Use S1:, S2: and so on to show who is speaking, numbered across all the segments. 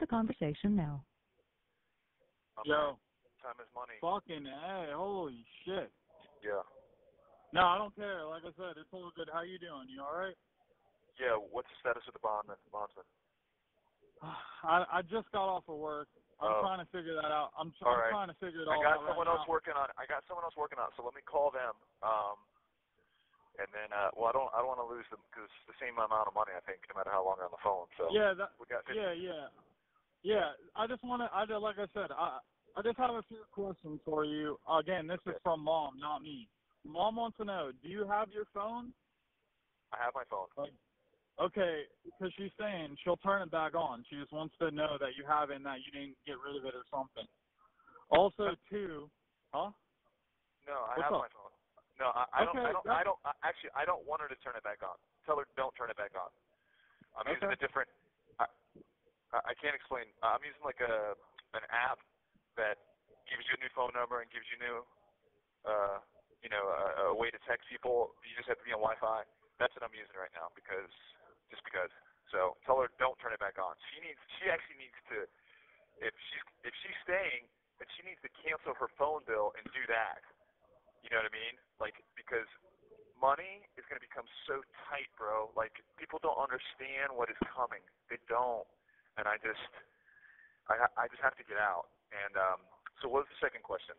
S1: the conversation now.
S2: Yo.
S3: Time is money.
S2: Fucking hey, holy shit.
S3: Yeah.
S2: No, I don't care. Like I said, it's all good. How you doing? You all right?
S3: Yeah. What's the status of the bondman? Bondsman.
S2: I I just got off of work. I'm
S3: Oh.
S2: trying to figure that out. I'm, tr-
S3: All
S2: I'm
S3: right.
S2: trying to figure it
S3: I
S2: all
S3: got
S2: out.
S3: someone
S2: right
S3: else working on. it. I got someone else working on. it, So let me call them. Um, and then, uh, well, I don't. I don't want to lose them because it's the same amount of money. I think, no matter how long they're on the phone. So
S2: now. Yeah, that,
S3: we got.
S2: yeah, yeah, yeah. I just want to. I just, like I said, I I just have a few questions for you. Uh, Again, this is from mom, not me. Mom wants to know, do you have your phone?
S3: I have my phone.
S2: Okay, because she's saying she'll turn it back on. She just wants to know that you have it and that you didn't get rid of it or something. Also, too, huh?
S3: No, I
S2: What's
S3: have
S2: up?
S3: my phone. No, I, I don't.
S2: Okay,
S3: I don't.
S2: that-
S3: I don't. I, actually, I don't want her to turn it back on. Tell her don't turn it back on. I'm using
S2: Okay.
S3: a different. I, I I can't explain. Uh, I'm using like a an app that gives you a new phone number and gives you new, uh, you know, a, a way to text people. You just have to be on Wi-Fi. That's what I'm using right now because just because. So tell her don't turn it back on. She needs. She actually needs to. If she's if she's staying, then she needs to cancel her phone bill and do that. You know what I mean? Like because money is going to become so tight, bro. Like people don't understand what is coming. They don't. And I just I ha- I just have to get out. And um so what was the second question?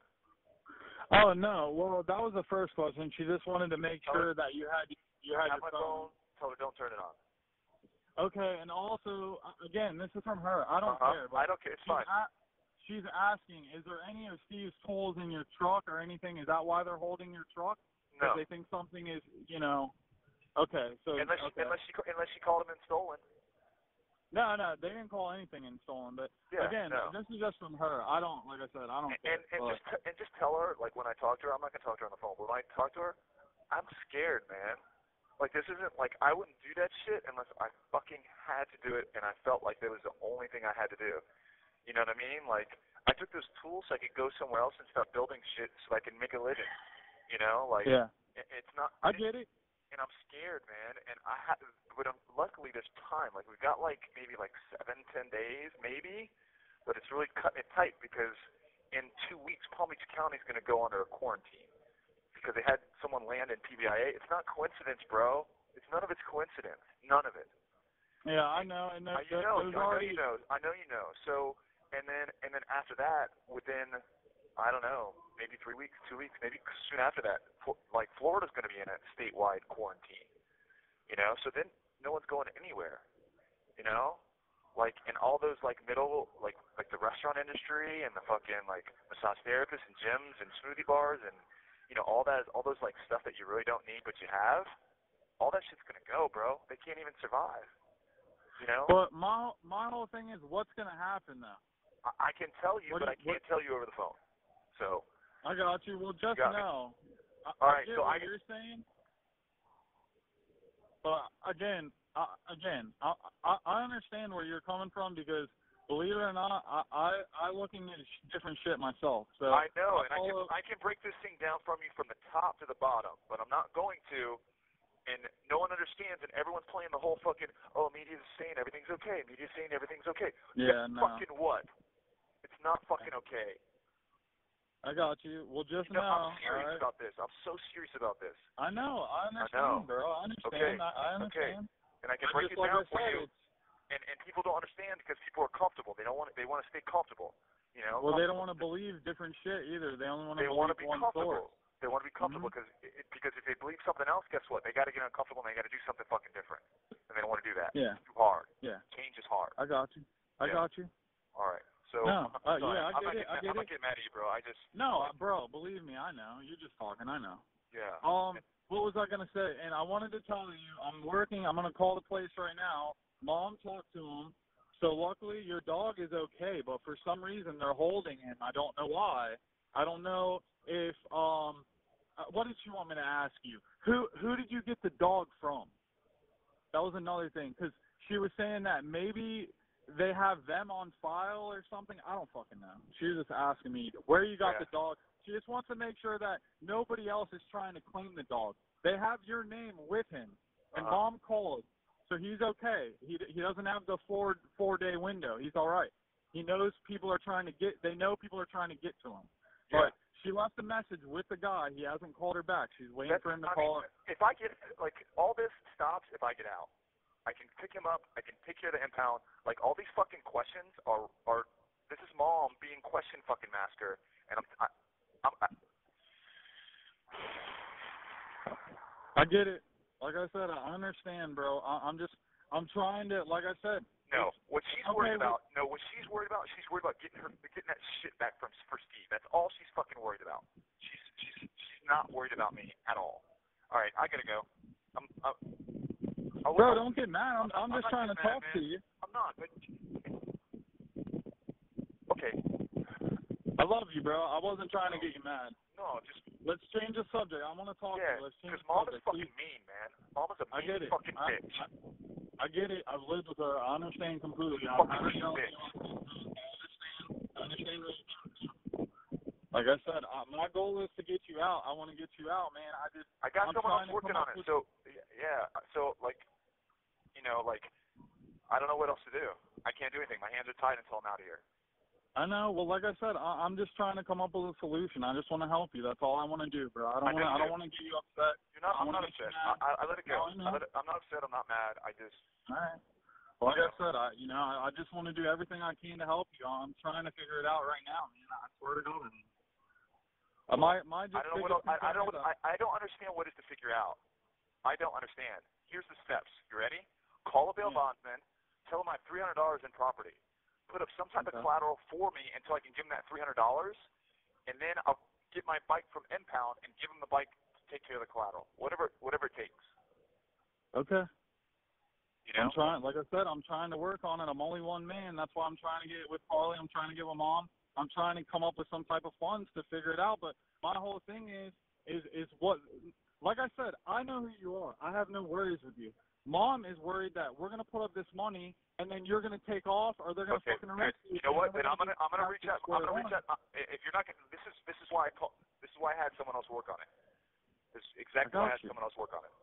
S2: Oh no. Well, that was the first question. She just wanted to make
S3: Oh.
S2: sure that you had you
S3: I have
S2: had
S3: my
S2: your phone.
S3: phone. Tell her don't turn it on.
S2: Okay, and also uh, again, this is from her. I don't
S3: Uh-huh.
S2: care.
S3: I
S2: But
S3: don't care. It's
S2: she's,
S3: fine.
S2: a- she's asking, is there any of Steve's tools in your truck or anything? Is that why they're holding your truck?
S3: No.
S2: 'Cause They think something is, you know. Okay, so
S3: Unless she,
S2: okay.
S3: unless she ca- unless she called him and stolen.
S2: no, no, they didn't call anything in stolen. But
S3: Yeah.
S2: again,
S3: no.
S2: this is just from her. I don't, like I said, I don't.
S3: And
S2: care.
S3: and, and
S2: But-
S3: just t- and just tell her like when I talk to her, I'm not gonna talk to her on the phone. But when I talk to her, I'm scared, man. Like this isn't like I wouldn't do that shit unless I fucking had to do it and I felt like that was the only thing I had to do. You know what I mean? Like I took those tools so I could go somewhere else and start building shit so I can make a living. You know, like
S2: yeah,
S3: it, it's not.
S2: I get it.
S3: And I'm scared, man. And I ha but um luckily there's time. Like we've got like maybe like seven, ten days, maybe. But it's really cutting it tight because in two weeks Palm Beach County's going to go under a quarantine because they had someone land in PBIA. It's not coincidence, bro. It's none of it's coincidence. None of it.
S2: Yeah, I know. And there,
S3: I, you
S2: there-
S3: know, I
S2: there's
S3: know you
S2: already
S3: know. I know you know. So, and then and then after that, within I don't know, maybe three weeks, two weeks, maybe soon after that, Fl- like Florida's going to be in a statewide quarantine. You know, so then no one's going anywhere. You know, like and all those like middle like like the restaurant industry and the fucking like massage therapists and gyms and smoothie bars and you know all that all those like stuff that you really don't need but you have. All that shit's gonna go, bro. They can't even survive. You know.
S2: But my my whole thing is, what's gonna happen though?
S3: I, I can tell you,
S2: What do
S3: but I
S2: you-
S3: can't tell you over the phone. So
S2: I got you. Well, just
S3: got me.
S2: know. I,
S3: All
S2: I
S3: right,
S2: get
S3: so I
S2: what
S3: get-
S2: you're saying. But again, I, again, I, I I understand where you're coming from because Believe it or not, I I, I looking at sh- different shit myself. So
S3: I know, and I can
S2: follow-
S3: I can break this thing down from you from the top to the bottom, but I'm not going to. And no one understands, and everyone's playing the whole fucking oh media's saying everything's okay, media's saying everything's okay.
S2: Yeah,
S3: Then
S2: no.
S3: Fucking what? It's not fucking okay.
S2: I got you. Well, just
S3: You know,
S2: now,
S3: I'm serious
S2: alright?
S3: about this. I'm so serious about this,
S2: I know. I
S3: know.
S2: understand, bro. I understand.
S3: Okay,
S2: I, I
S3: okay.
S2: understand.
S3: and I can
S2: But
S3: break
S2: just
S3: it
S2: like
S3: down
S2: I
S3: for
S2: said,
S3: you.
S2: it's-
S3: And and people don't understand because people are comfortable. They don't want they want to stay comfortable. You know.
S2: Well, they don't
S3: comfortable.
S2: want to believe different shit either. They only want to
S3: they
S2: believe
S3: want to be
S2: one
S3: comfortable.
S2: source. Mm-hmm.
S3: They want to be comfortable because because if they believe something else, guess what? They got to get uncomfortable and they got to do something fucking different. And they don't want to do that.
S2: Yeah.
S3: It's too hard.
S2: Yeah.
S3: Change is hard.
S2: I got you. I
S3: Yeah.
S2: got you.
S3: All right. So
S2: No,
S3: I'm
S2: uh,
S3: sorry.
S2: yeah, I
S3: I'm
S2: get
S3: not
S2: it,
S3: getting
S2: I
S3: mad-
S2: get
S3: I'm not
S2: it.
S3: getting mad at you, bro. I just
S2: No, uh, bro. Believe me, I know. You're just talking. I know.
S3: yeah.
S2: Um, what was I gonna say? And I wanted to tell you, I'm working. I'm gonna call the place right now. Mom talked to him. So luckily, your dog is okay. But for some reason, they're holding him. I don't know why. I don't know if um, uh, what did she want me to ask you? Who who did you get the dog from? That was another thing because she was saying that maybe they have them on file or something. I don't fucking know. She was just asking me where you got
S3: Yeah.
S2: the dog. She just wants to make sure that nobody else is trying to claim the dog. They have your name with him, and
S3: Uh-huh.
S2: mom called, so he's okay. He he doesn't have the four four day window. He's all right. He knows people are trying to get. They know people are trying to get to him.
S3: Yeah.
S2: But she left a message with the guy. He hasn't called her back. She's waiting
S3: That's-
S2: for him to
S3: I
S2: call
S3: mean, if I get like all this stops if I get out. I can pick him up. I can take care of the impound. Like all these fucking questions are are this is mom being question fucking master, and I'm I, I'm I,
S2: I get it. Like I said, I understand, bro. I, I'm just, I'm trying to. Like I said,
S3: No, what she's
S2: Okay,
S3: worried
S2: well-
S3: about. No, what she's worried about. She's worried about getting her getting that shit back from for Steve. That's all she's fucking worried about. She's she's she's not worried about me at all. All right, I gotta go. I'm. I'm I'll-
S2: bro, don't get mad. I'm, I'm
S3: I'm
S2: just
S3: not
S2: trying to
S3: getting mad,
S2: talk to
S3: man.
S2: you.
S3: I'm not. But okay.
S2: I love you, bro. I wasn't trying to get you mad.
S3: No, just
S2: Let's change the subject. I want to talk
S3: yeah.
S2: to you. Let's change
S3: Because mom
S2: the
S3: is
S2: subject.
S3: fucking
S2: please.
S3: mean, man. Mom is a mean
S2: I get it.
S3: fucking
S2: I,
S3: bitch.
S2: I, I get it. I've lived with her. I understand completely. I, I
S3: Fucking
S2: understand.
S3: bitch.
S2: I understand. where you're coming from. Like I said, I, my goal is to get you out. I want to get you out, man. I just
S3: I got
S2: I'm
S3: someone else
S2: trying to
S3: working
S2: come
S3: on
S2: up
S3: it.
S2: with-
S3: So y- yeah, so like, you know, like, I don't know what else to do. I can't do anything. My hands are tied until I'm out of here.
S2: I know. Well, like I said, I, I'm just trying to come up with a solution. I just want to help you. That's all I want to do, bro. I
S3: I
S2: don't
S3: know
S2: want. to.
S3: you
S2: I don't
S3: do.
S2: want to get you upset.
S3: You're not. I'm
S2: I wanna
S3: not
S2: get you
S3: upset.
S2: mad.
S3: I, I, I let it go.
S2: No, I know.
S3: let it, I'm not upset. I'm not mad. I just.
S2: All right. Well, like I said, I you know I, I just want to do everything I can to help you. I'm trying to figure it out right now, man. I swear to God. man. Uh, my my just
S3: I don't know what.
S2: biggest
S3: el- I, I don't.
S2: concern is,
S3: Know what, I, I don't understand what is to figure out. I don't understand. Here's the steps. You ready? Call a bail
S2: Yeah.
S3: bondsman. Tell him I have three hundred dollars in property. Put up some type
S2: Okay.
S3: of collateral for me until I can give him that three hundred dollars, and then I'll get my bike from impound and give him the bike to take care of the collateral. Whatever. Whatever it takes.
S2: okay.
S3: You know.
S2: I'm trying. Like I said, I'm trying to work on it. I'm only one man. That's why I'm trying to get with Carly. I'm trying to get with mom. I'm trying to come up with some type of funds to figure it out. But my whole thing is, is, is what. Like I said, I know who you are. I have no worries with you. Mom is worried that we're gonna put up this money and then you're gonna take off, or they're gonna
S3: okay.
S2: fucking arrest
S3: You
S2: you.
S3: know what?
S2: They're
S3: Then I'm gonna I'm gonna
S2: have
S3: reach
S2: to
S3: out. I'm
S2: square
S3: gonna
S2: it
S3: reach out. Uh, if you're not gonna, this is this is why I call. This is why I had someone else work on it. This is exactly why I had
S2: got you.
S3: someone else work on it.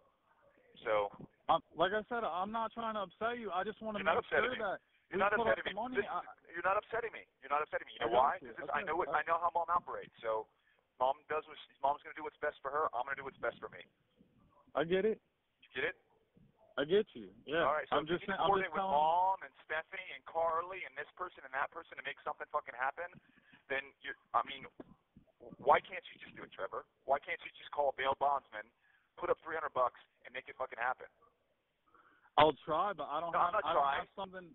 S3: So
S2: I'm, like I said, I'm not trying to upset you. I just want to
S3: You're
S2: make
S3: not upset at
S2: sure
S3: me.
S2: that
S3: you're
S2: we
S3: not
S2: put up
S3: upsetting
S2: the
S3: me.
S2: money.
S3: This-
S2: I,
S3: you're not upsetting me. You're not upsetting me. You
S2: I
S3: know
S2: got
S3: why?
S2: you.
S3: 'Cause this-
S2: I
S3: I
S2: got
S3: know what
S2: you.
S3: I know how mom operates. So mom does what she, mom's gonna do what's best for her. I'm gonna do what's best for me.
S2: I get it.
S3: You get it?
S2: I get you. Yeah.
S3: All right. So
S2: I'm
S3: if
S2: just.
S3: you need to
S2: I'm
S3: coordinate
S2: just
S3: with
S2: telling.
S3: mom and Stephanie and Carly and this person and that person to make something fucking happen, then you I mean, why can't you just do it, Trevor? Why can't you just call a bail bondsman, put up 300 bucks, and make it fucking happen?
S2: I'll try, but I don't
S3: No, I'm
S2: have.
S3: not
S2: I don't
S3: trying.
S2: have something.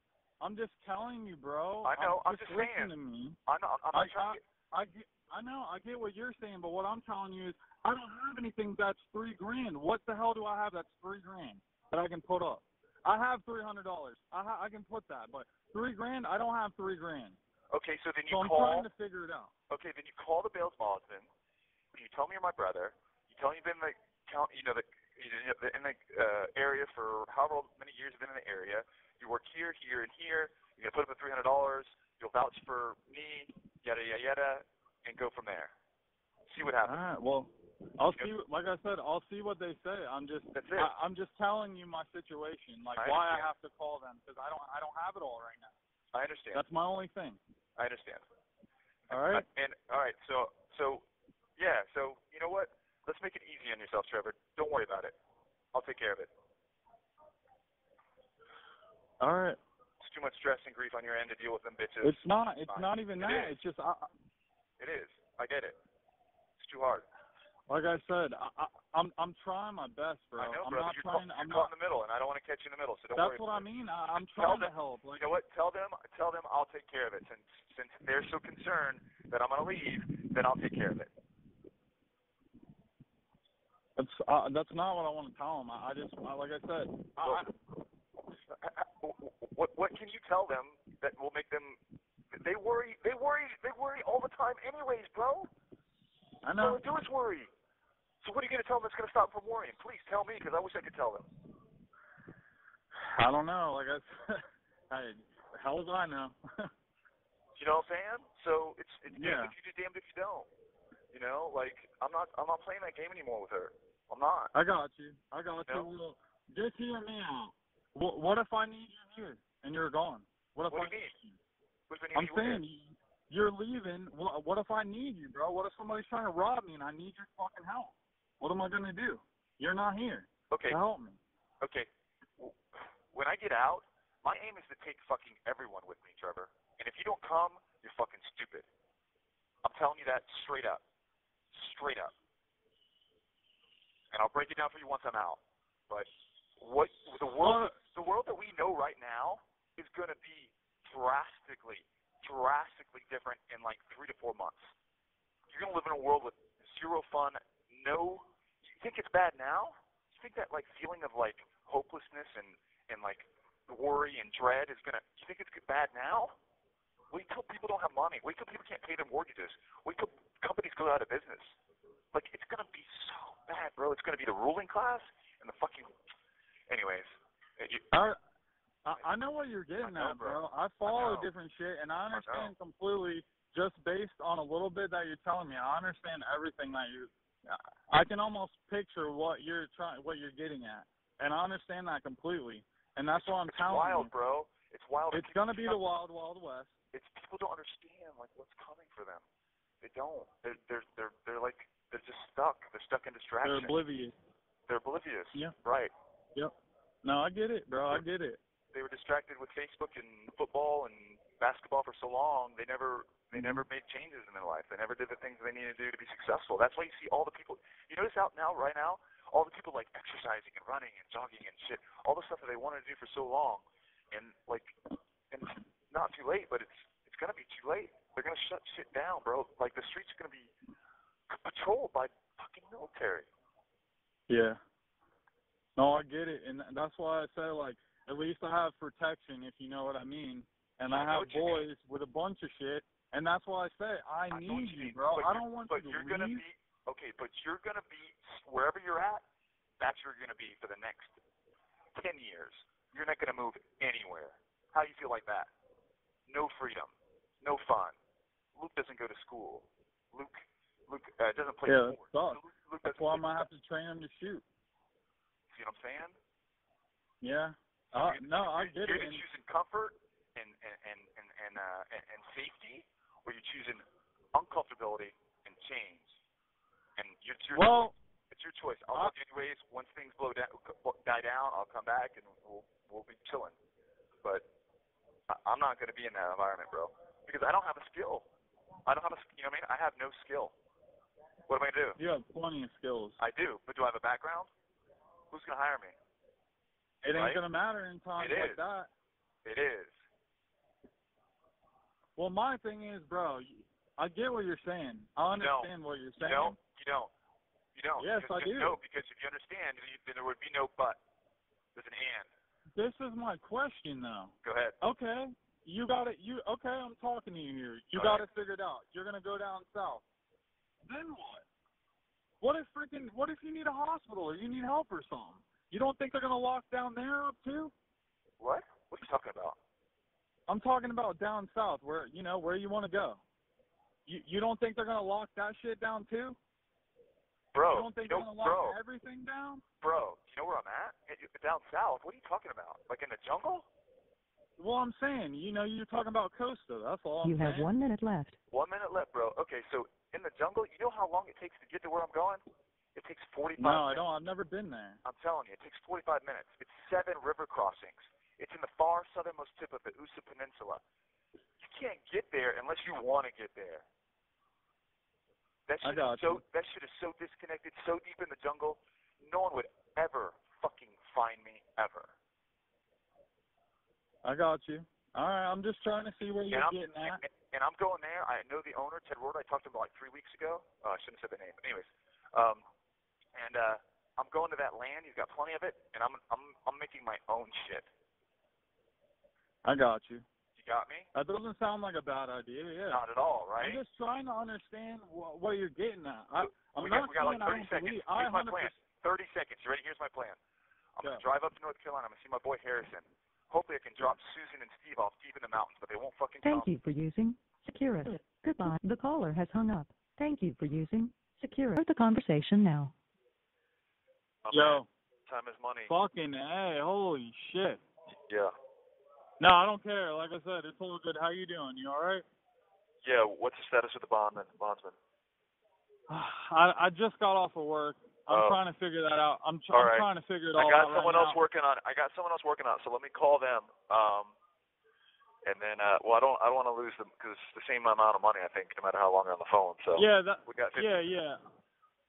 S2: I'm just telling you, bro.
S3: I know, I'm
S2: just,
S3: just saying.
S2: listen to me.
S3: I'm not, I'm not
S2: I-
S3: trying. To get,
S2: I get, I know, I get what you're saying, but what I'm telling you is, I don't have anything that's three grand. What the hell do I have that's three grand that I can put up? I have three hundred dollars. I ha- I can put that, but three grand, I don't have three grand.
S3: okay, so then you
S2: So I'm
S3: call.
S2: trying to figure it out.
S3: Okay, then you call the bail bondsman. You tell me you're my brother. You tell me you've been in the count. You know the you know, in the uh, area for however many years you've been in the area. You you work here, here, and here. You're gonna put up the three hundred dollars. You'll vouch for me, yada yada yada, and go from there. See what
S2: All
S3: happens.
S2: right. Well, I'll
S3: Yep.
S2: see. Like I said, I'll see what they say. I'm just.
S3: That's it.
S2: I, I'm just telling you my situation, like
S3: I
S2: why I
S3: understand.
S2: have to call them because I don't. I don't have it all right now.
S3: I understand.
S2: That's my only thing.
S3: I understand.
S2: All right.
S3: Uh, and all right, so so yeah, so you know what? Let's make it easy on yourself, Trevor. Don't worry about it. I'll take care of it.
S2: All right.
S3: It's too much stress and grief on your end to deal with them bitches.
S2: It's not. It's
S3: fine.
S2: not even
S3: It
S2: that.
S3: is.
S2: It's just. I, I-
S3: It is. I get it. It's too hard.
S2: like I said, I, I, I'm. I'm trying my best, bro.
S3: I know,
S2: I'm
S3: brother.
S2: not
S3: you're
S2: trying.
S3: caught,
S2: I'm
S3: you're caught
S2: not.
S3: in the middle, and I don't want to catch you in the middle. So don't
S2: That's
S3: worry.
S2: what I
S3: about it.
S2: mean. I, I'm
S3: Tell
S2: trying
S3: them-
S2: to help. Like.
S3: You know what? Tell them. Tell them I'll take care of it. Since since they're so concerned that I'm gonna leave, then I'll take care of it.
S2: That's uh, that's not what I want to tell them. I, I just I, like I said. I, I-
S3: Uh, what what can you tell them that will make them? They worry. They worry. They worry all the time, anyways, bro.
S2: I
S3: All
S2: know.
S3: they do is worry. So what are you gonna tell them that's gonna stop from worrying? Please tell me, because I wish I could tell them.
S2: I don't know. Like I said, hey, how was I know?
S3: You know what I'm saying? So it's it's
S2: Yeah.
S3: damned if you do, damned if you don't. You know, like I'm not I'm not playing that game anymore with her. I'm not.
S2: I got you. I got you.
S3: No.
S2: Well, just hear me out. What, what if I need you here and you're gone? What if
S3: What
S2: I
S3: do you
S2: need you?
S3: What if I knew
S2: I'm
S3: you were
S2: saying you- you're leaving. What, what if I need you, bro? What if somebody's trying to rob me and I need your fucking help? What am I gonna do? You're not here
S3: here? Okay,
S2: to help me.
S3: okay. W- When I get out, my aim is to take fucking everyone with me, Trevor. And if you don't come, you're fucking stupid. I'm telling you that straight up. Straight up. And I'll break it down for you once I'm out. But what the world the world that we know right now is going to be drastically drastically different in like 3 to 4 months. You're going to live in a world with zero fun, no you think it's bad now? You think that like feeling of like hopelessness and and like worry and dread is going to you think it's bad now? Wait till people don't have money. Wait till people can't pay their mortgages. Wait till companies go out of business. Like it's gonna be so bad, bro. It's gonna be the ruling class and the fucking. Anyways, uh, you,
S2: I, I I know what you're getting
S3: I know,
S2: at,
S3: bro.
S2: bro. I follow
S3: know.
S2: different shit, and I
S3: know.
S2: understand completely just based on a little bit that you're telling me. I understand everything that you. I can almost picture what you're trying, what you're getting at, and I understand that completely. And that's what I'm
S3: it's
S2: telling
S3: wild,
S2: you.
S3: bro. It's wild.
S2: It's gonna be the wild, wild west.
S3: It's people don't understand like what's coming for them. They don't. They're they're they're, they're like they're just stuck. They're stuck in
S2: They're
S3: distraction.
S2: oblivious.
S3: They're oblivious.
S2: Yeah.
S3: Right.
S2: Yep. No, I get it, bro. I get it.
S3: they were distracted with Facebook and football and basketball for so long, they never they never made changes in their life. They never did the things they needed to do to be successful. That's why you see all the people. You notice out now, right now, all the people like exercising and running and jogging and shit, all the stuff that they wanted to do for so long, and like, and not too late, but it's it's gonna be too late. They're gonna shut shit down, bro. Like the streets are gonna be patrolled by fucking military.
S2: Yeah. No, I get it, and th- that's why I say like at least I have protection, if you know what I mean. And
S3: I
S2: I
S3: know
S2: have
S3: what you mean.
S2: boys with a bunch of shit, and that's why I say I,
S3: I know what
S2: need
S3: you
S2: you,
S3: mean,
S2: bro.
S3: But
S2: I
S3: you're-
S2: don't want
S3: but
S2: you
S3: you're
S2: to
S3: gonna
S2: leave.
S3: be okay. But you're gonna be wherever you're at. That's where you're gonna be for the next ten years. You're not gonna move anywhere. How do you feel like that? No freedom, no fun. Luke doesn't go to school. Luke, Luke uh, doesn't play
S2: yeah, that
S3: sports.
S2: sucks.
S3: Luke, Luke
S2: That's
S3: doesn't play
S2: why I'm gonna have
S3: sports.
S2: to train him to shoot.
S3: You know what I'm saying?
S2: Yeah. Uh,
S3: You're-
S2: no, I
S3: you're,
S2: get
S3: you're
S2: it.
S3: either
S2: and-
S3: choosing comfort and and and and and, uh, and, and safety, or you're choosing uncomfortability and change. And you're, you're
S2: Well,
S3: It's your choice. I'll go anyways. Once things blow down, die down, I'll come back and we'll we'll be chilling. But I, I'm not going to be in that environment, bro, because I don't have a skill. I don't have a sk- you know what I mean. I have no skill. What am I going to do?
S2: you have plenty of skills.
S3: I do, but do I have a background? Who's going to hire me?
S2: It ain't
S3: right?
S2: gonna matter in times
S3: It
S2: like
S3: is.
S2: that.
S3: It is.
S2: Well, my thing is, bro, I get what you're saying. I
S3: You don't.
S2: understand what you're
S3: You
S2: saying.
S3: don't. You don't. You don't.
S2: Yes,
S3: just,
S2: I
S3: just
S2: do.
S3: No, because if you understand, then you- then there would be no but. There's an and.
S2: This is my question, though.
S3: Go ahead.
S2: okay, you got it. You okay? I'm talking to you here. You
S3: All
S2: got
S3: right.
S2: it figured out. You're gonna go down south. Then what? What if freaking? What if you need a hospital or you need help or something? You don't think they're gonna lock down there up too?
S3: What? What are you talking
S2: I'm talking about down south, where you know where you want to go. You you don't think they're gonna lock that shit down too?
S3: Bro,
S2: you don't think
S3: you
S2: they're
S3: know-
S2: gonna lock
S3: bro,
S2: everything down?
S3: bro, you know where I'm at? It- it- Down south. What are you talking about? Like in the jungle?
S2: Well, I'm saying, you know, you're talking about Costa. That's all. I'm
S1: You have
S2: saying.
S1: one minute left.
S3: One minute left, bro. Okay, so in the jungle, you know how long it takes to get to where I'm going? It takes 45
S2: No, I
S3: minutes.
S2: don't. I've never been there.
S3: I'm telling you, it takes 45 minutes. It's seven river crossings. It's in the far southernmost tip of the Usa Peninsula. You can't get there unless you want to get there. That
S2: I
S3: shit, is
S2: got
S3: so,
S2: you.
S3: that shit is so disconnected, so deep in the jungle, no one would ever fucking find me, ever.
S2: I got you. All right, I'm just trying to see where you're
S3: and I'm,
S2: getting at.
S3: and- And I'm going there. I know the owner, Ted Ward. I talked to him like three weeks ago. Uh, I shouldn't have said the name. But anyways, um, and uh, I'm going to that land. He's got plenty of it, and I'm I'm I'm making my own shit.
S2: I got you.
S3: You got me?
S2: That doesn't sound like a bad idea. Yeah.
S3: Not at all, right?
S2: I'm just trying to understand wh- what you're getting at. I,
S3: we
S2: I'm not
S3: got, we got like 30
S2: saying I don't
S3: seconds.
S2: believe. I
S3: Here's my
S2: 100%.
S3: plan. 30 seconds. You ready? Here's my plan. I'm going to
S2: Go.
S3: drive up to North Carolina. I'm going to see my boy Harrison. Hopefully, I can drop Susan and Steve off deep in the mountains, but they won't fucking come.
S1: Thank you for using Securus. Goodbye. The caller has hung up. Thank you for using Securus. Start the conversation now.
S3: My
S2: Yo,
S3: Oh, man, time is money.
S2: fucking hey, holy shit.
S3: Yeah.
S2: No, I don't care. Like I said, it's all good. How you doing? You all right?
S3: Yeah. What's the status of the bondman? Bondsman.
S2: I I just got off of work.
S3: Oh.
S2: I'm trying to figure that out. I'm, tr-
S3: All right.
S2: I'm trying to figure it
S3: I
S2: all
S3: got
S2: out
S3: someone
S2: right
S3: else
S2: now.
S3: working on it. I got someone else working on it. So let me call them. Um, and then, uh, well, I don't, I don't want to lose them because it's the same amount of money, I think, no matter how long they're on the phone. So
S2: Yeah, that.
S3: we got 50.
S2: Yeah, yeah,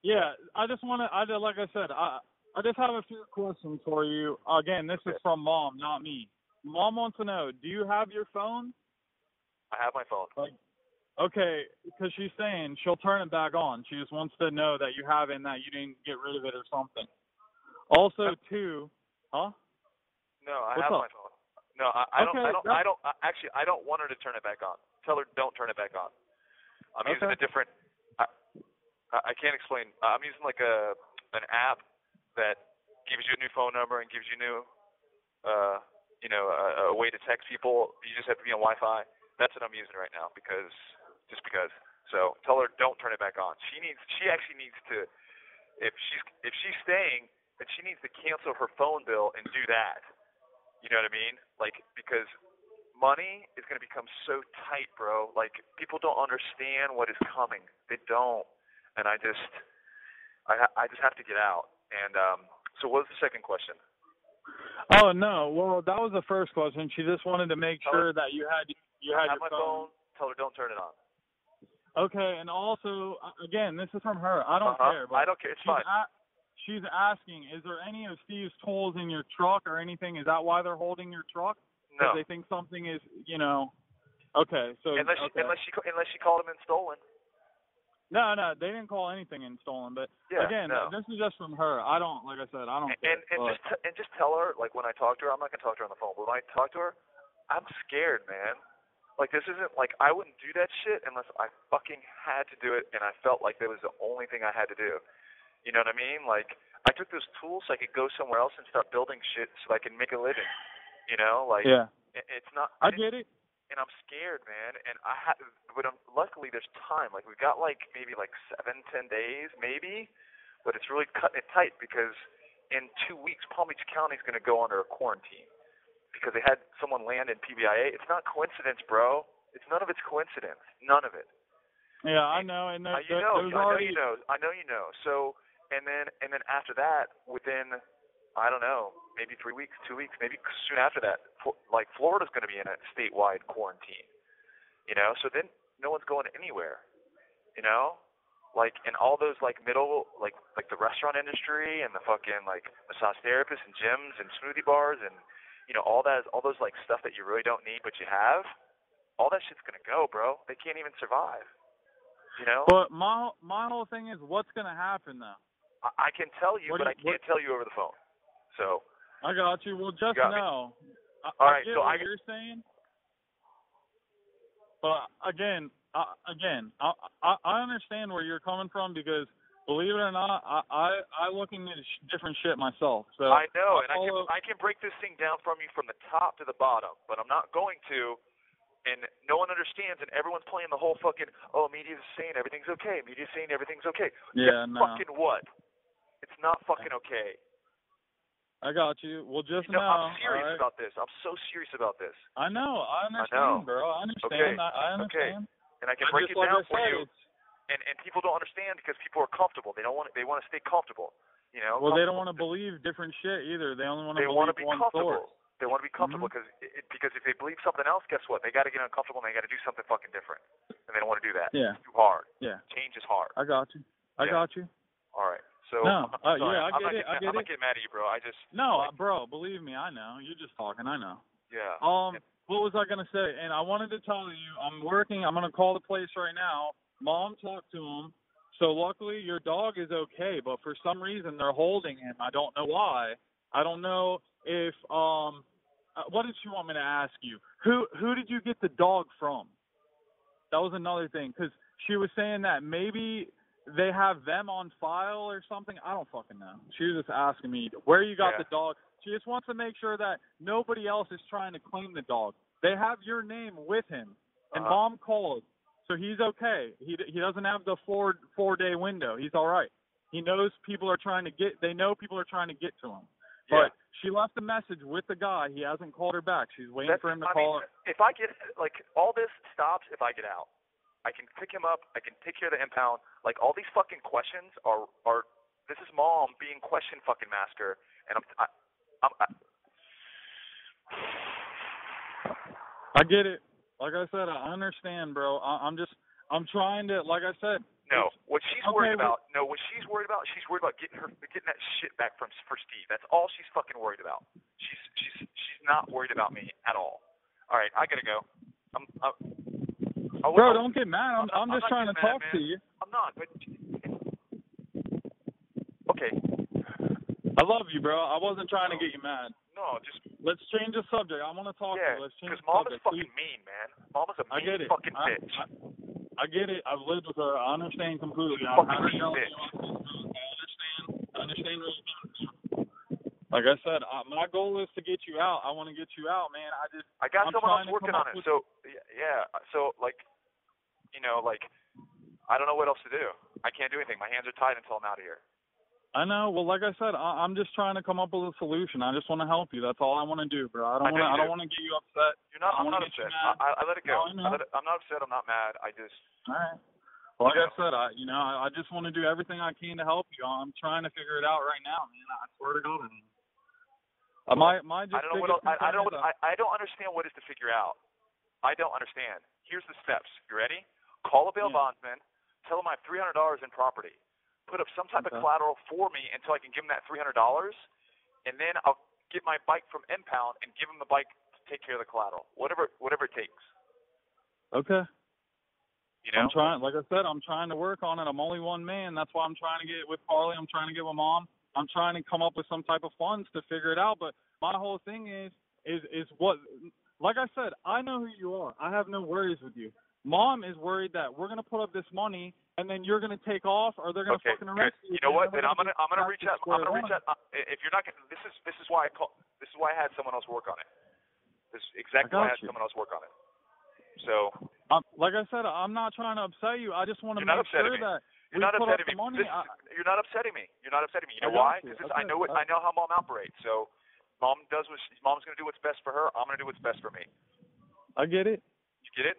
S2: yeah. I just want to. I did, like I said. I I just have a few questions for you. Again, this is
S3: Okay.
S2: from mom, not me. Mom wants to know: Do you have your phone?
S3: I have my phone.
S2: Like, okay, because she's saying she'll turn it back on. She just wants to know that you have it and that you didn't get rid of it or something. Also, too, huh?
S3: No, I
S2: What's
S3: have
S2: up?
S3: my phone. No, I, I don't.
S2: Okay,
S3: I don't.
S2: that's-
S3: I don't. I, actually, I don't want her to turn it back on. Tell her don't turn it back on. I'm using
S2: Okay.
S3: a different. I, I I can't explain. I'm using like a an app that gives you a new phone number and gives you new, uh, you know, a, a way to text people. You just have to be on Wi-Fi. That's what I'm using right now because just because. So tell her don't turn it back on. She needs. She actually needs to. If she's if she's staying, then she needs to cancel her phone bill and do that. You know what I mean? Like because money is going to become so tight, bro. Like people don't understand what is coming. They don't. And I just I ha- I just have to get out. And um so what was the second question?
S2: Oh no. Well, that was the first question. She just wanted to make
S3: Oh.
S2: sure that you had you had
S3: I have
S2: your
S3: my phone. Tell her don't turn it on.
S2: Okay, and also uh, again, this is from her. I don't
S3: Uh-huh.
S2: care, but
S3: I don't care. It's
S2: she's
S3: fine.
S2: a- she's asking, is there any of Steve's tools in your truck or anything? Is that why they're holding your truck?
S3: No.
S2: 'Cause they think something is, you know. Okay, so
S3: Unless she,
S2: okay.
S3: unless she ca- unless she called him and stolen.
S2: no, no, they didn't call anything in stolen. But
S3: Yeah.
S2: again,
S3: no.
S2: this is just from her. I don't, like I said, I don't.
S3: and
S2: care,
S3: and, and
S2: but-
S3: just t- and just tell her like when I talk to her, I'm not gonna talk to her on the phone, but when I talk to her, I'm scared, man. Like this isn't like I wouldn't do that shit unless I fucking had to do it and I felt like that was the only thing I had to do. You know what I mean? Like I took those tools so I could go somewhere else and start building shit so I can make a living. You know, like
S2: yeah,
S3: it- it's not.
S2: I
S3: didn't-
S2: get it.
S3: and I'm scared, man. And I ha- but I'm, luckily there's time. Like we've got like maybe like seven, ten days, maybe. But it's really cutting it tight because in two weeks Palm Beach County's going to go under a quarantine because they had someone land in PBIA. It's not coincidence, bro. It's none of it's coincidence. None of it.
S2: Yeah, I know, and there,
S3: Uh, you
S2: there-
S3: know,
S2: there's
S3: I know
S2: already
S3: you know. I know you know. So, and then and then after that, within I don't know, maybe three weeks, two weeks, maybe soon after that, Fl- like Florida's going to be in a statewide quarantine. You know, so then no one's going anywhere. You know, like and all those like middle like like the restaurant industry and the fucking like massage therapists and gyms and smoothie bars and you know all that all those like stuff that you really don't need but you have. All that shit's gonna go, bro. They can't even survive. You know.
S2: But my my whole thing is, what's gonna happen though?
S3: I I can tell you,
S2: What do
S3: but
S2: you-
S3: I can't tell you over the phone. So,
S2: I got you. Well, just
S3: got me.
S2: know. I,
S3: All
S2: I
S3: right,
S2: get
S3: so
S2: what
S3: I-
S2: you're saying. But again, I, again, I, I I understand where you're coming from because believe it or not, I I, I look into sh- different shit myself. So
S3: I know,
S2: I
S3: and I can
S2: follow-
S3: I can break this thing down from you from the top to the bottom, but I'm not going to and no one understands, and everyone's playing the whole fucking oh media's saying everything's okay, media's saying everything's okay.
S2: Yeah, no.
S3: Fucking what? It's not fucking okay.
S2: I got you. Well, just
S3: no,
S2: now.
S3: I'm serious
S2: alright?
S3: about this. I'm so serious about this,
S2: I know. I
S3: know.
S2: understand, bro. I understand.
S3: Okay,
S2: I, I
S3: okay.
S2: understand.
S3: and I can
S2: I'm
S3: break
S2: just
S3: it
S2: like
S3: down
S2: I
S3: for
S2: said,
S3: you.
S2: it's-
S3: And and people don't understand because people are comfortable. They don't want. They want to stay comfortable. You know.
S2: Well, they don't want
S3: comfortable-
S2: to believe different shit either. They only want to
S3: they
S2: believe
S3: want to be
S2: one Mm-hmm.
S3: comfortable.
S2: source.
S3: They want to be comfortable because it, because if they believe something else, guess what? They got to get uncomfortable and they got to do something fucking different, and they don't want to do that.
S2: Yeah.
S3: It's too hard.
S2: Yeah,
S3: Change is hard.
S2: I got you. I
S3: Yeah.
S2: got you.
S3: All right. So I'm
S2: No, uh,
S3: sorry.
S2: yeah, I
S3: I'm
S2: get
S3: not
S2: it,
S3: getting mad-
S2: I get
S3: I'm
S2: it.
S3: not getting mad at you, bro. I just
S2: No, bro, believe me, I know. You're just talking. I know.
S3: yeah.
S2: Um, what was I gonna say? And I wanted to tell you, I'm working. I'm gonna call the place right now. Mom talked to him. So luckily, your dog is okay. But for some reason, they're holding him. I don't know why. I don't know if um, uh, what did she want me to ask you? Who who did you get the dog from? That was another thing because she was saying that maybe they have them on file or something. I don't fucking know. She was just asking me where you got
S3: Yeah.
S2: the dog. She just wants to make sure that nobody else is trying to claim the dog. They have your name with him, and
S3: Uh-huh.
S2: mom called, so he's okay. He he doesn't have the four four day window. He's all right. He knows people are trying to get. They know people are trying to get to him. But
S3: Yeah.
S2: she left a message with the guy. He hasn't called her back. She's waiting
S3: That's-
S2: for him to
S3: I
S2: call
S3: mean,
S2: her.
S3: If I get like all this stops if I get out. I can pick him up. I can take care of the impound. Like all these fucking questions are are this is mom being question fucking master, and I'm I, I'm I,
S2: I get it. Like I said, I understand, bro. I, I'm just, I'm trying to, like I said,
S3: no. What she's
S2: Okay,
S3: worried
S2: well-
S3: about, no. What she's worried about, she's worried about getting her getting that shit back from for Steve. That's all she's fucking worried about. She's she's she's not worried about me at all. All right, I gotta go. I'm. I'm I
S2: bro,
S3: would-
S2: don't get mad. I'm, I'm,
S3: I'm not
S2: just trying to
S3: getting mad,
S2: talk to
S3: man.
S2: you.
S3: I'm not, but okay.
S2: I love you, bro. I wasn't trying to get you mad.
S3: No, just
S2: Let's change the subject. I want to talk to
S3: yeah,
S2: you. Let's change
S3: because
S2: the
S3: mom is
S2: subject.
S3: fucking
S2: please.
S3: mean, man. Mom is a
S2: I
S3: mean
S2: get it.
S3: fucking
S2: I,
S3: bitch.
S2: I, I get it. I've lived with her. I understand completely.
S3: She's a
S2: I'm
S3: fucking
S2: not
S3: mean
S2: telling
S3: bitch.
S2: you I'm- I understand. I understand where you're coming from. Like I said, I, my goal is to get you out. I want to get you out, man. I just
S3: I got
S2: I'm
S3: someone else
S2: trying to
S3: working
S2: come
S3: on
S2: up
S3: it.
S2: with-
S3: So y- yeah, so like, you know, like, I don't know what else to do. I can't do anything. My hands are tied until I'm out of here.
S2: I know. Well, like I said, I, I'm just trying to come up with a solution. I just want to help you. That's all I want to do, bro. I
S3: I
S2: don't
S3: know
S2: want to.
S3: you
S2: I don't
S3: do.
S2: want to get you upset.
S3: You're not.
S2: I
S3: I'm
S2: wanna
S3: not
S2: get you
S3: upset. I,
S2: mad.
S3: I, I let it go.
S2: No, I know.
S3: let it, I'm not upset. I'm not mad. I just
S2: All right. Well, like
S3: Yeah.
S2: I said, I you know I, I just want to do everything I can to help you. I'm trying to figure it out right now, man. I swear to God. I mean. Uh, my my
S3: I
S2: just
S3: don't know what else,
S2: biggest
S3: I, I don't
S2: concern is,
S3: I,
S2: uh,
S3: I don't understand what is to figure out. I don't understand. Here's the steps. You ready? Call a bail
S2: Yeah.
S3: bondsman. Tell him I have three hundred dollars in property. Put up some type
S2: Okay.
S3: of collateral for me until I can give him that three hundred dollars, and then I'll get my bike from impound and give him the bike to take care of the collateral. Whatever whatever it takes.
S2: okay.
S3: You know.
S2: I'm trying. Like I said, I'm trying to work on it. I'm only one man. That's why I'm trying to get with Carly. I'm trying to get with mom. I'm trying to come up with some type of funds to figure it out. But my whole thing is, is, is what. Like I said, I know who you are. I have no worries with you. Mom is worried that we're gonna put up this money and then you're gonna take off, or they're gonna
S3: okay.
S2: fucking
S3: Good.
S2: arrest
S3: You know what? Then I'm gonna I'm gonna reach out. I'm gonna reach
S2: out.
S3: out. uh, I- If you're not gonna, this is this is why I call. This is why I had someone else work on it. This is exactly why I
S2: got
S3: had
S2: you.
S3: someone else work on it. So
S2: I'm, like I said, I'm not trying to upset you. I just want to
S3: You're not
S2: make
S3: upsetting
S2: sure
S3: me.
S2: that
S3: You're
S2: we
S3: not
S2: put up
S3: upsetting
S2: the
S3: me.
S2: money.
S3: This-
S2: I,
S3: you're not upsetting me. You're not upsetting me. You
S2: I
S3: know
S2: got
S3: why?
S2: you.
S3: Because I
S2: Okay.
S3: know what I know how mom operates. So mom does what she, mom's gonna do what's best for her. I'm gonna do what's best for me.
S2: I get it.
S3: You get it?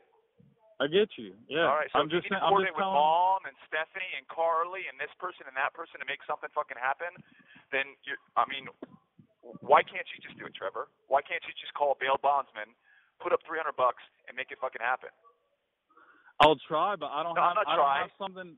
S2: I get you. Yeah.
S3: All right. So
S2: I'm
S3: if
S2: just,
S3: you need to
S2: I'm
S3: coordinate
S2: just
S3: with
S2: telling.
S3: mom and Stephanie and Carly and this person and that person to make something fucking happen, then you I mean, why can't you just do it, Trevor? Why can't you just call a bail bondsman, put up 300 bucks, and make it fucking happen?
S2: I'll try, but I don't
S3: No, I'm
S2: have.
S3: not
S2: I don't
S3: trying.
S2: have something.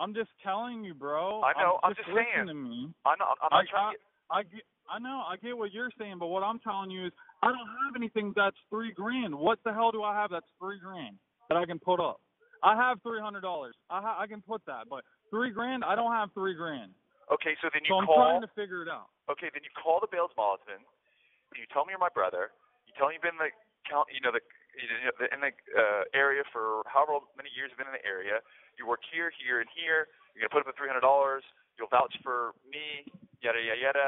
S2: I'm just telling you, bro.
S3: I know, I'm
S2: I'm just,
S3: just saying.
S2: listen to me.
S3: I'm not. I'm not
S2: I,
S3: trying. to
S2: I,
S3: get,
S2: I get. I know. I get what you're saying, but what I'm telling you is, I don't have anything that's three grand. What the hell do I have that's three grand that I can put up? I have three hundred dollars. I ha- I can put that, but three grand. I don't have three grand.
S3: okay. So then you
S2: So I'm
S3: call.
S2: trying to figure it out.
S3: okay, then you call the bail bondsman, and you tell him you're my brother, you tell him you've been in the count, you know, the you know, the- in the uh, area for however many years you've been in the area. You work here, here, and here. You're gonna put up the three hundred dollars. You'll vouch for me, yada yada yada,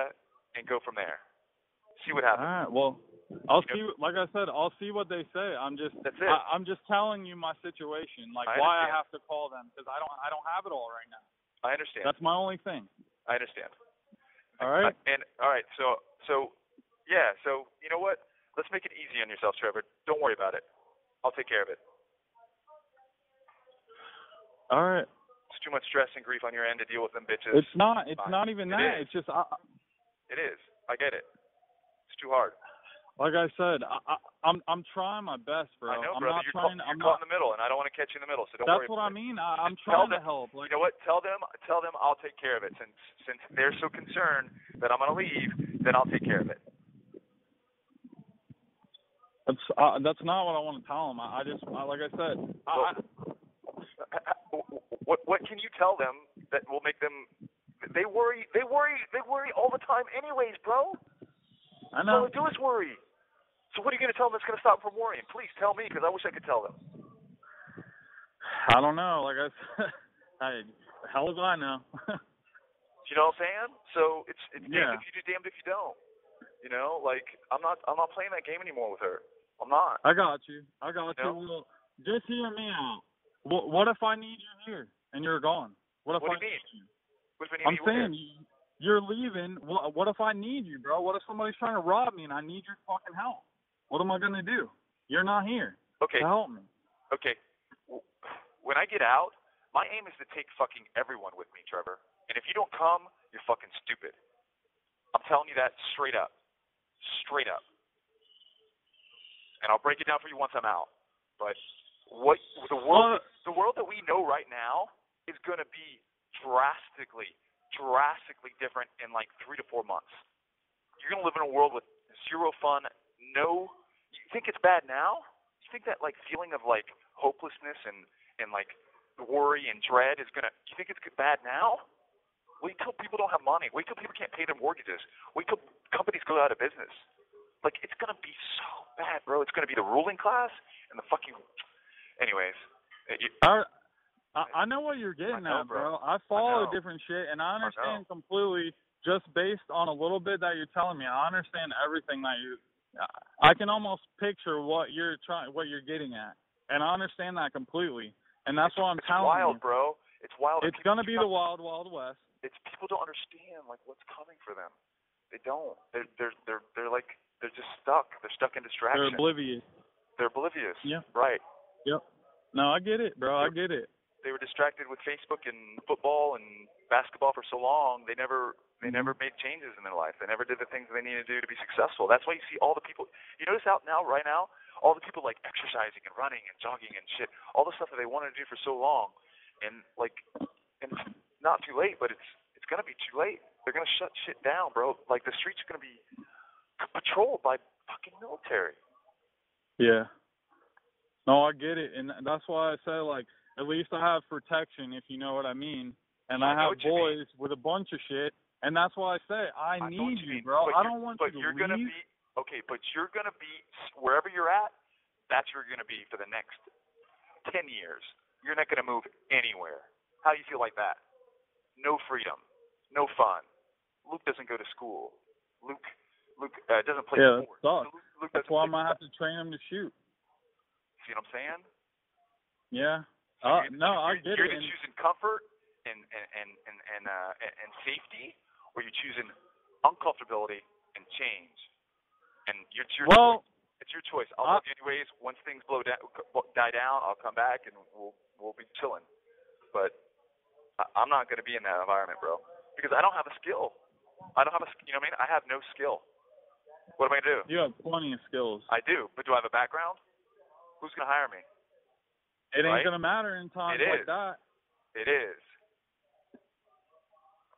S3: and go from there. See what
S2: All
S3: happens.
S2: right. Well, I'll see. Like I said, I'll see what they say. I'm just.
S3: That's it.
S2: I, I'm just telling you my situation, like
S3: I
S2: why
S3: understand.
S2: I have to call them because I don't. I don't have it all right now.
S3: I understand.
S2: That's my only thing.
S3: I understand.
S2: All right.
S3: Uh, and all right, so so yeah, so you know what? Let's make it easy on yourself, Trevor. Don't worry about it. I'll take care of it.
S2: all right.
S3: It's too much stress and grief on your end to deal with them bitches.
S2: It's not. It's
S3: fine.
S2: not even
S3: It
S2: that.
S3: is.
S2: It's just. I,
S3: It is. I get it. It's too hard.
S2: like I said, I, I, I'm. I'm trying my best,
S3: I
S2: bro.
S3: know,
S2: am
S3: brother.
S2: not
S3: you're
S2: trying.
S3: caught, you're
S2: I'm not.
S3: caught in the middle, and I don't want to catch you in the middle. So don't
S2: That's
S3: worry.
S2: what I
S3: about it.
S2: mean. I, I'm
S3: Just tell
S2: trying to
S3: them-
S2: help. Like
S3: You know what? Tell them. Tell them I'll take care of it. Since since they're so concerned that I'm gonna leave, then I'll take care of it.
S2: that's. Uh, that's not what I want to tell them. I, I just. I, like I said. I, I,
S3: what what can you tell them that will make them? They worry. They worry. They worry all the time, anyways, bro.
S2: I
S3: All
S2: know.
S3: they do is worry. So what are you going to tell them that's going to stop them from worrying? Please tell me, because I wish I could tell them.
S2: I don't know. Like I said. Hey, the hell if I know.
S3: You know what I'm saying? So it's it's
S2: Yeah.
S3: damned if you do, damned if you don't. You know, like I'm not I'm not playing that game anymore with her. I'm not.
S2: I got you. I got
S3: Yeah.
S2: you. Well, just hear me out. What, what if I need you here and you're gone? What if
S3: What do
S2: I
S3: you mean?
S2: need you?
S3: We've been
S2: I'm
S3: eating
S2: saying you- you're leaving. What, what if I need you, bro? What if somebody's trying to rob me and I need your fucking help? What am I gonna do? You're not here
S3: weird. Okay,
S2: to help me.
S3: okay. W- When I get out, my aim is to take fucking everyone with me, Trevor. And if you don't come, you're fucking stupid. I'm telling you that straight up, straight up. And I'll break it down for you once I'm out. But what the world
S2: Well,
S3: the world that we know right now is going to be drastically, drastically different in like three to four months. You're going to live in a world with zero fun, no. You think it's bad now? You think that like feeling of like hopelessness and and like worry and dread is going to? You think it's bad now? Wait till people don't have money. Wait till people can't pay their mortgages. Wait till companies go out of business. Like it's going to be so bad, bro. It's going to be the ruling class and the fucking. Anyways, you,
S2: I, I I know what you're getting
S3: know,
S2: at,
S3: bro.
S2: bro. I follow
S3: know.
S2: different shit and I
S3: know.
S2: understand completely just based on a little bit that you're telling me. I understand everything that you I- I can almost picture what you're trying what you're getting at. And I understand that completely. And that's what I'm
S3: it's
S2: telling
S3: wild,
S2: you.
S3: bro. It's wild.
S2: It's
S3: People
S2: gonna be
S3: keep
S2: the
S3: on-
S2: wild, wild west.
S3: It's people don't understand like what's coming for them. They don't. They're they're they're they're like they're just stuck. They're stuck in
S2: They're
S3: distraction.
S2: oblivious.
S3: They're oblivious.
S2: Yeah.
S3: Right.
S2: Yep. No, I get it, bro. I get it.
S3: They were distracted with Facebook and football and basketball for so long. They never they never made changes in their life. They never did the things they needed to do to be successful. That's why you see all the people. You notice out now, right now, all the people like exercising and running and jogging and shit. All the stuff that they wanted to do for so long, and like, and it's not too late, but it's it's gonna be too late. They're gonna shut shit down, bro. Like the streets are gonna be patrolled by fucking military.
S2: Yeah. No, I get it, and that's why I say like at least I have protection, if you know what I mean. And
S3: I
S2: I,
S3: know
S2: have
S3: what you mean.
S2: boys with a bunch of shit, and that's why I say I,
S3: I know what
S2: need you,
S3: mean,
S2: bro.
S3: but
S2: I
S3: you're-
S2: don't want
S3: but
S2: you to
S3: you're gonna
S2: leave.
S3: be okay. But you're gonna be wherever you're at. That's where you're gonna be for the next ten years. You're not gonna move anywhere. How do you feel like that? No freedom, no fun. Luke doesn't go to school. Luke, Luke uh, doesn't play
S2: Yeah, that
S3: sports.
S2: sucks.
S3: Luke, Luke doesn't
S2: that's
S3: play
S2: why I'm gonna have
S3: sports.
S2: to train him to shoot.
S3: See what I'm saying?
S2: Yeah. Uh,
S3: you're,
S2: no, I
S3: you're,
S2: get
S3: you're
S2: it.
S3: either
S2: and-
S3: choosing comfort and and and and and, uh, and, and safety, or you're choosing uncomfortability and change. And you're, it's your
S2: Well,
S3: choice. it's your choice. I'll
S2: I-
S3: love you anyways. Once things blow down, die down, I'll come back and we'll we'll be chilling. But I, I'm not going to be in that environment, bro, because I don't have a skill. I don't have a sk- you know what I mean. I have no skill. What am I gonna do?
S2: you have plenty of skills.
S3: I do, but do I have a background? Who's gonna hire me?
S2: It
S3: right?
S2: ain't gonna matter in times
S3: It
S2: like
S3: is.
S2: that.
S3: It is.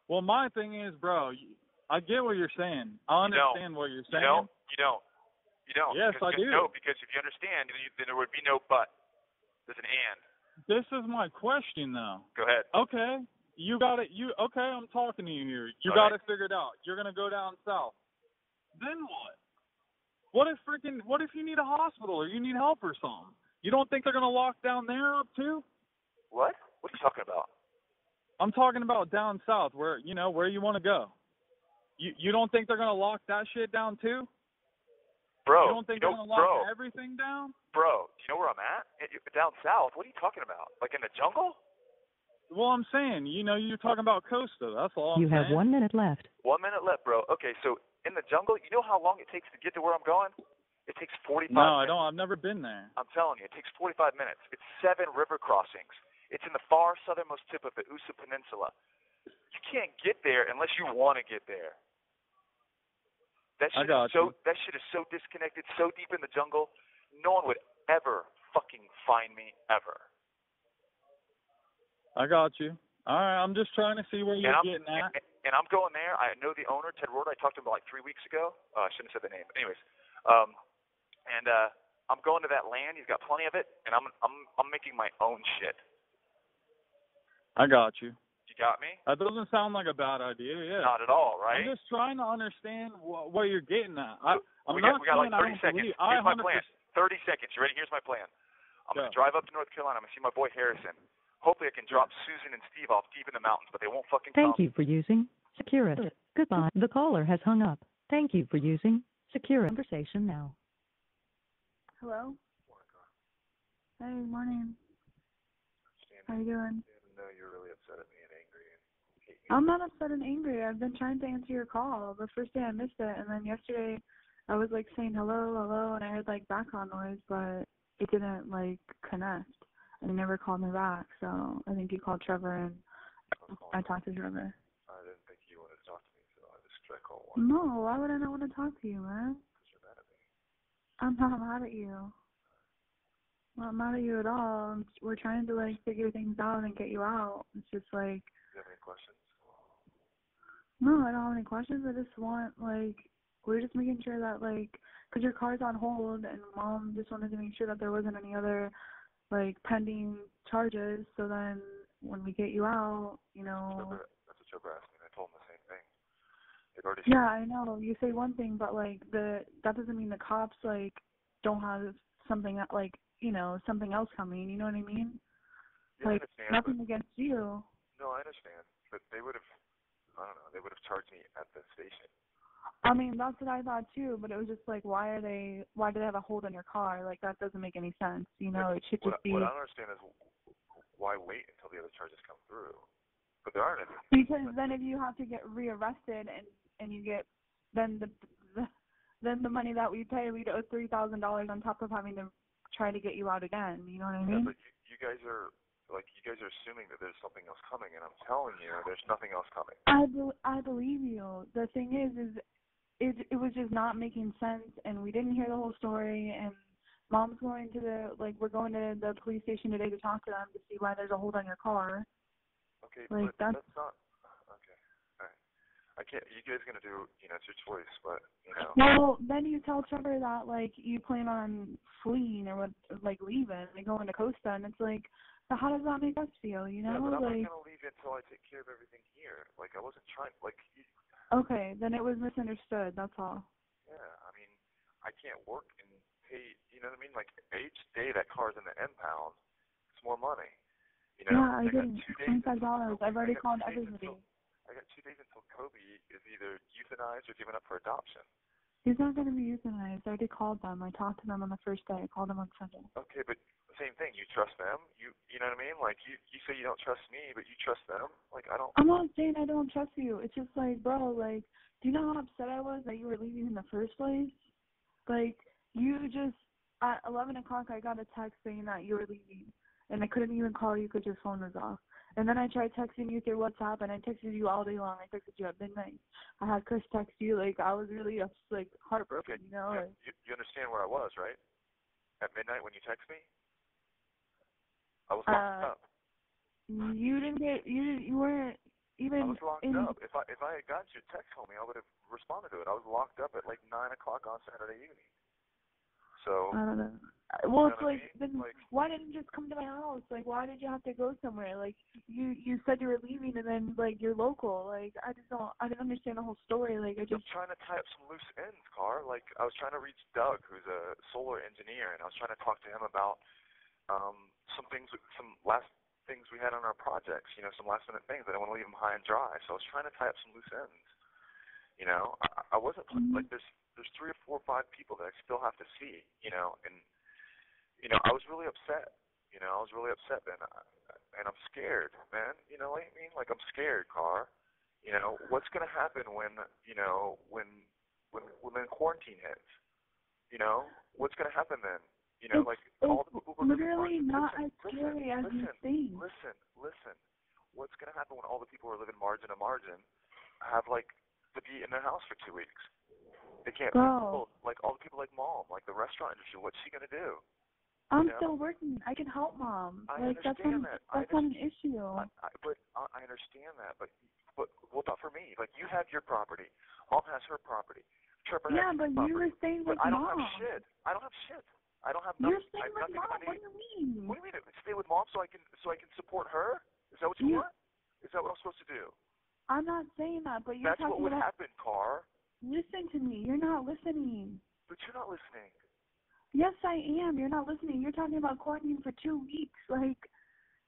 S2: Well, my thing is, bro, you- I get what you're saying. I
S3: You don't.
S2: understand what you're saying.
S3: You don't. You don't. You don't.
S2: Yes,
S3: because,
S2: I do.
S3: No, because if you understand, then, you, then there would be no but. There's an and.
S2: This is my question, though.
S3: Go ahead.
S2: okay, you got it. You okay? I'm talking to you here. You
S3: All
S2: got
S3: right.
S2: it figured out. You're gonna go down south. Then what? What if freaking? What if you need a hospital or you need help or something? You don't think they're gonna lock down there up too?
S3: What? What are you talking about?
S2: I'm talking about down south, where you know where you want to go. You you don't think they're gonna lock that shit down too?
S3: Bro,
S2: you don't think
S3: you
S2: they're
S3: know-
S2: gonna lock
S3: bro.
S2: everything down?
S3: Bro, do you know where I'm at? Eh, you- Down south. What are you talking about? Like in the jungle?
S2: Well, I'm saying, you know, you're talking about Costa. That's all. I'm
S1: You have
S2: saying.
S1: one minute left.
S3: One minute left, bro. Okay, so in the jungle, you know how long it takes to get to where I'm going? It takes 45
S2: No, I
S3: minutes.
S2: don't. I've never been there.
S3: I'm telling you, it takes 45 minutes. It's seven river crossings. It's in the far southernmost tip of the Usa Peninsula. You can't get there unless you want to get there. That
S2: I
S3: shit
S2: got
S3: is so that shit is so disconnected, so deep in the jungle. No one would ever fucking find me ever.
S2: I got you. All right, I'm just trying to see where you're
S3: and I'm
S2: getting at.
S3: and, and I'm going there. I know the owner, Ted Ward. I talked to him like three weeks ago. Uh, I shouldn't have said the name. But anyways, um, and uh, I'm going to that land. He's got plenty of it, and I'm I'm I'm making my own shit.
S2: I got you.
S3: You got me?
S2: That doesn't sound like a bad idea. Yeah.
S3: Not at all, right?
S2: I'm just trying to understand wh- what you're getting at. I, I'm
S3: we,
S2: not
S3: got, we got like 30
S2: saying I don't
S3: seconds.
S2: believe. I
S3: Here's my
S2: 100%.
S3: plan. 30 seconds. You ready? Here's my plan. I'm going to
S2: Go.
S3: drive up to North Carolina. I'm going to see my boy Harrison. Hopefully, I can drop Susan and Steve off deep in the mountains, but they won't fucking come.
S1: Thank you for using Securus. Goodbye. The caller has hung up. Thank you for using Securus. Conversation now.
S4: Hello? Hey, morning. How you doing? I'm not upset and angry. I've been trying to answer your call. The first day I missed it, and then yesterday I was like saying hello, hello, and I heard like background noise, but it didn't like connect. And he never called me back, so I think you called Trevor and I talked to Trevor. I didn't think you wanted to talk to me, so I just tried call one. No, why would I not want to talk to you, man? I'm not mad at you. I'm not mad at you at all. I'm- We're trying to like figure things out and get you out. It's just like. Do you have any questions? No, I don't have any questions. I just want like we're just making sure that like because your car's on hold and mom just wanted to make sure that there wasn't any other like pending charges. So then when we get you out, you know.
S3: That's what Trevor asked me. I told him the same thing. They've already
S4: Yeah, I know. You say one thing, but like the that doesn't mean the cops like don't have something that like you know something else coming. You know what I mean?
S3: Yeah, I
S4: like
S3: understand,
S4: nothing against you.
S3: but, no, I understand. But they would have, I don't know, they would have charged me at the station.
S4: I mean, that's what I thought too. But it was just like, why are they? Why do they have a hold on your car? Like that doesn't make any sense. You know, it should
S3: What,
S4: just be
S3: what I don't understand is why wait until the other charges come through? But there aren't any.
S4: because then if you have to get rearrested and and you get then the, the then the money that we pay, we'd owe three thousand dollars on top of having to try to get you out again. You know what I
S3: Yeah,
S4: mean?
S3: but you, you guys are like you guys are assuming that there's something else coming, and I'm telling you, there's nothing else coming.
S4: I bel I believe you. The thing is, is it it was just not making sense, and we didn't hear the whole story. And mom's going to the like we're going to the police station today to talk to them to see why there's a hold on your car.
S3: Okay,
S4: Like,
S3: but
S4: that's-
S3: that's not okay. All right, I can't. You guys gonna do? You know, it's your choice, but you know.
S4: Well, then you tell Trevor that like you plan on fleeing or what, like leaving and going to Costa, and it's like, so how does that make us feel? You know,
S3: yeah, but I'm
S4: like
S3: not gonna leave until I take care of everything here. Like I wasn't trying. Like you,
S4: okay, then it was misunderstood. That's all.
S3: yeah, I mean, I can't work and pay. You know what I mean? Like each day that car's in the impound, it's more money. You know,
S4: yeah, I
S3: got
S4: didn't.
S3: two days
S4: Twenty five
S3: until
S4: dollars.
S3: Kobe-
S4: I've
S3: I
S4: already
S3: got
S4: called
S3: two days
S4: everybody.
S3: until- I got two days until Kobe is either euthanized or given up for adoption.
S4: He's not going to be euthanized. I already called them. I talked to them on the first day. I called them on Sunday.
S3: Okay, but same thing. You trust them. You you know what I mean? Like you you say you don't trust me, but you trust them. Like I don't.
S4: I'm not saying I don't trust you. It's just like, bro, like, do you know how upset I was that you were leaving in the first place? Like, you just at 11 o'clock, I got a text saying that you were leaving, and I couldn't even call you because your phone was off. And then I tried texting you through WhatsApp, and I texted you all day long. I texted you at midnight. I had Chris text you. Like, I was really ups- like heartbroken, you know.
S3: yeah,
S4: Like,
S3: you, you understand where I was, right? At midnight when you text me. I was locked
S4: Uh,
S3: up.
S4: you didn't get you didn't, you weren't even
S3: I was locked
S4: in
S3: up. If I if I had got your text, homie, I would have responded to it. I was locked up at like nine o'clock on Saturday evening. So
S4: I don't know.
S3: know
S4: Well, it's
S3: what I
S4: like,
S3: mean?
S4: then
S3: Like-
S4: why didn't you just come to my house? Like, why did you have to go somewhere? Like, you you said you were leaving, and then like you're local. Like, I just don't, I didn't understand the whole story. Like, I just,
S3: I'm trying to tie up some loose ends, Car. Like I was trying to reach Doug, who's a solar engineer, and I was trying to talk to him about um some things, some last things we had on our projects. You know, some last minute things. I don't want to leave him high and dry. So I was trying to tie up some loose ends. You know, I, I wasn't pl-
S4: Mhm.
S3: like there's there's three or four or five people that I still have to see, you know, and you know, I was really upset. You know, I was really upset, man. I, and I'm scared, man. You know what I mean? Like I'm scared, Car. You know, what's gonna happen when you know when when when quarantine hits? You know, what's gonna happen then? You know,
S4: It's-
S3: like
S4: it's
S3: all the people who are gonna be
S4: literally
S3: marching-
S4: not
S3: listen,
S4: as scary as
S3: listen,
S4: you
S3: listen,
S4: think.
S3: Listen, listen. What's gonna happen when all the people who are living margin to margin have like to be in their house for two weeks? They can't. leave.
S4: Bro.
S3: People- Like all the people like mom, like the restaurant industry. What's she gonna do?
S4: I'm
S3: Yeah.
S4: still working. I can help mom.
S3: I
S4: like that's not
S3: understand that. I
S4: that's not an
S3: understand-
S4: issue.
S3: I, I, but I, I understand that. But but what about for me? Like you have your property. Mom has her property. Trevor
S4: yeah,
S3: has
S4: but
S3: his
S4: you were
S3: property.
S4: staying
S3: but
S4: with
S3: I don't
S4: mom.
S3: have shit. I don't have shit. I don't have
S4: You're
S3: nothing. I
S4: staying
S3: have
S4: with
S3: nothing
S4: mom.
S3: I
S4: What
S3: need.
S4: do you mean?
S3: What do you mean? Stay with mom so I can so I can support her? Is that what you
S4: Yeah.
S3: want? Is that what I'm supposed to do?
S4: I'm not saying that, but you're
S3: That's what
S4: talking
S3: would
S4: about.
S3: happen, Car.
S4: Listen to me. You're not listening.
S3: But you're not listening.
S4: Yes, I am. You're not listening. You're talking about quarantine for two weeks. Like,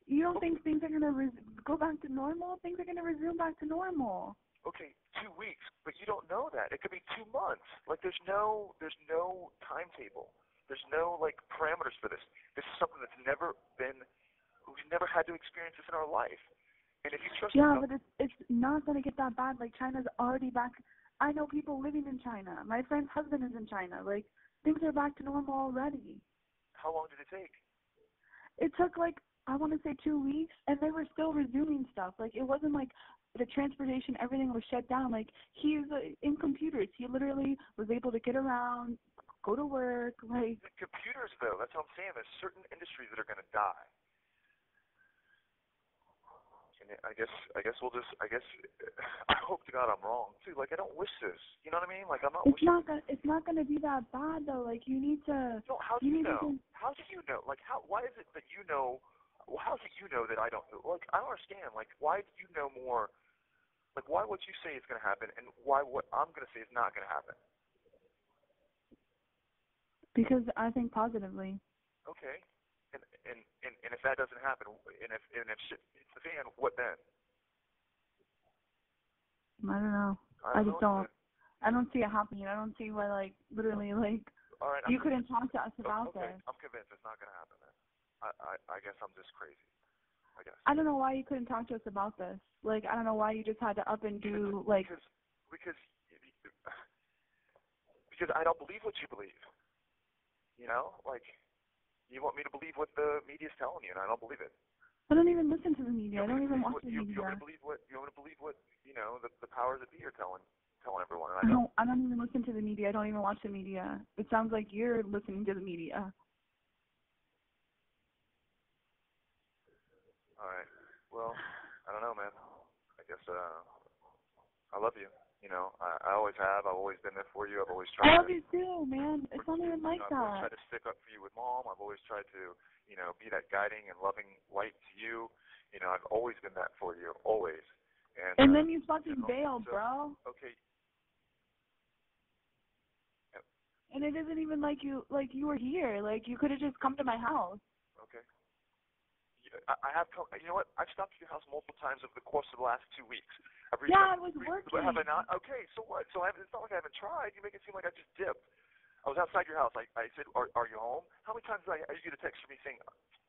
S4: you don't think things are gonna res- go back to normal? Things are gonna resume back to normal.
S3: Okay, two weeks, but you don't know that. It could be two months. Like there's no there's no timetable. There's no like parameters for this. This is something that's never been we've never had to experience this in our life. And if you trust
S4: Yeah,
S3: yourself-
S4: but it's it's not gonna get that bad. Like China's already back. I know people living in China. My friend's husband is in China. Like things are back to normal already.
S3: how long did it take?
S4: It took like I want to say two weeks, and they were still resuming stuff. Like it wasn't like the transportation, everything was shut down. Like he's uh, in computers. He literally was able to get around, go to work. Like
S3: The computers though, that's what I'm saying. There's certain industries that are gonna die. And I guess I guess we'll just I guess I hope to God I'm wrong too. Like I don't wish this. You know what I mean? Like I'm not
S4: it's
S3: wishing
S4: not gonna it's not gonna be that bad though. Like you need to
S3: No, how do
S4: You
S3: you
S4: need to
S3: know?
S4: think-
S3: How do you know? Like, how? Why is it that you know? well, How do you know that I don't? know? Like, I don't understand. Like, why do you know more? Like, why what you say is going to happen, and why what I'm going to say is not going to happen?
S4: because I think positively.
S3: Okay. And and and and if that doesn't happen, and if and if shit hits the fan, what then?
S4: I don't know.
S3: I
S4: I
S3: don't
S4: just
S3: know what
S4: don't. I don't see it happening. I don't see why like literally like
S3: to- All right.
S4: you
S3: I'm Oh,
S4: couldn't talk to us about
S3: okay,
S4: this.
S3: I'm convinced it's not going to happen. Then. I I I guess I'm just crazy. I guess.
S4: I don't know why you couldn't talk to us about this. Like I don't know why you just had to up and do like
S3: because because because I don't believe what you believe. You know, like you want me to believe what the media's telling you, and I don't believe it.
S4: I don't even listen to the
S3: You
S4: media. I
S3: want
S4: don't
S3: me to
S4: even
S3: believe
S4: watch
S3: what,
S4: the
S3: you, You want
S4: media.
S3: me to believe what you want me to believe what you know the, the powers that be are telling telling everyone, and I
S4: I
S3: don't.
S4: don't. I don't even listen to the media. I don't even watch the media. It sounds like you're listening to the media.
S3: All right. Well, I don't know, man. I guess uh, I love you. You know, I, I always have. I've always been there for you. I've always tried.
S4: I love
S3: to,
S4: you too, man. It's not even like
S3: you know, I've always
S4: that.
S3: tried to stick up for you with mom. I've always tried to, you know, be that guiding and loving light to you. You know, I've always been that for you, always. And,
S4: And
S3: uh,
S4: then you fucking
S3: know,
S4: bail,
S3: so-
S4: bro.
S3: okay,
S4: And it isn't even like you like you were here. Like you could have just come to my house.
S3: okay. Yeah, I, I have come. You know what? I've stopped at your house multiple times over the course of the last two weeks. I've reached
S4: Yeah, I
S3: out-
S4: was
S3: re-
S4: working.
S3: Have I not? Okay, so what? So I haven't, it's not like I haven't tried. You make it seem like I just dipped. I was outside your house. I, I said, are, "Are you home?" How many times did I, are you gonna text me saying,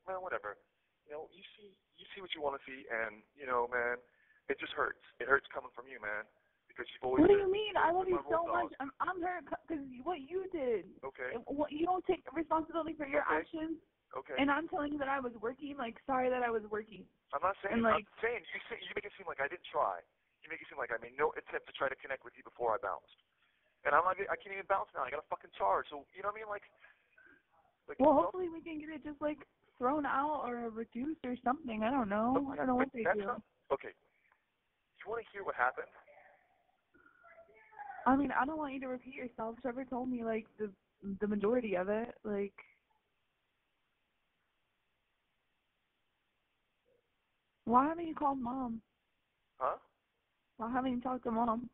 S3: "Man, whatever." You know, you see, you see what you want to see, and you know, man, it just hurts. It hurts coming from you, man, because you've always.
S4: What do
S3: been-
S4: you mean? I love you
S3: my
S4: so
S3: rule dog.
S4: much. I'm I'm hurt because what you did.
S3: Okay.
S4: And What you don't take responsibility for your
S3: Okay.
S4: actions.
S3: Okay.
S4: And I'm telling you that I was working. Like sorry that I was working.
S3: I'm not saying.
S4: And,
S3: I'm
S4: like-
S3: saying you say, you make it seem like I didn't try. You make it seem like I made no attempt to try to connect with you before I bounced. And I'm not. I can't even bounce now. I got a fucking charge. So you know what I mean? Like, like
S4: Well,
S3: don't-
S4: hopefully we can get it just like thrown out or reduced or something. I don't know. I don't know what they
S3: that's
S4: do.
S3: not- okay. You want to hear what happened?
S4: I mean, I don't want you to repeat yourself. Trevor told me like the the majority of it. Like Why haven't you called mom?
S3: Huh?
S4: Why haven't you talked to mom?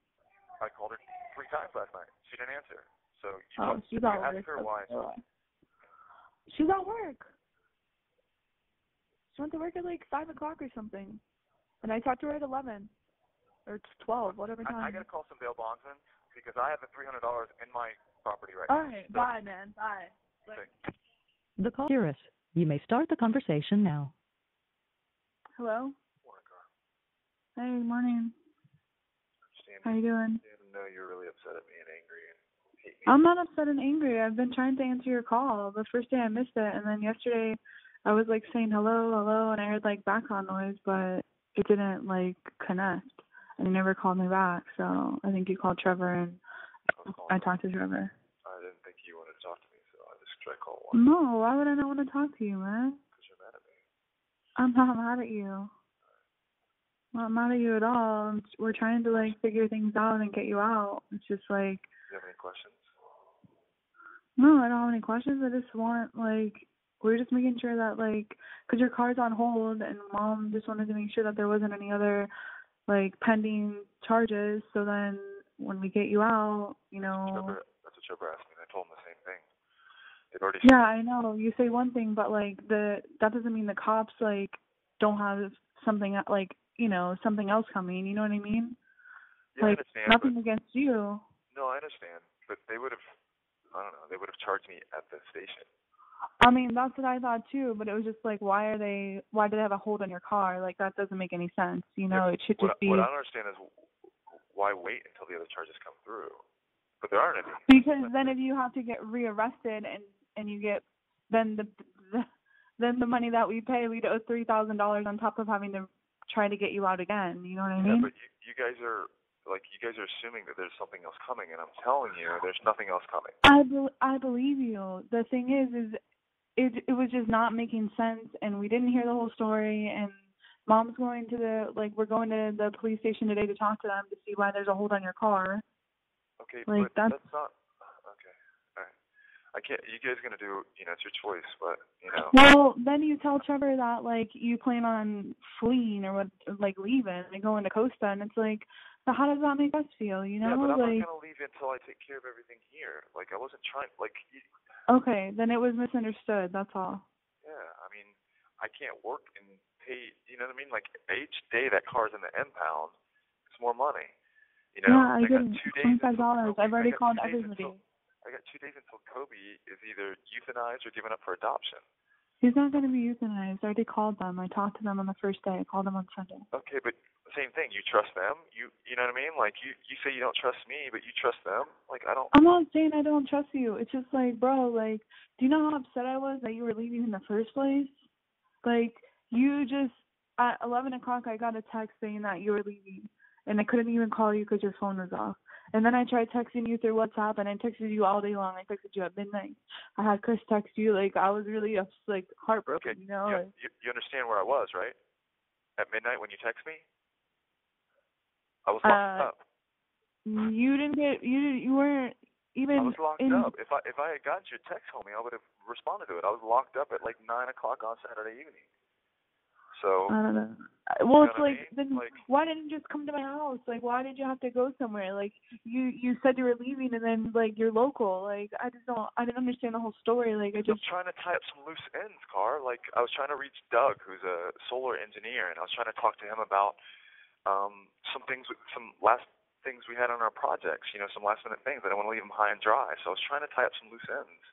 S3: I called her three times last night. She didn't answer. So you,
S4: Oh,
S3: talked-
S4: she's
S3: you
S4: at
S3: asked
S4: work.
S3: her why.
S4: She's at work. She went to work at like five o'clock or something, and I talked to her at eleven or twelve, whatever time.
S3: I, I got to call some bail bondsmen. because I have the three hundred dollars in my property right
S4: All
S3: now.
S4: right, bye, man, bye. Like,
S1: The call. Hear us. You may start the conversation now.
S4: hello. Hey, morning. How you doing?
S3: know you're really upset at me and angry. And
S4: I'm not upset and angry. I've been trying to answer your call. The first day I missed it, and then yesterday I was like saying hello, hello, and I heard like background noise, but it didn't like connect, and you never called me back. So I think you called Trevor, and I talked to Trevor.
S3: I didn't think you wanted to talk to me, so I just tried call one
S4: No, why would I not want to talk to you, man?
S3: because you're mad at me.
S4: I'm not mad at you. I'm not mad at you at all. I'm- We're trying to like figure things out and get you out. It's just like
S3: Do you have any questions?
S4: No, I don't have any questions. I just want like we're just making sure that like because your car's on hold and mom just wanted to make sure that there wasn't any other like pending charges. So then when we get you out, you know.
S3: Trevor, that's what Trevor asked me. and I told him the same thing. They've already
S4: Yeah, I know. You say one thing, but like the that doesn't mean the cops like don't have something e- like you know something else coming. You know what I mean?
S3: Yeah, I
S4: like
S3: understand,
S4: nothing against you.
S3: but no, I understand. But they would have, I don't know, they would have charged me at the station.
S4: I mean, that's what I thought too, but it was just like, why are they? Why do they have a hold on your car? Like that doesn't make any sense. You know, it should
S3: What,
S4: just
S3: I-
S4: be
S3: what I don't understand is wh- why wait until the other charges come through? But there aren't any.
S4: because then if you have to get rearrested and and you get then the, the then the money that we pay, we'd owe three thousand dollars on top of having to try to get you out again. You know what I
S3: Yeah,
S4: mean?
S3: but you, you guys are like you guys are assuming that there's something else coming, and I'm telling you, there's nothing else coming.
S4: I bel I believe you. The thing is, is it it was just not making sense, and we didn't hear the whole story. And mom's going to the like we're going to the police station today to talk to them to see why there's a hold on your car.
S3: Okay,
S4: Like,
S3: but
S4: that's-
S3: not okay. All right, I can't. You guys are gonna do? You know, it's your choice, but you know.
S4: Well, then you tell Trevor that like you plan on fleeing or what, like leaving and going to Costa, and it's like, so how does that make us feel? You know,
S3: yeah, but I'm
S4: like
S3: not gonna leave until I take care of everything here. Like I wasn't trying. Like you,
S4: okay, then it was misunderstood. That's all.
S3: yeah, I mean, I can't work and pay. You know what I mean? Like each day that car's in the impound, it's more money. You know,
S4: yeah, I
S3: got
S4: didn't.
S3: two days
S4: Twenty
S3: until
S4: five dollars.
S3: Kobe-
S4: I've
S3: I
S4: already
S3: got
S4: called
S3: two days
S4: everybody.
S3: until- I got two days until Kobe is either euthanized or given up for adoption.
S4: He's not going to be euthanized. I already called them. I talked to them on the first day. I called them on Sunday.
S3: Okay, but same thing. You trust them. You you know what I mean? Like you you say you don't trust me, but you trust them. Like I don't.
S4: I'm not saying I don't trust you. It's just like, bro, like, do you know how upset I was that you were leaving in the first place? Like, you just at 11 o'clock, I got a text saying that you were leaving, and I couldn't even call you because your phone was off. And then I tried texting you through WhatsApp, and I texted you all day long. I texted you at midnight. I had Chris text you. Like, I was really ups, like heartbroken,
S3: Okay,
S4: you know?
S3: you,
S4: Like,
S3: you you understand where I was, right? At midnight when you text me. I was locked
S4: Uh,
S3: up.
S4: you didn't get you didn't, you weren't even
S3: I was locked
S4: in
S3: up. If I if I had got your text, homie, I would have responded to it. I was locked up at like nine o'clock on Saturday evening. So
S4: I don't know. Uh,
S3: know
S4: Well,
S3: what
S4: it's
S3: I
S4: like
S3: mean?
S4: then
S3: Like-
S4: why didn't you just come to my house? Like why did you have to go somewhere? Like you you said you were leaving and then like you're local. Like I just don't I didn't understand the whole story. Like I just
S3: I'm trying to tie up some loose ends, Car. Like I was trying to reach Doug, who's a solar engineer, and I was trying to talk to him about um some things, with- some last things we had on our projects. You know, some last minute things. I don't want to leave him high and dry. So I was trying to tie up some loose ends.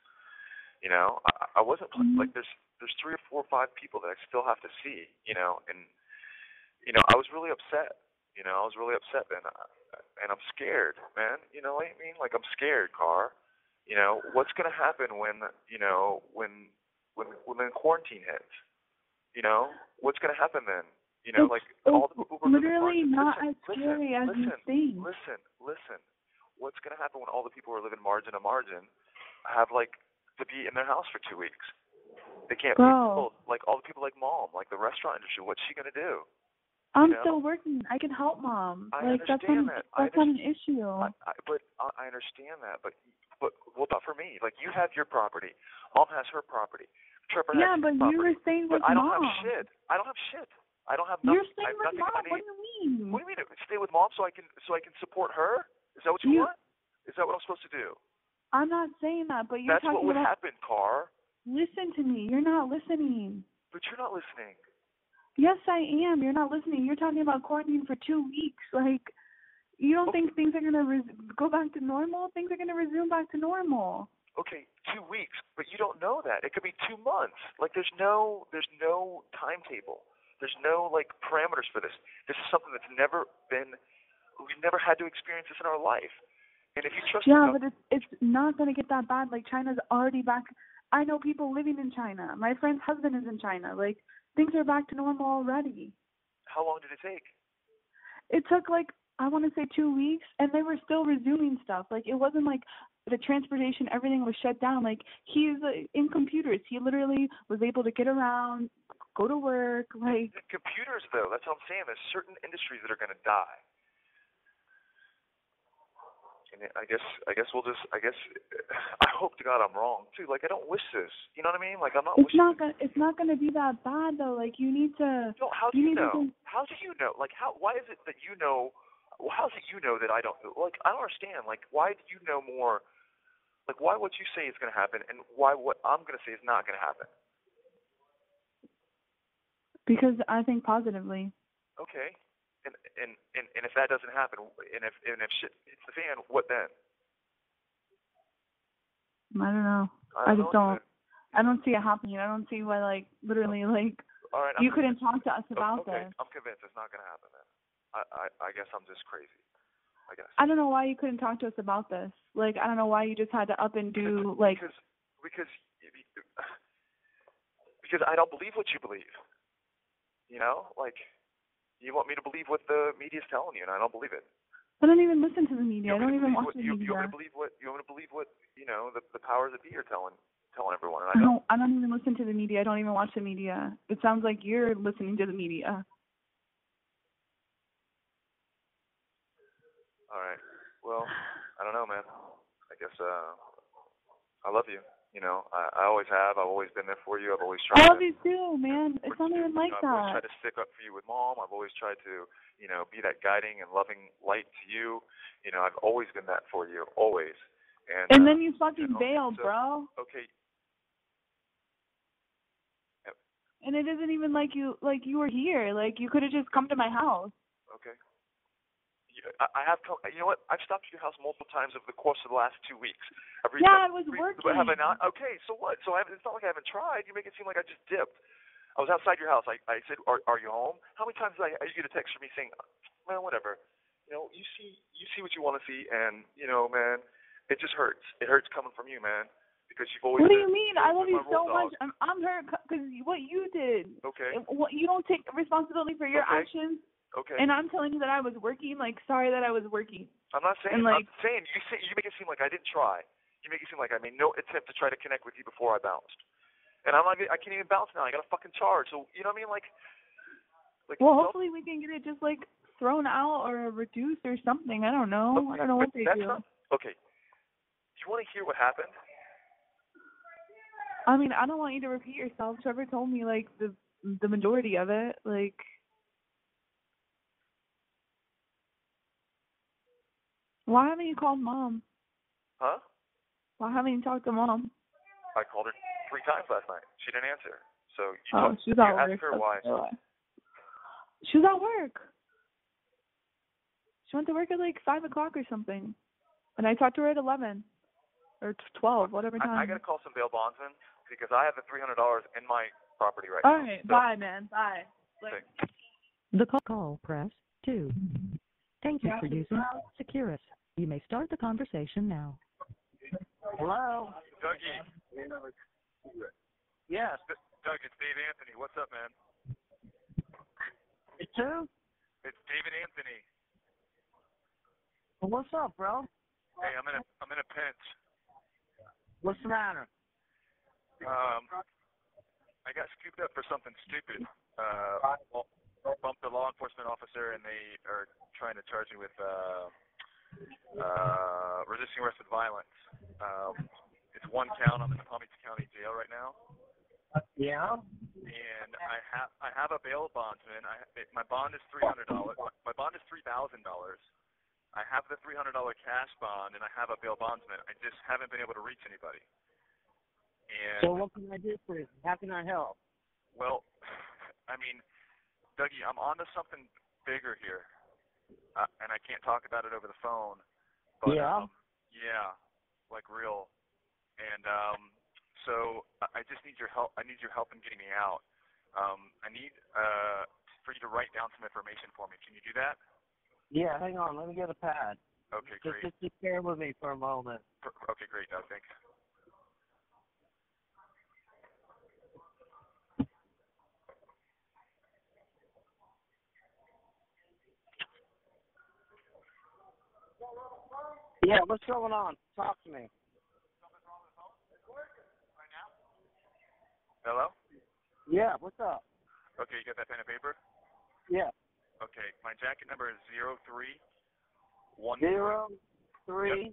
S3: You know, I, I wasn't pl-
S4: Mhm.
S3: like there's there's three or four or five people that I still have to see. You know, and you know I was really upset. You know, I was really upset then, uh, and I'm scared, man. You know what I mean? Like I'm scared, Car you know what's going to happen when you know when when when the quarantine hits you know what's going to happen then you know
S4: It's-
S3: like
S4: it's
S3: all the people who were in the
S4: literally
S3: margins-
S4: not
S3: listen,
S4: as
S3: listen,
S4: scary as you
S3: listen,
S4: think.
S3: listen listen what's going to happen when all the people who are living margin to margin have like to be in their house for two weeks they can't
S4: Bro.
S3: pay bills. like all the people like mom like the restaurant industry what's she going to do
S4: I'm
S3: know?
S4: still working. I can help mom.
S3: I
S4: like that's
S3: understand
S4: not
S3: that. I
S4: that's not an issue.
S3: I, I, but I, I understand that. But but what about for me? Like you have your property, mom has her property, Trevor
S4: yeah,
S3: has
S4: but
S3: his
S4: you
S3: property.
S4: were staying
S3: but
S4: with
S3: I don't
S4: mom.
S3: have shit. I don't have shit. I don't have
S4: You're
S3: nothing. I
S4: staying
S3: have
S4: with
S3: nothing
S4: mom.
S3: I
S4: What
S3: need.
S4: do you mean?
S3: What do you mean? Stay with mom so I can so I can support her? Is that what you
S4: You-
S3: want? Is that what I'm supposed to do?
S4: I'm not saying that, but you're
S3: That's
S4: talking
S3: what would
S4: about
S3: happen, Car.
S4: listen to me. You're not listening.
S3: But you're not listening.
S4: Yes, I am. You're not listening. You're talking about quarantine for two weeks. Like, You don't think things are gonna res- go back to normal? Things are gonna resume back to normal.
S3: okay, two weeks, but you don't know that. It could be two months. Like there's no there's no timetable. There's no like parameters for this. This is something that's never been we've never had to experience this in our life. And if you trust
S4: Yeah,
S3: the
S4: but it's it's not gonna get that bad. Like China's already back. I know people living in China. My friend's husband is in China. Like things are back to normal already.
S3: gov- how long did it take?
S4: It took like I want to say two weeks, and they were still resuming stuff. Like it wasn't like the transportation, everything was shut down. Like he's uh, in computers. He literally was able to get around, go to work. Like
S3: The computers though, that's what I'm saying. There's certain industries that are gonna die. And I guess I guess we'll just I guess I hope to God I'm wrong too. Like I don't wish this. You know what I mean? Like I'm not
S4: it's
S3: wishing
S4: not gonna it's not gonna be that bad though. Like you need to.
S3: No, how do
S4: You
S3: you
S4: need to
S3: know?
S4: think-
S3: How do you know? Like, how? Why is it that you know? well, How do you know that I don't? know? Like, I don't understand. Like, why do you know more? Like, why what you say is going to happen, and why what I'm going to say is not going to happen?
S4: Because I think positively.
S3: Okay. And and and and if that doesn't happen, and if and if shit hits the fan, what then?
S4: I don't know.
S3: I
S4: I,
S3: don't
S4: just
S3: know
S4: don't. I don't see it happening. I don't see why like literally like
S3: All right.
S4: you
S3: I'm
S4: couldn't talk to us
S3: convinced.
S4: about
S3: okay,
S4: this.
S3: I'm convinced it's not going to happen then. I, I I guess I'm just crazy. I guess.
S4: I don't know why you couldn't talk to us about this. Like I don't know why you just had to up and do like
S3: because because because I don't believe what you believe. You know, like you want me to believe what the media's telling you, and I don't believe it.
S4: I don't even listen to the media.
S3: you
S4: I don't
S3: want me to
S4: even
S3: believe
S4: watch
S3: what,
S4: the
S3: you,
S4: media.
S3: you want me to believe what you want me to believe what you know the the powers that be are telling telling everyone, and I
S4: I
S3: don't.
S4: don't. I don't even listen to the media. I don't even watch the media. It sounds like you're listening to the media.
S3: All right. Well, I don't know, man. I guess uh, I love you. You know, I, I always have. I've always been there for you. I've always tried.
S4: I
S3: to-
S4: love you too, man. It's not
S3: you
S4: even like
S3: know, I've always
S4: that.
S3: tried to stick up for you with mom. I've always tried to, you know, be that guiding and loving light to you. You know, I've always been that for you, always. And,
S4: And
S3: uh,
S4: then you fucking
S3: know,
S4: bail,
S3: so-
S4: bro.
S3: okay,
S4: And it isn't even like you like you were here. Like you could have just come to my house.
S3: okay. You- I I have come. You know what? I've stopped at your house multiple times over the course of the last two weeks. I've reached
S4: Yeah,
S3: out-
S4: I was
S3: re-
S4: working.
S3: But have I not? Okay, so what? So I haven't, it's not like I haven't tried. You make it seem like I just dipped. I was outside your house. I, I said, are, "Are you home?" How many times did I, I you get a text from me saying, "Man, whatever." You know, you see, you see what you want to see, and you know, man, it just hurts. It hurts coming from you, man, because you've always.
S4: What do
S3: been-
S4: you mean? I love
S3: been my
S4: you so
S3: road dog.
S4: much. I'm I'm hurt because what you did.
S3: Okay.
S4: And What you don't take responsibility for your
S3: Okay.
S4: actions.
S3: Okay.
S4: And I'm telling you that I was working. Like sorry that I was working.
S3: I'm not saying.
S4: And,
S3: I'm saying you say you make it seem like I didn't try. You make it seem like I made no attempt to try to connect with you before I bounced, and I'm not. even- I can't even bounce now. I got a fucking charge. So you know what I mean? Like, like
S4: Well,
S3: self-
S4: hopefully we can get it just like thrown out or reduced or something. I don't know. I don't know
S3: But
S4: what they
S3: that's
S4: do.
S3: Not, okay. Do you want to hear what happened?
S4: I mean, I don't want you to repeat yourself. Trevor told me like the the majority of it. Like Why haven't you called mom?
S3: Huh?
S4: Why haven't you talked to mom?
S3: I called her three times last night. She didn't answer. So you,
S4: Oh,
S3: talked-
S4: she's
S3: you
S4: at work.
S3: asked her why.
S4: That's why. She was at work. She went to work at like five o'clock or something, and I talked to her at eleven or t- twelve, whatever time.
S3: I, I got to call some bail bondsmen because I have the three hundred dollars in my property right
S4: All
S3: now.
S4: right,
S3: So-
S4: bye, man, bye.
S3: Thanks.
S1: The call, call press 2. Thank you
S4: Yeah,
S1: for
S4: it's
S1: using
S4: loud.
S1: Securus. You may start the conversation now.
S5: Hello.
S3: Dougie.
S5: Yes.
S3: D- Doug, it's Dave Anthony. What's up, man?
S5: It's who?
S3: It's David Anthony.
S5: Well, what's up, bro?
S3: Hey, I'm in a I'm in a pinch.
S5: What's the matter?
S3: Um, I got scooped up for something stupid. Uh, well, bumped a law enforcement officer, and they are trying to charge me with uh, uh, resisting arrest with violence. Um, it's one count. I'm in Palm Beach County Jail right now,
S5: Yeah.
S3: and I have I have a bail bondsman. I it, my bond is three hundred dollars. My bond is three thousand dollars. I have the three hundred dollar cash bond, and I have a bail bondsman. I just haven't been able to reach anybody. And
S5: So what can I do for you? How can I help?
S3: Well, I mean, Dougie, I'm onto something bigger here. uh, and I can't talk about it over the phone. But,
S5: Yeah.
S3: Um, yeah, like real. And um, so I I just need your help. I need your help in getting me out. Um, I need uh, for you to write down some information for me. Can you do that?
S5: Yeah, hang on. Let me get a pad.
S3: Okay,
S5: Just,
S3: great.
S5: just, just bear with me for a moment.
S3: Per- Okay, great. No, thanks.
S5: Yeah, what's going on? Talk to me.
S3: Hello.
S5: Yeah, what's up?
S3: Okay, you got that pen and paper?
S5: Yeah.
S3: Okay, my jacket number is zero three one
S5: Zero, three,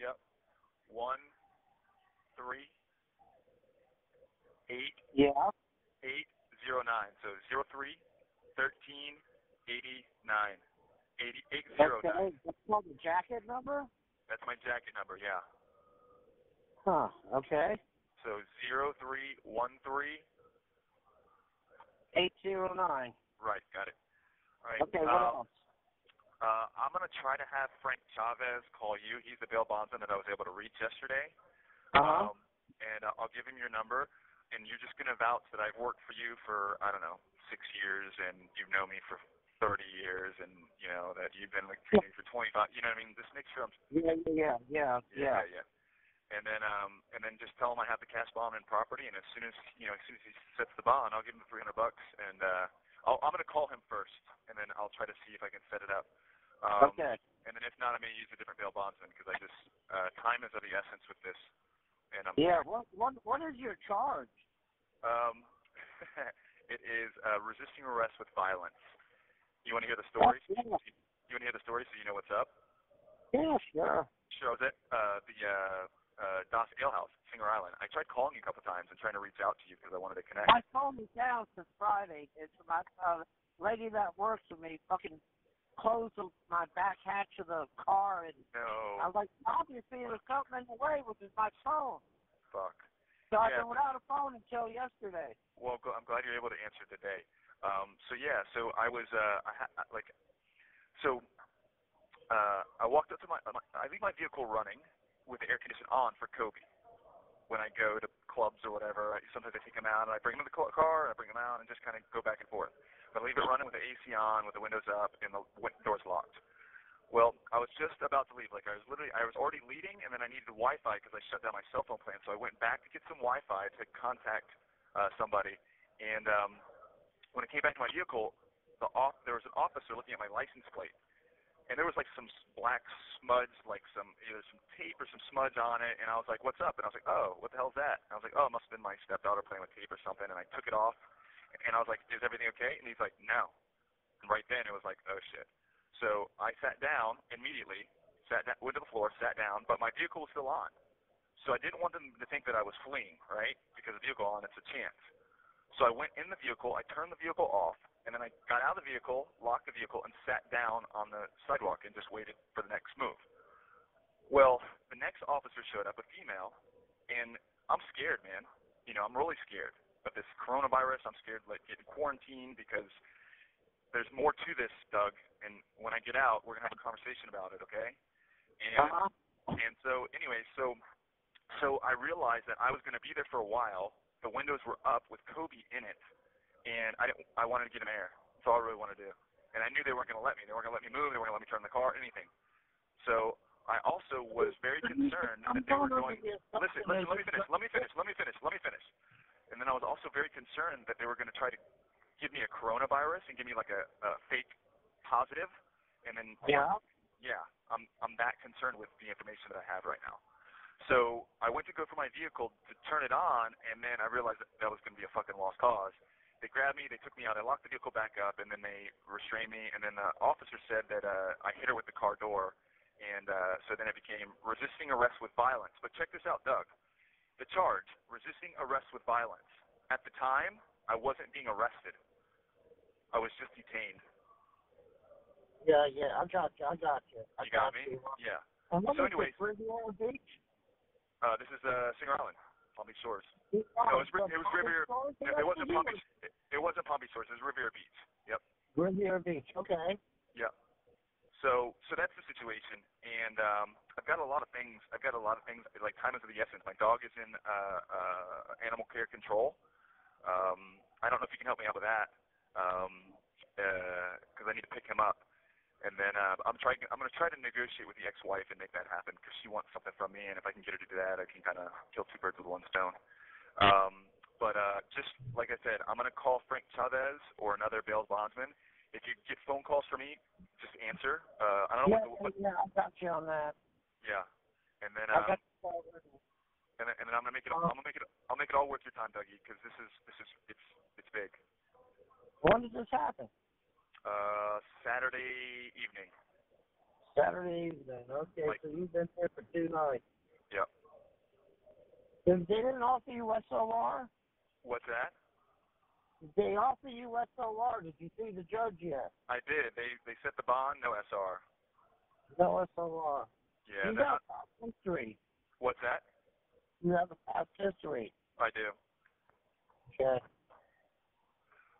S3: Yep. One, three, eight,
S5: yeah.
S3: eight, zero nine. So zero three, thirteen, eighty nine, eighty eight zero
S5: That's,
S3: nine.
S5: the- that's called the jacket number?
S3: That's my jacket number. Yeah.
S5: Huh, okay.
S3: So zero three one three.
S5: 809.
S3: Right. Got it. All right.
S5: Okay, what
S3: um,
S5: else?
S3: Uh, I'm gonna try to have Frank Chavez call you. He's the bail bondsman that I was able to reach yesterday.
S5: Uh-huh.
S3: Um, and uh, I'll give him your number, and you're just gonna vouch that I've worked for you for I don't know six years, and you've known me for 30 years, and you know that you've been like treating me for 25. You know what I mean? Just make sure I'm.
S5: yeah, yeah, yeah, yeah, yeah.
S3: yeah, yeah. And then um, and then just tell him I have the cash bond and property, and as soon as you know, as soon as he sets the bond, I'll give him 300 bucks, and uh, I'll, I'm gonna call him first, and then I'll try to see if I can set it up. Um,
S5: okay.
S3: and then if not, I may use a different bail bondsman because I just uh, time is of the essence with this, and I'm
S5: Yeah, what, what, what is your charge?
S3: um, it is uh, resisting arrest with violence. You want to hear the story?
S5: Yeah,
S3: You want to hear the story so you know what's up?
S5: yeah, sure.
S3: Sure. I was at uh, the uh, uh, Das Ale House, Singer Island. I tried calling you a couple times and trying to reach out to you because I wanted to connect.
S5: I phoned it down since Friday. It's my uh, lady that works with me fucking closed the- my back hatch of the car, and I
S3: No.
S5: was like, obviously there's something in the way, which is my phone.
S3: Fuck.
S5: So I've
S3: Yeah.
S5: been without a phone until yesterday.
S3: Well, gl- I'm glad you're able to answer today. Um, so yeah, so I was uh, I ha- like, so uh, I walked up to my, my I leave my vehicle running with the air condition on for Kobe when I go to clubs or whatever. I, sometimes I take him out and I bring him to the cl- car and I bring him out and just kind of go back and forth. But I leave it running with the AC on, with the windows up and the win- doors locked. Well, I was just about to leave. Like I was literally, I was already leading, and then I needed Wi-Fi because I shut down my cell phone plan. So I went back to get some Wi-Fi to contact uh, somebody. And um, when I came back to my vehicle, the off, there was an officer looking at my license plate, and there was like some s- black smudge, like some either some tape or some smudge on it. And I was like, "What's up?" And I was like, "Oh, what the hell's that?" And I was like, "Oh, it must have been my stepdaughter playing with tape or something." And I took it off, and I was like, "Is everything okay?" And he's like, "No." And right then, it was like, "Oh shit." So I sat down immediately, sat down, went to the floor, sat down, but my vehicle was still on. So I didn't want them to think that I was fleeing, right? Because the vehicle on, it's a chance. So I went in the vehicle, I turned the vehicle off, and then I got out of the vehicle, locked the vehicle, and sat down on the sidewalk and just waited for the next move. Well, the next officer showed up, a female, and I'm scared, man. You know, I'm really scared. But this coronavirus, I'm scared like getting quarantined because there's more to this, Doug. And when I get out, we're gonna have a conversation about it, okay? And
S5: Uh-huh.
S3: and so anyway, so so I realized that I was going to be there for a while. The windows were up with Kobe in it, and I didn't, I wanted to get him air. That's all I really wanted to do. And I knew they weren't going to let me. They weren't going to let me move. They weren't going to let me turn the car, anything. So I also was very concerned
S5: I'm
S3: that they were going.
S5: going over here.
S3: Listen, listen. Let me finish. Let me finish. Let me finish. Let me finish. And then I was also very concerned that they were going to try to give me a coronavirus and give me like a, a fake positive, and then
S5: Yeah.
S3: yeah, I'm I'm that concerned with the information that I have right now. So I went to go for my vehicle to turn it on, and then I realized that that was going to be a fucking lost cause. They grabbed me, they took me out, I locked the vehicle back up, and then they restrained me. And then the officer said that uh, I hit her with the car door, and uh, so then it became resisting arrest with violence. But check this out, Doug. The charge: resisting arrest with violence. At the time, I wasn't being arrested. I was just detained.
S5: Yeah, yeah, I got you. I got you. I
S3: You got me? Yeah.
S5: And what
S3: So
S5: is
S3: anyways-
S5: this, Riviera Beach?
S3: Uh, this is uh, Singer Island, Palm Beach Shores.
S5: No,
S3: was Ri- it was Riviera- It, it wasn't Palm Beach. It, it wasn't Palm Beach Shores. It was Riviera Beach. Yep.
S5: Riviera Beach, okay.
S3: Yep. So so that's the situation, and um, I've got a lot of things. I've got a lot of things. Like time is of the essence. My dog is in uh, uh, animal care control. Um, I don't know if you can help me out with that, because I need to pick him up. And then uh, I'm trying. I'm going to try to negotiate with the ex-wife and make that happen because she wants something from me, and if I can get her to do that, I can kind of kill two birds with one stone. Um, but uh, just like I said, I'm going to call Frank Chavez or another bail bondsman. If you get phone calls from me, just answer. Uh, I don't know
S5: Yeah,
S3: what, the, what
S5: yeah, I got you on that.
S3: yeah. And then
S5: I
S3: uh,
S5: got you covered.
S3: and then, and then I'm gonna make it. I'm gonna make it. I'll make it all worth your time, Dougie, because this is this is it's it's big.
S5: When did this happen?
S3: Uh, Saturday evening.
S5: Saturday evening. Okay,
S3: Like-
S5: so you've been there for two nights.
S3: Yep.
S5: They didn't offer you SLR.
S3: What's that?
S5: They offer you SLR. Did you see the judge yet?
S3: I did. They they set the bond. No SR.
S5: No SLR.
S3: Yeah.
S5: you
S3: they're
S5: got
S3: not-
S5: past history.
S3: what's that?
S5: You have a past history.
S3: I do.
S5: Okay.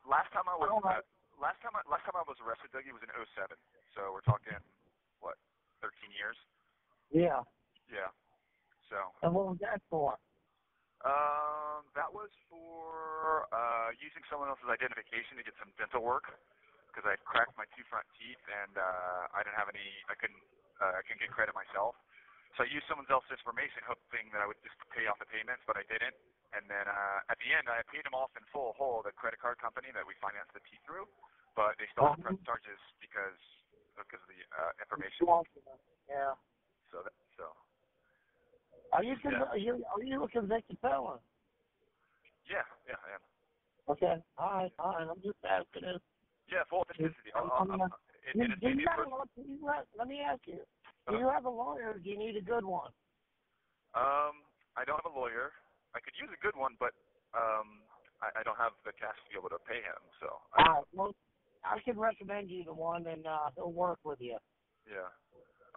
S3: Last time I was
S5: Oh,
S3: uh,
S5: my-
S3: last time I, last time I was arrested, Dougie was in '07. So we're talking what 13 years.
S5: Yeah.
S3: Yeah. So
S5: And what was that for?
S3: um, that was for uh, using someone else's identification to get some dental work because I cracked my two front teeth and uh, I didn't have any. I couldn't. Uh, I couldn't get credit myself. So I used someone else's information, hoping that I would just pay off the payments, but I didn't. And then uh, at the end, I paid them off in full whole. The credit card company that we financed the teeth through, but they still had press charges because because of the uh, information.
S5: Yeah.
S3: So that, so
S5: Are you con-
S3: Yeah.
S5: are you are you a convicted felon?
S3: yeah, yeah, I am.
S5: Okay. All right. All right. I'm just asking this.
S3: Yeah, full authenticity. I'll,
S5: um,
S3: I'll, I'll, it,
S5: You,
S3: it Uh-huh. is
S5: you
S3: maybe
S5: got a
S3: first,
S5: law- you let, let me ask you. Do you have a lawyer or do you need a good one?
S3: um, I don't have a lawyer. I could use a good one, but um, I, I don't have the cash to be able to pay him. So I,
S5: Uh, well, I can recommend you the one and uh, he'll work with you.
S3: yeah.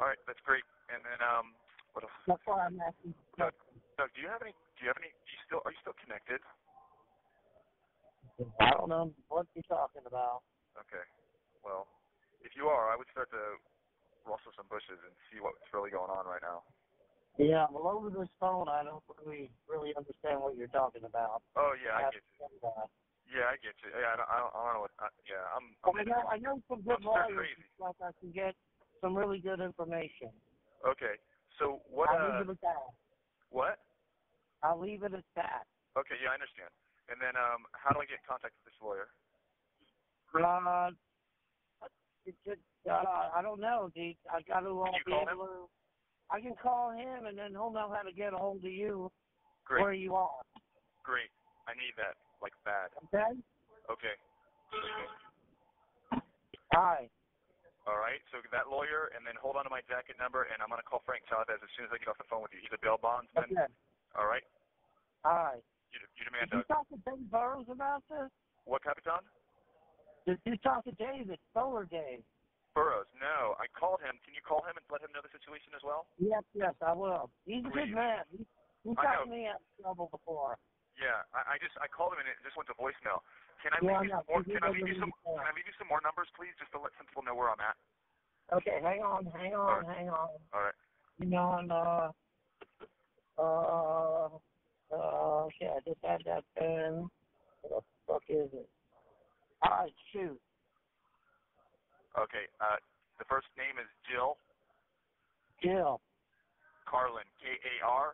S3: All right, that's great. And then um, what else?
S5: That's why I'm asking.
S3: Doug, Doug, do you have any? Do you have any? Do you still? Are you still connected?
S5: I don't know what you're talking about.
S3: Okay. Well, if you are, I would start to rustle some bushes and see what's really going on right now.
S5: Yeah, well, over this phone, I don't really really understand what you're talking about.
S3: Oh yeah, I
S5: That's-
S3: get you.
S5: and, uh,
S3: Yeah, I get you. Yeah, I don't, I don't, I don't know what. I, yeah, I'm.
S5: Oh, I know I know some good
S3: That's not
S5: lawyers
S3: crazy.
S5: and stuff. I can get some really good information.
S3: Okay. So what?
S5: I'll
S3: Uh,
S5: leave it at that.
S3: what?
S5: I'll leave it at that.
S3: Okay, yeah, I understand. And then um, how do I get in contact with this lawyer?
S5: Uh, it just, uh, I don't know, dude. I got to all
S3: Can you
S5: be
S3: call
S5: able to- I can call him, and then he'll know how to get a hold of you
S3: Great,
S5: where you are.
S3: great. I need that, like bad.
S5: Okay.
S3: Okay.
S5: All right.
S3: All right, so that lawyer, and then hold on to my jacket number, and I'm going to call Frank Chavez as soon as I get off the phone with you. He's a bail bondsman.
S5: Okay.
S3: All right?
S5: All right.
S3: You, you demand
S5: Did you
S3: Doug.
S5: talk to Dave Burrows about this?
S3: What, Capitan?
S5: Did you talk to David Solar Dave?
S3: Burroughs. No, I called him. Can you call him and let him know the situation as well?
S5: Yes, yes, I will. He's a
S3: Please.
S5: good man. He, he
S3: I know.
S5: got me out of trouble before.
S3: Yeah, I, I just I called him and it just went to voicemail. Can I
S5: Yeah,
S3: leave you
S5: I
S3: some
S5: know.
S3: more?
S5: He
S3: Can I
S5: doesn't
S3: leave you some?
S5: understand.
S3: Can I leave you some more numbers, please, just to let some people know where I'm at?
S5: Okay, hang on, hang on, hang on.
S3: All right.
S5: Hang on, uh, uh, uh, okay, I just had that pen. What the fuck is it? All right, shoot.
S3: Okay. Uh, the first name is Jill
S5: Jill.
S3: Carlin. K A R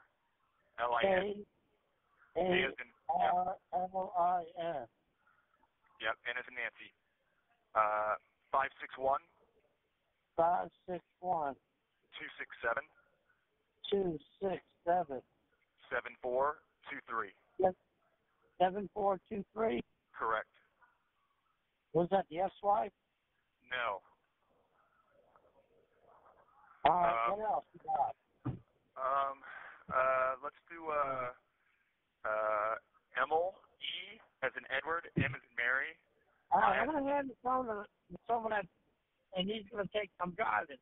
S3: L I N.
S5: A.
S3: A
S5: A.
S3: as in yeah,
S5: R. L. I. N.
S3: yeah, N as in Nancy. Uh, five six one
S5: Five six one
S3: two six seven
S5: two six seven
S3: seven four two three.
S5: seven four two three.
S3: Correct.
S5: Was that the ex-wife?
S3: No.
S5: All right,
S3: Uh,
S5: what else you got?
S3: Um. Uh. Let's do uh. Uh. Emil E as in Edward. M as in Mary.
S5: All right, I'm gonna hand the phone to someone that, and he's gonna take. I'm driving.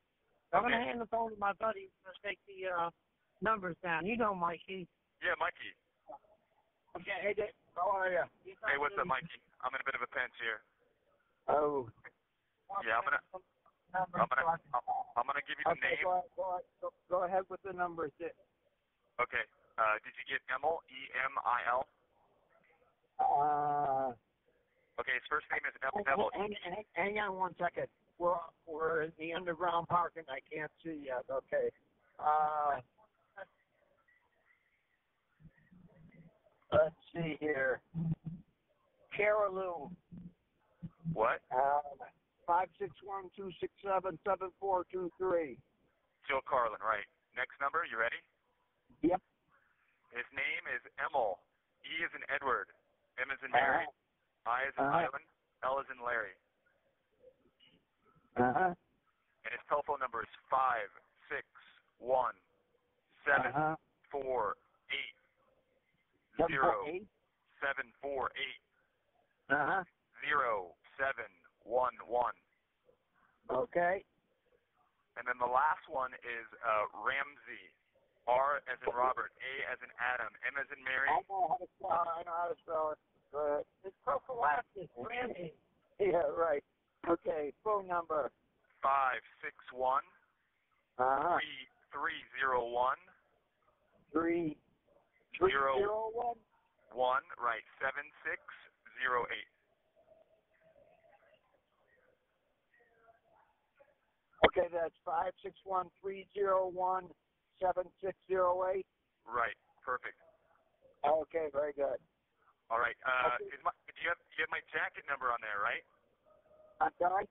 S5: I'm gonna
S3: Okay.
S5: hand the phone to my buddy. He's gonna take the uh, numbers down. You know, Mikey.
S3: Yeah, Mikey.
S5: Okay, hey, Dick. How are you?
S3: Hey, what's up, Mikey? I'm in a bit of a pinch here.
S5: Oh.
S3: Yeah, I'm gonna
S5: number.
S3: I'm gonna
S5: so I can-
S3: I'm gonna give you the
S5: okay,
S3: name.
S5: Go, ahead- go, ahead- go, go ahead with the numbers. It,
S3: Okay. Uh, did you get Emil? E M I L.
S5: uh,
S3: Okay, his first name is Em-
S5: hang,
S3: Emil.
S5: hang, hang- hang on one second. We're we're in the underground parking. I can't see yet. Okay. Uh, let's see here. Carolou.
S3: What?
S5: Uh, five six one two six seven seven four two three.
S3: Joe Carlin, right. Next number, you ready?
S5: Yep.
S3: His name is Emil. E is in Edward. M is in Mary. I is in
S5: Uh-huh.
S3: Ivan. L is in Larry.
S5: Uh huh.
S3: And his telephone number is five six one seven
S5: Uh-huh.
S3: four eight
S5: Seven,
S3: zero
S5: four, eight.
S3: seven four eight
S5: Uh-huh.
S3: zero seven one one.
S5: Okay.
S3: And then the last one is uh, Ramsey. R as in Robert, A as in Adam, M as in Mary.
S5: I know how to spell it. I know how to spell it. But it's prophylaxis, Randy. Yeah, right. Okay, phone number.
S3: Five six one
S5: Uh-huh.
S3: three three zero one
S5: Three, three
S3: zero
S5: zero one.
S3: one right seven six zero eight.
S5: Okay, that's five six one three zero one seven six zero eight.
S3: Right, perfect.
S5: Okay, very good.
S3: All right. Uh,
S5: Okay.
S3: is my, do you have you have my jacket number on there, right?
S5: I'm sorry.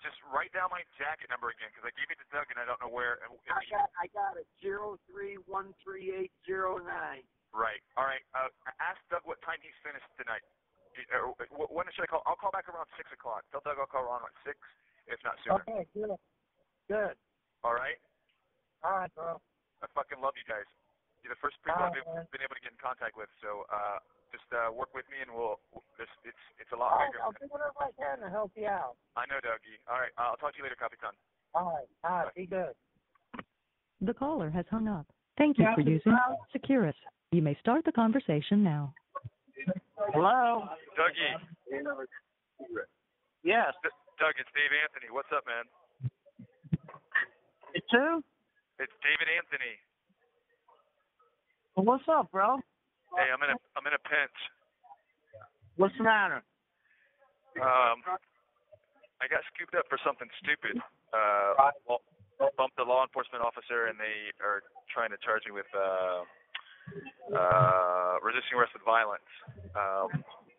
S3: Just write down my jacket number again, because I gave it to Doug and I don't know where. It,
S5: I got I got it. Zero three one three eight zero nine.
S3: Right. All right. Uh, ask Doug what time he's finished tonight. Uh, wh- When should I call? I'll call back around six o'clock. Tell Doug I'll call around at six, if not sooner.
S5: Okay, good. Good.
S3: All right.
S5: All right, bro.
S3: I fucking love you guys. You're the first people I've been,
S5: All right.
S3: been able to get in contact with. So uh, just uh, work with me, and we'll. This, it's it's a lot
S5: I'll,
S3: bigger.
S5: I'll do whatever I can to help you out.
S3: I know, Dougie. All right. I'll talk to you later, Capitan.
S5: All right. All right. Be good.
S1: The caller has hung up. Thank you for using Securus. You may start the conversation now.
S5: Hello.
S3: Dougie.
S5: Yes.
S3: D- Doug, it's Dave Anthony. What's up, man?
S5: It's who?
S3: It's David Anthony.
S5: What's up, bro?
S3: Hey, I'm in a I'm in a pinch.
S5: What's the matter?
S3: Um, I got scooped up for something stupid. Uh, well, bumped a law enforcement officer, and they are trying to charge me with uh, uh, resisting arrest with violence. Um,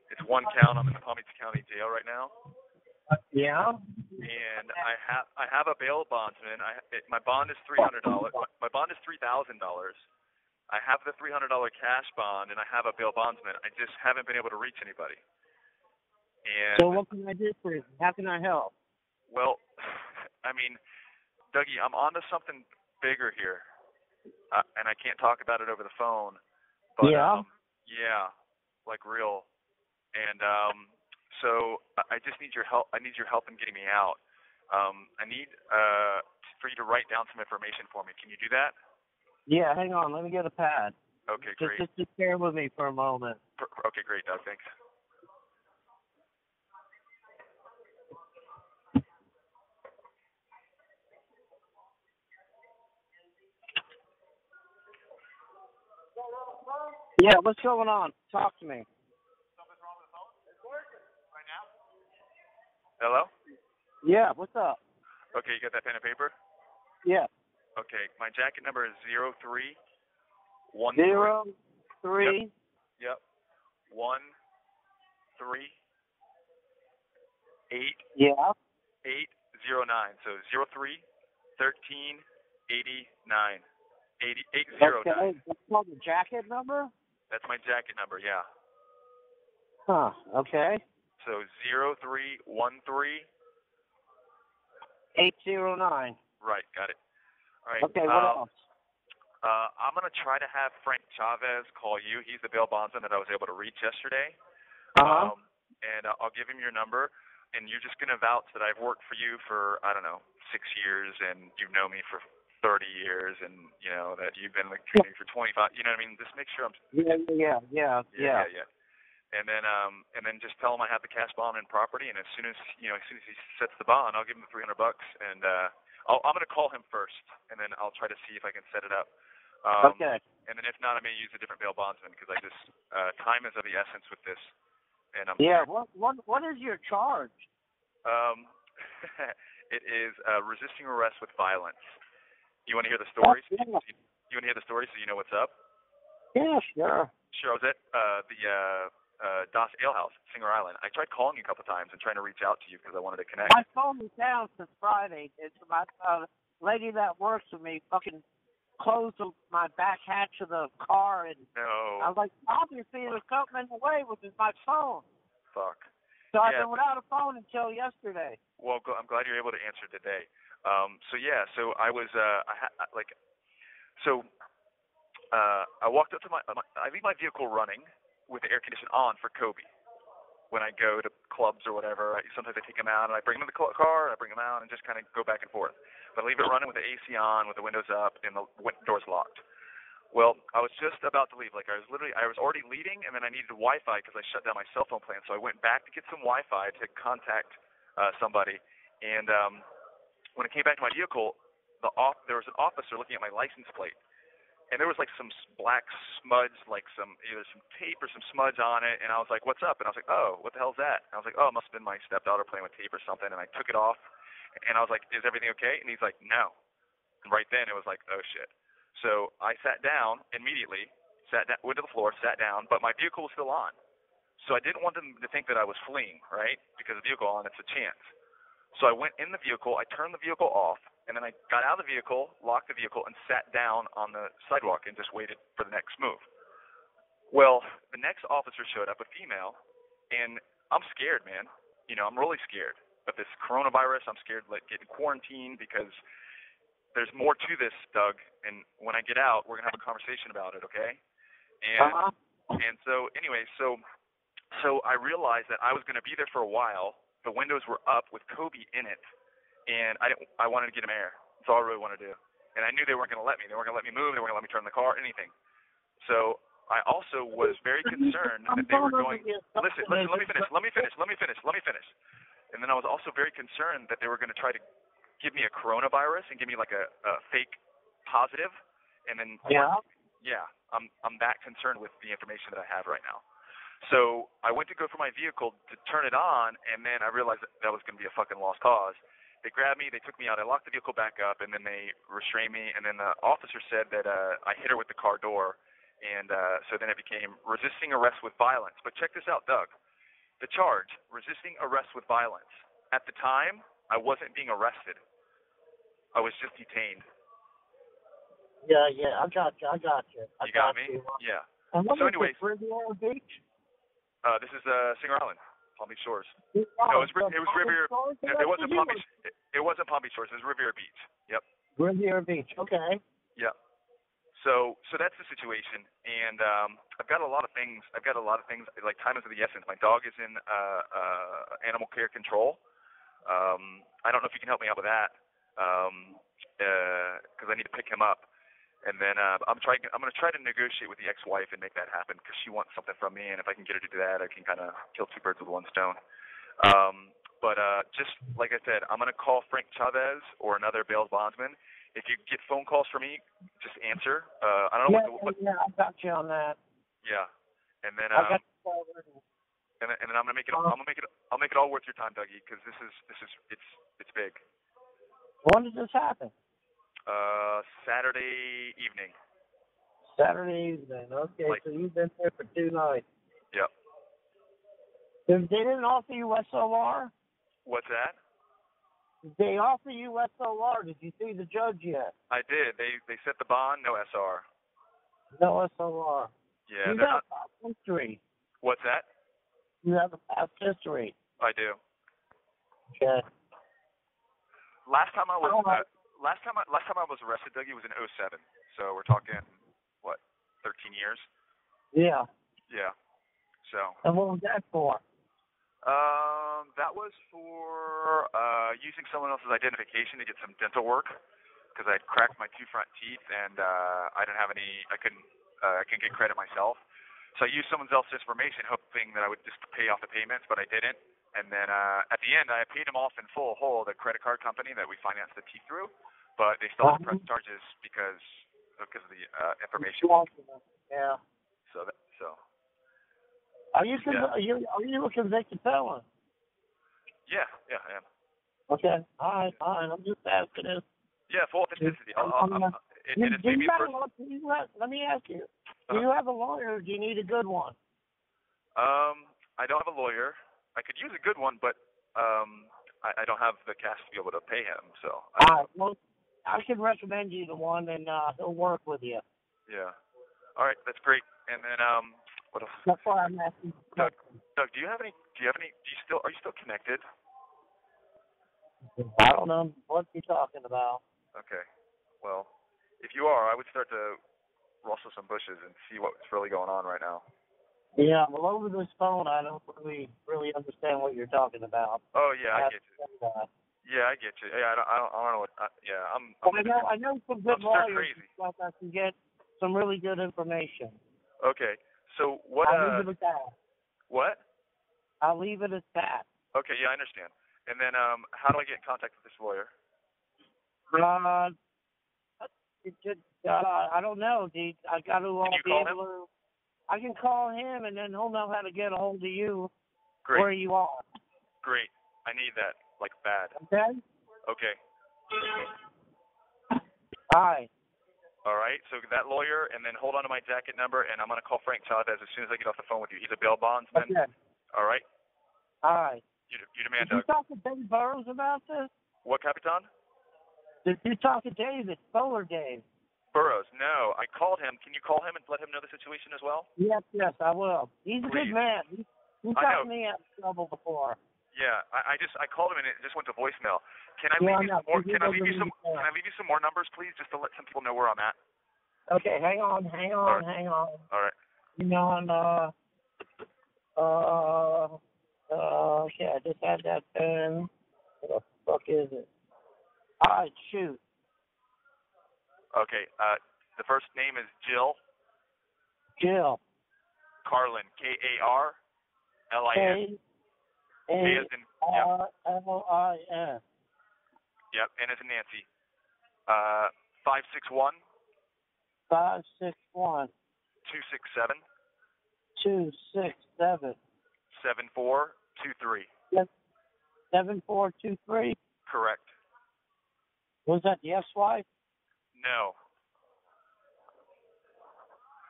S3: it's one count. I'm in the Palm Beach County Jail right now,
S5: Yeah.
S3: and I have I have a bail bondsman. I it, my bond is three hundred dollars. My bond is three thousand dollars. I have the three hundred dollar cash bond, and I have a bail bondsman. I just haven't been able to reach anybody. And
S5: So what can I do for you? How can I help?
S3: Well, I mean, Dougie, I'm onto something bigger here, uh, and I can't talk about it over the phone. But,
S5: Yeah.
S3: Um, yeah, like real. And um, so I I just need your help. I need your help in getting me out. Um, I need uh, for you to write down some information for me. Can you do that?
S5: Yeah, hang on. Let me get a pad.
S3: Okay,
S5: Just,
S3: great.
S5: just, just bear with me for a moment.
S3: Per- per- Okay, great, Doug. Thanks.
S5: Yeah, what's going on? Talk to me.
S3: Hello.
S5: Yeah, what's up?
S3: Okay, you got that pen and paper?
S5: Yeah.
S3: Okay, my jacket number is zero three one three.
S5: Zero, three,
S3: Yep. One, three, eight,
S5: yeah.
S3: eight, zero, nine. So zero three, thirteen, eighty nine, eighty eight zero
S5: okay.
S3: nine.
S5: That's called the jacket number?
S3: That's my jacket number. Yeah.
S5: Huh, okay.
S3: So zero three one three.
S5: 809.
S3: Right. Got it. All right.
S5: Okay, what
S3: um,
S5: else?
S3: Uh, I'm gonna try to have Frank Chavez call you. He's the bail bondsman that I was able to reach yesterday.
S5: Uh-huh.
S3: Um, and uh, I'll give him your number, and you're just gonna vouch that I've worked for you for I don't know six years, and you've known me for 30 years, and you know that you've been like treating me for 25. You know what I mean? Just make sure I'm.
S5: yeah, yeah, yeah, yeah.
S3: yeah. and then um and then just tell him I have the cash bond and property, and as soon as you know, as soon as he sets the bond, I'll give him the 300 bucks, and uh, I'll, I'm gonna call him first, and then I'll try to see if I can set it up. Um,
S5: okay.
S3: And then if not, I may use a different bail bondsman because I just uh, time is of the essence with this, and I'm
S5: Yeah. What what what is your charge?
S3: Um, it is uh, resisting arrest with violence. You want to hear the stories?
S5: Yeah.
S3: You want to hear the stories so you know what's up?
S5: Yeah. Sure.
S3: Sure. I was at uh, the uh, uh, Das Alehouse, Singer Island. I tried calling you a couple times and trying to reach out to you because I wanted to connect.
S5: My phone is down since Friday. It's my uh, lady that works with me fucking closed the- my back hatch of the car, and I
S3: No.
S5: was like, obviously it was something in the way, which is my phone.
S3: Fuck.
S5: So I've
S3: Yeah.
S5: been without a phone until yesterday.
S3: Well, gl- I'm glad you're able to answer today. Um, so yeah, so I was uh, I ha- like, so uh, I walked up to my, my I leave my vehicle running with the air condition on for Kobe when I go to clubs or whatever. I, sometimes I take him out and I bring him in the cl- car and I bring him out and just kind of go back and forth. But I leave it running with the AC on, with the windows up and the win- doors locked. Well, I was just about to leave. Like I was literally, I was already leaving, and then I needed Wi-Fi because I shut down my cell phone plan. So I went back to get some Wi-Fi to contact uh, somebody. And um, when I came back to my vehicle, the off, there was an officer looking at my license plate, and there was like some s- black smudge, like some either some tape or some smudge on it. And I was like, "What's up?" And I was like, "Oh, what the hell's that?" And I was like, "Oh, it must have been my stepdaughter playing with tape or something." And I took it off, and I was like, "Is everything okay?" And he's like, "No." And right then, it was like, "Oh shit." So I sat down immediately, sat down, went to the floor, sat down, but my vehicle was still on. So I didn't want them to think that I was fleeing, right? Because the vehicle on, it's a chance. So I went in the vehicle, I turned the vehicle off, and then I got out of the vehicle, locked the vehicle, and sat down on the sidewalk and just waited for the next move. Well, the next officer showed up, a female, and I'm scared, man. You know, I'm really scared of this coronavirus. I'm scared like getting quarantined because there's more to this, Doug. And when I get out, we're gonna have a conversation about it, okay? And
S5: Uh-huh.
S3: and so anyway, so so I realized that I was going to be there for a while. The windows were up with Kobe in it, and I didn't, I wanted to get him air. That's all I really wanted to do. And I knew they weren't going to let me. They weren't going to let me move. They weren't going to let me turn the car, anything. So I also was very concerned
S5: I'm
S3: that they were
S5: going over
S3: going.
S5: here.
S3: Listen, listen. Let me finish. Let me finish. Let me finish. Let me finish. And then I was also very concerned that they were going to try to give me a coronavirus and give me like a, a fake positive, and then
S5: Yeah.
S3: yeah, I'm I'm that concerned with the information that I have right now. So I went to go for my vehicle to turn it on, and then I realized that, that was going to be a fucking lost cause. They grabbed me, they took me out, I locked the vehicle back up, and then they restrained me. And then the officer said that uh, I hit her with the car door, and uh, so then it became resisting arrest with violence. But check this out, Doug. The charge: resisting arrest with violence. At the time, I wasn't being arrested. I was just detained.
S5: Yeah, yeah. I got you. I got you.
S3: You got me? Yeah.
S5: And
S3: what So was it, anyways-
S5: Riviera Beach?
S3: Uh, this is uh, Singer Island, Palm Beach Shores. No, it was, Ri- it was Riviera. It, it wasn't Palm Beach. It, it wasn't Palm Beach Shores. It was Riviera Beach. Yep.
S5: Riviera Beach. Okay.
S3: Yep. So so that's the situation, and um, I've got a lot of things. I've got a lot of things. Like time is of the essence. My dog is in uh, uh, animal care control. Um, I don't know if you can help me out with that, because I need to pick him up. And then uh, I'm trying. I'm going to try to negotiate with the ex-wife and make that happen because she wants something from me, and if I can get her to do that, I can kind of kill two birds with one stone. Um, but uh, just like I said, I'm going to call Frank Chavez or another bail bondsman. If you get phone calls from me, just answer. Uh, I don't know
S5: Yeah,
S3: what, the, what
S5: yeah, I got you on that.
S3: yeah. And then
S5: I
S3: um,
S5: got you covered.
S3: and then, and then I'm gonna make it. I'm gonna make it. I'll make it all worth your time, Dougie, because this is this is it's it's big.
S5: When did this happen?
S3: Uh, Saturday evening.
S5: Saturday evening. Okay,
S3: Like-
S5: so you've been there for two nights.
S3: Yep.
S5: If they didn't offer you SOR,
S3: What's that?
S5: they offer you SOR. Did you see the judge yet?
S3: I did. They they set the bond. No SR.
S5: No SOR.
S3: Yeah.
S5: you
S3: they're not-
S5: got a past history.
S3: what's that?
S5: You have a past history.
S3: I do.
S5: Yeah.
S3: Last time I was
S5: Oh,
S3: uh,
S5: I-
S3: last time I, last time I was arrested, Dougie was in 07. So we're talking what 13 years?
S5: Yeah.
S3: Yeah. So
S5: And what was that for?
S3: um, that was for uh, using someone else's identification to get some dental work because I'd cracked my two front teeth and uh, I didn't have any. I couldn't. Uh, I couldn't get credit myself. So I used someone else's information, hoping that I would just pay off the payments, but I didn't. And then uh, at the end, I paid them off in full, whole, the credit card company that we financed the T through, but they still had to press
S5: Um,
S3: charges because because of the uh, information.
S5: Yeah.
S3: So that, so
S5: Are you con-
S3: Yeah.
S5: are you are you a convicted felon?
S3: yeah, yeah, I am.
S5: Okay. All right. All right. I'm just asking this.
S3: Yeah, full authenticity. I'll, I'll,
S5: I'm- I'm
S3: I'll, it, it is
S5: You- do
S3: maybe Uh-huh. the
S5: you have a
S3: first.
S5: law- do you have- let me ask you. Do you have a lawyer or do you need a good one?
S3: Um, I don't have a lawyer. I could use a good one, but um, I, I don't have the cash to be able to pay him. So I,
S5: All right. Well, I can recommend you the one and uh, he'll work with you.
S3: yeah. All right, that's great. And then um, what else?
S5: That's why I'm asking.
S3: Doug, Doug, do you have any? Do you have any? Do you still? Are you still connected?
S5: I don't know what you're talking about.
S3: Okay. Well, if you are, I would start to rustle some bushes and see what's really going on right now.
S5: Yeah. Well, over this phone, I don't really really understand what you're talking about.
S3: Oh yeah, I
S5: That's-
S3: get you.
S5: that's, uh,
S3: Yeah, I get you. Yeah, I don't. I don't, I don't know what. I, yeah, I'm.
S5: Well,
S3: I'm
S5: I know I know some good
S3: I'm stir
S5: lawyers
S3: crazy.
S5: and stuff that can get some really good information.
S3: Okay. So what?
S5: I'll
S3: Uh,
S5: leave it at that.
S3: what?
S5: I'll leave it at that.
S3: Okay. Yeah, I understand. And then, um, how do I get in contact with this lawyer?
S5: Uh, it just, uh, I don't know, dude. I got to uh,
S3: Can you
S5: be
S3: call
S5: able to. I can call him, and then he'll know how to get a hold of you where
S3: Great.
S5: you are.
S3: Great. I need that like bad.
S5: Okay.
S3: Okay.
S5: All right.
S3: All right. So that lawyer, and then hold on to my jacket number, and I'm gonna call Frank Chavez as soon as I get off the phone with you. He's a bail bondsman.
S5: Okay.
S3: All right.
S5: All right.
S3: You, you demand
S5: Did you
S3: Doug.
S5: talk to Dave Burrows about this?
S3: What, Capitan?
S5: Did you talk to David Solar Dave?
S3: Burrows. No, I called him. Can you call him and let him know the situation as well?
S5: Yes, yes, I will. He's a
S3: Please.
S5: good man. He, he
S3: I
S5: got
S3: know.
S5: me out of trouble before.
S3: Yeah, I, I just I called him and it just went to voicemail. Can I
S5: Yeah,
S3: leave you
S5: no,
S3: some more?
S5: he
S3: Can I
S5: doesn't
S3: leave you some?
S5: understand.
S3: Can I leave you some more numbers, please, just to let some people know where I'm at?
S5: Okay, hang on, hang
S3: All
S5: on,
S3: right.
S5: hang on.
S3: All right.
S5: Hang on, uh, uh, uh, okay, I just had that pen. What the fuck is it? All right, shoot.
S3: Okay. Uh, the first name is Jill
S5: Jill.
S3: Carlin. K A R L I N. K as in yeah,
S5: K-A-R-L-I-N.
S3: yep, and as in Nancy. Uh, five six one
S5: 561
S3: two six seven
S5: 267
S3: seven four two three.
S5: 7423.
S3: Correct.
S5: Was that the ex-wife?
S3: No.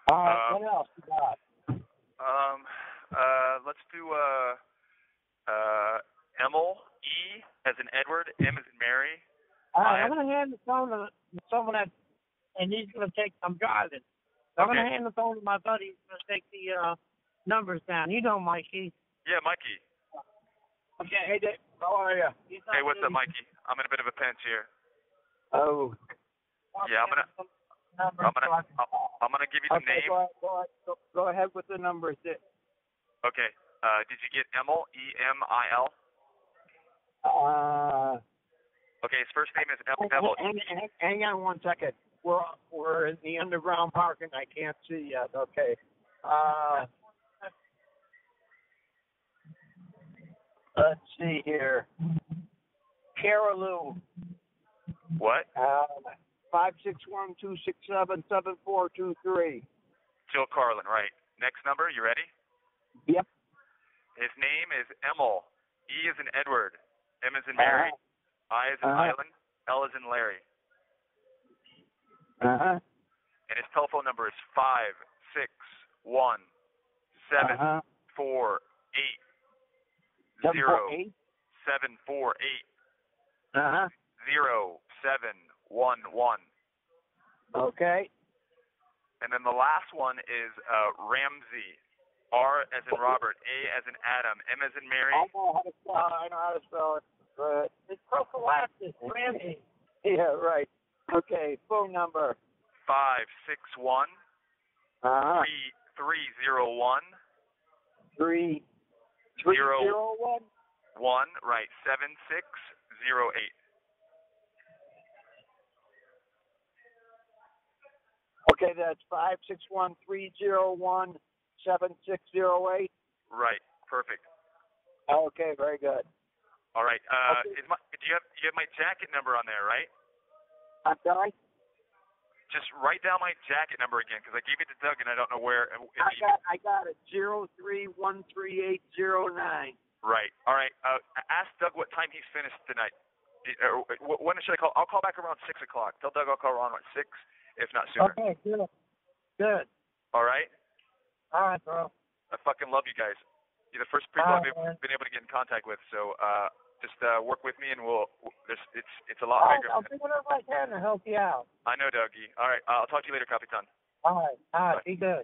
S5: All right,
S3: Uh,
S5: what else you got?
S3: Um, uh, let's do uh, uh, Emil E as in Edward, M as in Mary.
S5: All right,
S3: I-
S5: uh, I'm going to hand the phone to someone that, and he's going to take, I'm driving. So I'm going
S3: Okay.
S5: to hand the phone to my buddy. He's going to take the uh, numbers down. You know Mikey.
S3: Yeah, Mikey.
S5: Okay, hey, Dick. How are you?
S3: Hey, what's up, Mikey? I'm in a bit of a pinch here.
S5: Oh.
S3: Yeah, I'm gonna-
S5: Number
S3: I'm gonna I'm gonna give you the
S5: okay,
S3: name.
S5: go, go, go, go ahead with the numbers. Dick.
S3: Okay. Uh, did you get Emil E M I L?
S5: Uh,
S3: Okay, his first name is Em-
S5: hang,
S3: Emil. E.
S5: hang, hang on one second. We're we're in the underground parking. I can't see yet. Okay. Uh, let's see here. Carolou,
S3: What?
S5: uh, five six one two six seven seven four two three.
S3: Jill Carlin. Right. Next number. You ready?
S5: Yep.
S3: His name is Emil. E is in Edward. M is in Mary. I is in
S5: Uh-huh.
S3: Island. L is in Larry.
S5: Uh huh.
S3: And his telephone number is five six one seven
S5: Uh-huh.
S3: four eight
S5: Seven
S3: zero
S5: four eight.
S3: seven four eight
S5: Uh
S3: zero seven one one.
S5: huh. Okay.
S3: And then the last one is uh, Ramsey. R as in Robert, A as in Adam, M as in Mary.
S5: I know how to
S6: Uh,
S5: spell. I know how to spell it, but it's prophylaxis, Randy. Yeah, right. Okay, phone number.
S3: Five six one
S5: Uh huh.
S3: three three zero one
S5: Three three
S3: Zero.
S5: zero one.
S3: one right seven six zero eight.
S5: Okay, that's five six one three zero one
S6: seven six zero eight.
S3: Right. Perfect.
S6: Okay, very good.
S3: All right. Uh,
S6: Okay.
S3: is my, do you have you have my jacket number on there, right?
S6: I'm sorry.
S3: Just write down my jacket number again, because I gave it to Doug and I don't know where. If
S6: I
S3: he-
S6: got I got it. Zero three one three eight zero nine.
S3: Right. All right. Uh, ask Doug what time he's finished tonight. D- uh, wh- When should I call? I'll call back around six o'clock. Tell Doug I'll call around at six, if not sooner.
S6: Okay, good. Good.
S3: All right.
S6: All right, bro.
S3: I fucking love you guys. You're the first people
S6: All
S3: I've been,
S6: right, man.
S3: been able to get in contact with. So uh, just uh, work with me, and we'll. w- There's, it's it's a lot
S6: All right,
S3: bigger.
S6: I'll do whatever I can to help you out.
S3: I know, Dougie. All right. I'll talk to you later, Capitan.
S6: All right, all right, be good.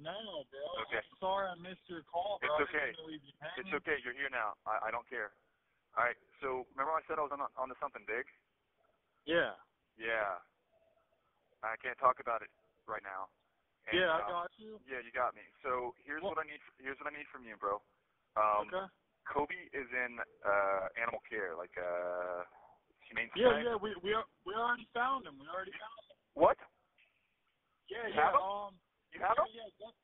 S2: No, bro.
S3: Okay.
S2: I'm sorry I missed your call, bro.
S3: It's okay.
S2: I didn't mean to leave you hanging.
S3: It's okay. You're here now. I, I don't care. All right. So remember I said I was on on to something big?
S2: Yeah.
S3: Yeah. I can't talk about it right now. And,
S2: yeah, I
S3: uh,
S2: got you.
S3: Yeah, you got me. So here's what I need. Here's what I need from you, bro. Um,
S2: okay.
S3: Kobe is in uh, animal care, like uh, humane
S2: Yeah,
S3: society.
S2: yeah. We we al- we already found him. We already found him.
S3: What?
S2: Yeah,
S3: You
S2: yeah.
S3: have him?
S2: Um.
S3: You have him?
S2: Yeah, yeah. That,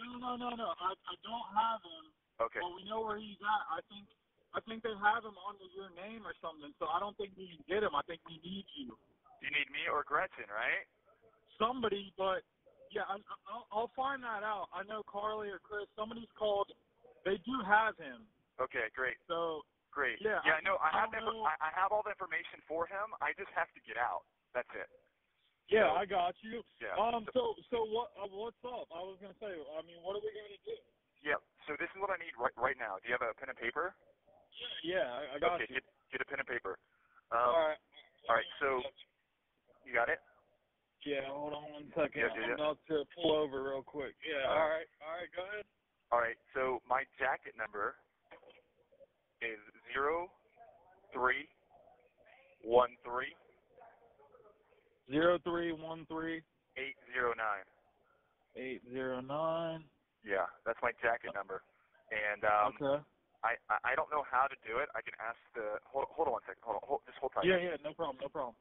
S2: no, no, no, no. I I don't have him.
S3: Okay.
S2: But we know where he's at. I think I think they have him under your name or something. So I don't think we can get him. I think we need you.
S3: You need me or Gretchen, right?
S2: somebody, but yeah, I, I- I'll, I'll find that out. I know Carly or Chris. Somebody's called. They do have him.
S3: Okay, great,
S2: So
S3: great.
S2: Yeah,
S3: yeah I
S2: I-
S3: know. I
S2: I
S3: have
S2: don't
S3: that.
S2: know.
S3: I, I have all the information for him. I just have to get out. That's it.
S2: yeah,
S3: So-
S2: I got you.
S3: Yeah.
S2: Um. So so what uh, what's up? I was gonna say. I mean, what are we gonna do?
S3: yeah. So this is what I need right right now. Do you have a pen and paper?
S2: Yeah, I, I got
S3: okay.
S2: you.
S3: Get get a pen and paper. Um,
S2: All right.
S3: all right. So you got it.
S2: Yeah, hold on one second.
S3: Yeah, yeah, yeah.
S2: I'm about to pull over real quick. Yeah.
S3: All
S2: All right. All right. Go ahead.
S3: Uh, All right, so my jacket number is zero three one three
S2: Zero three one three
S3: eight zero nine.
S2: eight zero nine.
S3: Yeah, that's my jacket number. And um,
S2: okay.
S3: I I I don't know how to do it. I can ask the hold hold on one second. Hold on, hold, just hold tight.
S2: Yeah, yeah. No problem. No problem.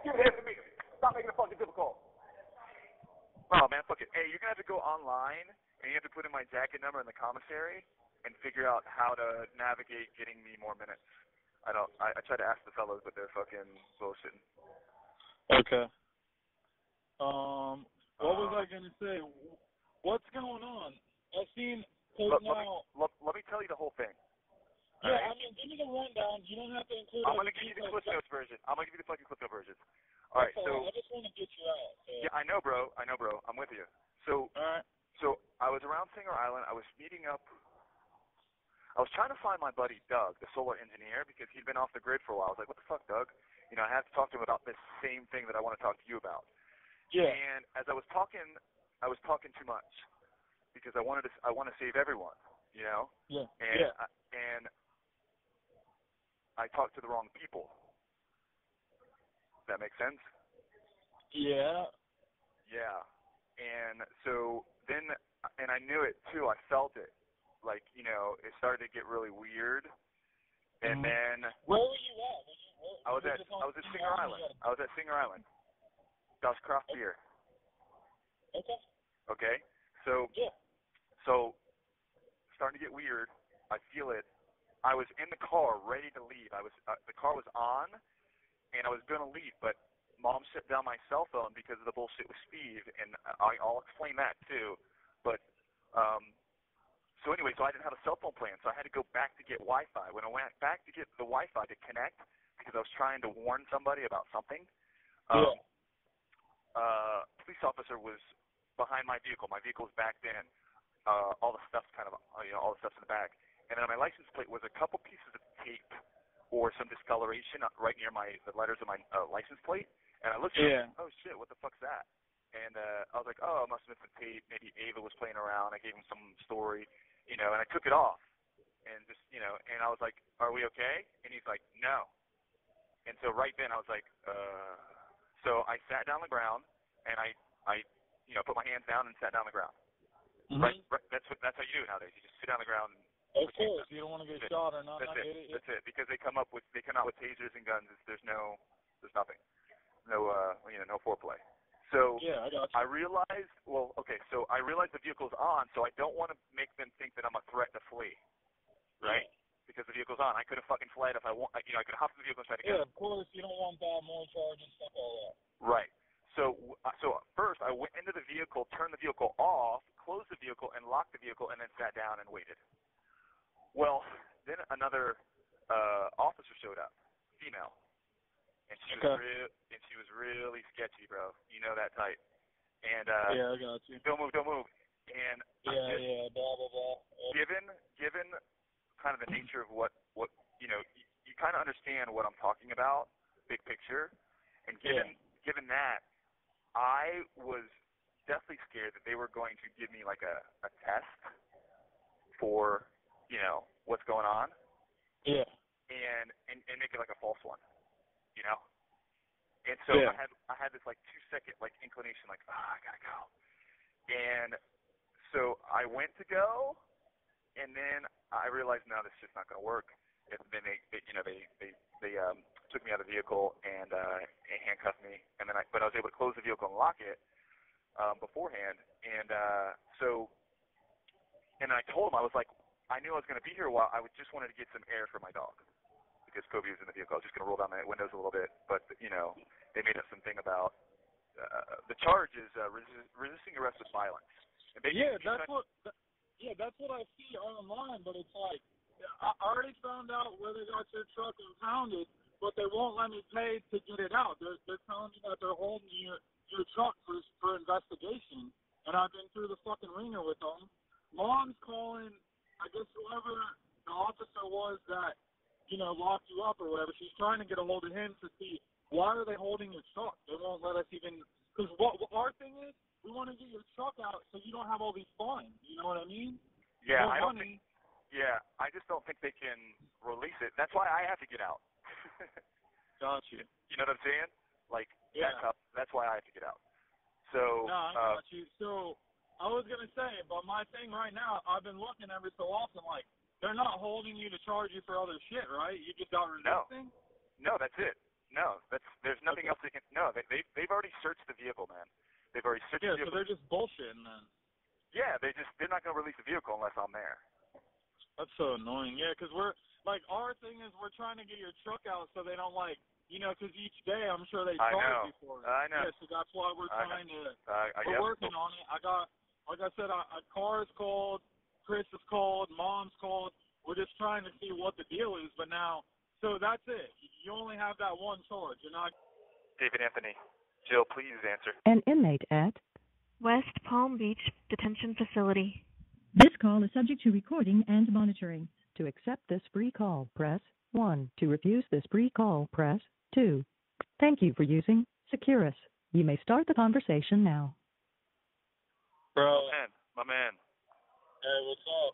S3: Give it to me. Stop making it fucking difficult. Oh man, fuck it. Hey, you're gonna have to go online and you have to put in my jacket number in the commissary and figure out how to navigate getting me more minutes. I don't. I, I try to ask the fellows, but they're fucking bullshitting.
S6: Okay. Um, what was
S3: Uh,
S6: I gonna say? What's going on? I've seen. So
S3: Let, let, me,
S6: now,
S3: let, let me tell you the whole thing.
S6: yeah,
S3: Alright.
S6: I mean, give me the rundown. You don't have to include.
S3: I'm
S6: all
S3: gonna give you the
S6: details.
S3: Cliff Notes version. I'm gonna give you the fucking Cliff Notes version. All right,
S6: That's
S3: so
S6: all. I just want to get you out. So.
S3: yeah, I know, bro. I know, bro. I'm with you. So,
S6: All right.
S3: so I was around Singer Island. I was meeting up. I was trying to find my buddy Doug, the solar engineer, because he'd been off the grid for a while. I was like, what the fuck, Doug? You know, I have to talk to him about this same thing that I want to talk to you about.
S6: Yeah.
S3: And as I was talking, I was talking too much because I wanted to. I want to save everyone. You know.
S6: Yeah.
S3: and
S6: yeah.
S3: I, and I talked to the wrong people. That makes sense.
S6: Yeah.
S3: Yeah, and so then, and I knew it too. I felt it. Like you know, it started to get really weird. And
S6: Mhm.
S3: then
S6: Where were you at? Were you, where,
S3: I was
S6: were you
S3: at
S6: just on
S3: I was at
S6: Singer
S3: Singer Island.
S6: Island?
S3: I was at Singer Island. That's craft beer.
S6: Okay.
S3: Okay. So
S6: Yeah.
S3: So starting to get weird. I feel it. I was in the car ready to leave. I was uh, the car was on, and I was gonna leave, but mom shut down my cell phone because of the bullshit with Steve, and I, I'll explain that too. But um, so anyway, so I didn't have a cell phone plan, so I had to go back to get Wi-Fi. When I went back to get the Wi-Fi to connect, because I was trying to warn somebody about something, um, uh, police officer was behind my vehicle. My vehicle was backed in. Uh, all the stuff's kind of, uh, you know, all the stuff's in the back. And then on my license plate was a couple pieces of tape or some discoloration uh, right near my the letters of my uh, license plate. And I looked at
S6: Yeah.
S3: it, oh shit, what the fuck's that? And uh, I was like, oh, it must have been some tape. Maybe Ava was playing around. I gave him some story, you know, and I took it off. And just, you know, and I was like, are we okay? And he's like, no. And so right then I was like, uh. So I sat down on the ground and I, I, you know, put my hands down and sat down on the ground.
S6: Mm-hmm.
S3: Right, right. That's what. That's how you do it nowadays. You just sit down on the ground. And
S6: Of course, you don't want to get
S3: That's it.
S6: shot or not.
S3: that's it.
S6: I get it.
S3: That's it. Because they come up with they come out with tasers and guns. It's, there's no, there's nothing. No, uh, you know, no foreplay. So
S6: Yeah, I got you.
S3: I realized. Well, okay. So I realized the vehicle's on. So I don't want to make them think that I'm a threat to flee. Right.
S6: Mm-hmm.
S3: Because the vehicle's on. I could have fucking fled if I want. You know, I could hop in the vehicle and try to get
S6: Yeah, of course, you don't want that more charges stuff all that.
S3: Right. So w- uh, so first I went into the vehicle, turned the vehicle off, closed the vehicle, and locked the vehicle, and then sat down and waited. Well, then another uh, officer showed up, female, and she was
S6: Okay.
S3: real and she was really sketchy, bro. You know that type. And uh,
S6: yeah, I got you.
S3: don't move, don't move. And I
S6: Yeah,
S3: just-
S6: yeah, blah blah blah. Yeah.
S3: given given kind of the nature of what what you know you, you kind of understand what I'm talking about big picture and given given that I was definitely scared that they were going to give me like a a test for you know what's going on
S6: Yeah.
S3: and and, and make it like a false one you know and so
S6: Yeah.
S3: I had I had this like 2 second like inclination like oh, I got to go and so I went to go and then I realized no, this is just not going to work. And then they, they, you know, they they they um, took me out of the vehicle and uh, and handcuffed me. And then I, but I was able to close the vehicle and lock it um, beforehand. And uh, so, and I told them I was like, I knew I was going to be here a while. I would just wanted to get some air for my dog because Kobe was in the vehicle. I was just going to roll down the windows a little bit, but you know, they made up something about uh, the charge is uh, resist, resisting arrest with violence. And basically
S6: Yeah,
S3: he's
S6: that's
S3: trying-
S6: what. That, yeah, that's what I see online. But it's like I I already found out where they got your truck impounded, but they won't let me pay to get it out. They're they're telling you that they're holding your your truck for for investigation, and I've been through the fucking ringer with them. Mom's calling. I guess whoever the officer was that you know locked you up or whatever, she's trying to get a hold of him to see why are they holding your truck. They won't let us even because what, what our thing is, we want to get your truck out so you don't have all these fines. You know what I mean?
S3: yeah,
S6: More
S3: I don't think
S6: money.
S3: Yeah, I just don't think they can release it. That's why I have to get out.
S6: Got you.
S3: you know what I'm saying? Like
S6: Yeah.
S3: that's how, that's why I have to get out. So
S6: No, I
S3: uh,
S6: got you. So I was gonna say, but my thing right now, I've been looking every so often. Like they're not holding you to charge you for other shit, right? You just got
S3: No.
S6: resisting.
S3: no, that's it. No, that's there's nothing
S6: Okay.
S3: else they can. No, they, they they've already searched the vehicle, man. They've already searched
S6: Yeah,
S3: the
S6: so
S3: vehicle.
S6: they're just bullshitting then.
S3: Yeah, they just they're not gonna release the vehicle unless I'm there.
S2: That's so annoying. Yeah, 'cause we're like our thing is we're trying to get your truck out so they don't like you know, 'cause each day I'm sure they
S3: I
S2: charge
S3: know.
S2: you for it.
S3: I know.
S2: Yeah, so that's why we're
S3: I know.
S2: trying to.
S3: Uh, I
S2: we're
S3: guess.
S2: working on it. I got like I said, I, I car's called, Chris is called, mom's called. We're just trying to see what the deal is. But now, so that's it. You only have that one charge. You're not.
S3: David Anthony, Jill, please answer.
S1: An inmate at
S7: West Palm Beach Detention Facility.
S1: This call is subject to recording and monitoring. To accept this free call, press 1. To refuse this free call, press 2. Thank you for using Securus. You may start the conversation now.
S2: Bro,
S3: Man, my man,
S2: hey, what's up?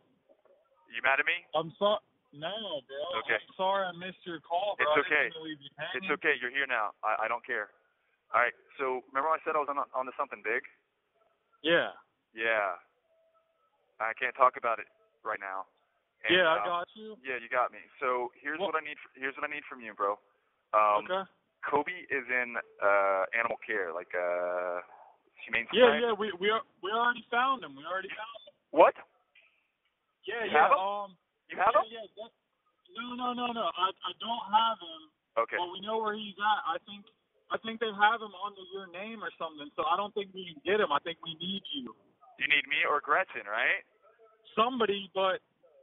S3: you mad at me?
S2: I'm sorry. No, bro.
S3: Okay.
S2: I'm sorry I missed your call, bro.
S3: It's
S2: I didn't
S3: okay.
S2: mean to leave you hanging.
S3: It's okay. You're here now. I, I don't care. All right. So remember I said I was on on to something big?
S2: Yeah.
S3: Yeah. I can't talk about it right now. And,
S2: Yeah, I
S3: uh,
S2: got you.
S3: Yeah, you got me. So here's
S2: Well-
S3: what I need. f here's what I need from you, bro. Um,
S2: okay.
S3: Kobe is in uh animal care, like uh humane
S2: Yeah,
S3: society.
S2: yeah. We we are, we already found him. We already found him.
S3: What?
S2: Yeah,
S3: You
S2: yeah.
S3: have him?
S2: Um.
S3: You have
S2: yeah,
S3: him?
S2: Yeah, that, no, no, no, no. I I don't have him.
S3: Okay.
S2: But we know where he's at. I think I think they have him under your name or something. So I don't think we can get him. I think we need you,
S3: You need me or Gretchen, right?
S2: somebody. But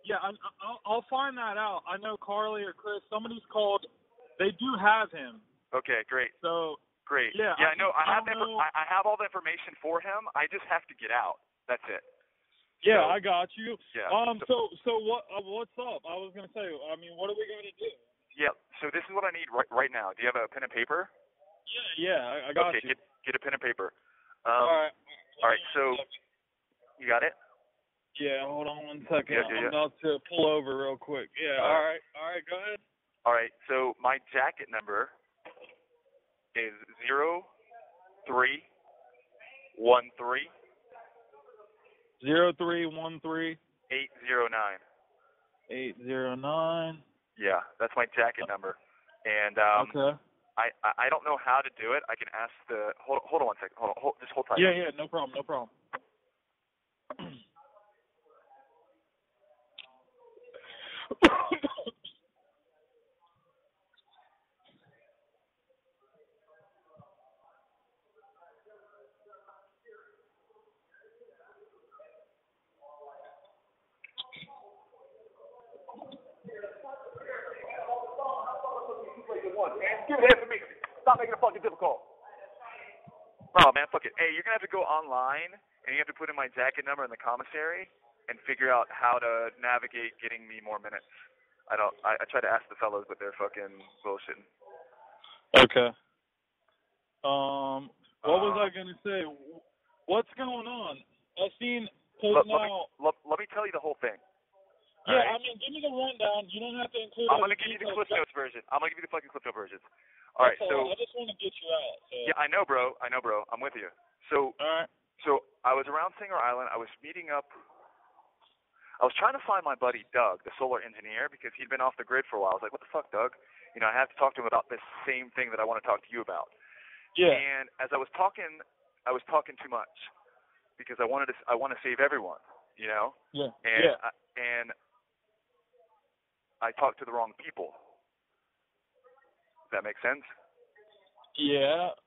S2: yeah, I, I- I'll I'll find that out. I know Carly or Chris. Somebody's called. They do have him.
S3: Okay, great,
S2: So
S3: great.
S2: Yeah,
S3: yeah
S2: I
S3: I know.
S2: just-
S3: I
S2: I
S3: have
S2: don't
S3: the,
S2: know.
S3: I, I have all the information for him. I just have to get out. That's it.
S2: yeah,
S3: So-
S2: I got you.
S3: Yeah.
S2: Um. So so what uh, what's up? I was gonna say. I mean, what are we gonna do?
S3: yeah. So this is what I need right right now. Do you have a pen and paper?
S2: Yeah, yeah. I, I got
S3: okay,
S2: you.
S3: get get a pen and paper.
S2: all
S3: Um,
S2: right.
S3: all right, so- you got it?
S2: Yeah, hold on one second.
S3: Yeah, yeah, yeah.
S2: I'm about to pull over real quick. Yeah,
S3: All
S2: all right, all right, go ahead.
S3: All right. So my jacket number is zero three one three
S2: Zero three one three
S3: eight zero nine.
S2: eight zero nine.
S3: Yeah, that's my jacket number. And um,
S2: okay.
S3: I, I I don't know how to do it. I can ask the hold hold on one second. Hold on, hold, just hold tight.
S2: Yeah, yeah, no problem, no problem.
S3: Give it for me. Stop making it fucking difficult. Oh man, fuck it. Hey, you're gonna have to go online and you have to put in my jacket number in the commissary and figure out how to navigate getting me more minutes. I don't. I, I try to ask the fellows, but they're fucking bullshitting.
S2: Okay. Um, what was
S3: Uh,
S2: I gonna say? What's going on? I seen. Cause
S3: Let, let, me,
S2: now,
S3: let, let me tell you the whole thing.
S2: yeah,
S3: Alright?
S2: I mean, give me the rundown. You don't have to include.
S3: I'm
S2: all
S3: gonna give you the
S2: details.
S3: Cliff Notes version. I'm gonna give you the fucking Cliff Notes version. All right,
S2: Oh, That's
S3: so
S2: I just want to get you out. So.
S3: yeah, I know, bro. I know, bro. I'm with you. So,
S2: All right.
S3: so I was around Singer Island. I was meeting up. I was trying to find my buddy Doug, the solar engineer, because he'd been off the grid for a while. I was like, what the fuck, Doug? You know, I have to talk to him about this same thing that I want to talk to you about.
S2: Yeah.
S3: And as I was talking, I was talking too much because I wanted to. I want to save everyone. You know.
S2: Yeah.
S3: and
S2: yeah.
S3: I, and I talked to the wrong people. Does that make sense?
S2: Yeah.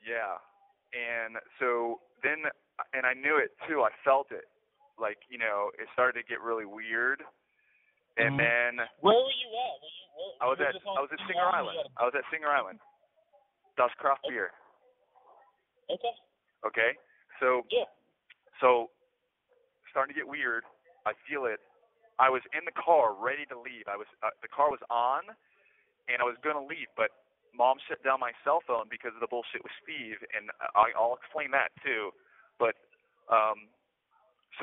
S3: Yeah. And so then, and I knew it too. I felt it. Like you know, it started to get really weird. And
S2: Mhm.
S3: then
S2: Where were you at? Were you, where,
S3: I was
S2: you were
S3: at
S2: just on
S3: I was at
S2: Singer
S3: Singer Island.
S2: or you
S3: I was at Singer Island. Dust craft beer.
S2: had a- Okay.
S3: Okay. So
S2: Yeah.
S3: So, starting to get weird. I feel it. I was in the car, ready to leave. I was uh, the car was on, and I was gonna leave, but mom shut down my cell phone because of the bullshit with Steve, and I, I'll explain that too. But um,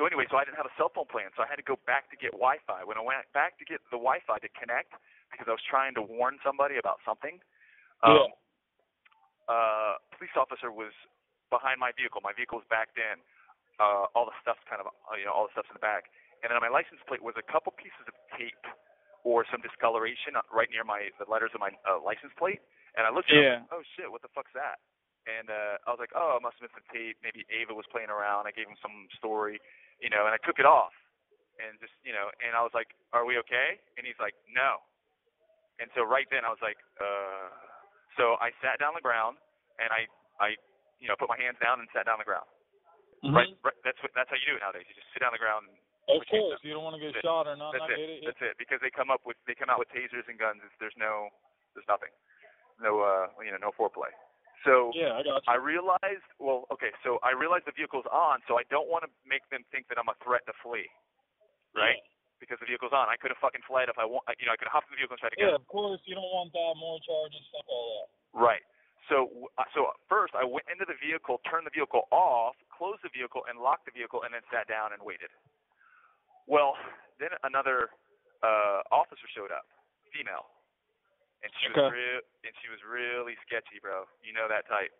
S3: so anyway, so I didn't have a cell phone plan, so I had to go back to get Wi-Fi. When I went back to get the Wi-Fi to connect, because I was trying to warn somebody about something, um, uh, police officer was behind my vehicle. My vehicle was backed in uh, all the stuff's kind of uh, you know all the stuff's in the back. And then on my license plate was a couple pieces of tape or some discoloration uh, right near my the letters of my uh, license plate. And I looked at it, I was like, oh shit, what the fuck's that? and uh, I was like, oh, I must have missed the tape. Maybe Ava was playing around. I gave him some story, you know, and I took it off, and just you know, and I was like, are we okay? And he's like, no. And so right then I was like, uh. So I sat down on the ground, and I I you know put my hands down and sat down on the ground.
S2: Mm-hmm.
S3: Right, right. That's what that's how you do it nowadays. You just sit down on the ground. And
S2: Of course, you don't want to get
S3: That's it.
S2: shot or not.
S3: That's
S2: not
S3: it.
S2: get it.
S3: That's it. Because they come up with they come out with tasers and guns. It's, there's no there's nothing. No uh you know no foreplay. So
S2: Yeah, I got you.
S3: I realized well okay so I realized the vehicle's on so I don't want to make them think that I'm a threat to flee. Right. Because the vehicle's on. I could have fucking fled if I want. You know I could have hopped in the vehicle and tried to get.
S2: Yeah, of course, you don't want that. More charges, fuck all that.
S3: Right. So w- uh, so first I went into the vehicle, turned the vehicle off, closed the vehicle, and locked the vehicle, and then sat down and waited. Well, then another uh, officer showed up, female, and she was
S2: Okay.
S3: real and she was really sketchy, bro. You know that type.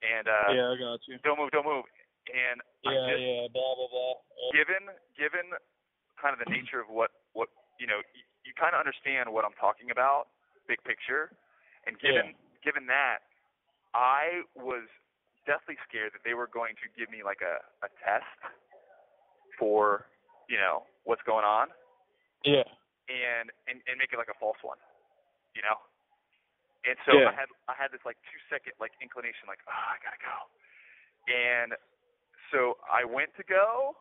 S3: And uh,
S2: yeah, I got you.
S3: don't move, don't move. And I
S2: Yeah,
S3: just,
S2: yeah, blah blah blah.
S3: given given kind of the nature of what what you know you, you kind of understand what I'm talking about big picture and given given that I was deathly scared that they were going to give me like a a test for you know what's going on
S2: Yeah.
S3: and and, and make it like a false one you know and so
S2: Yeah.
S3: I had I had this like 2 second like inclination like oh I got to go and so I went to go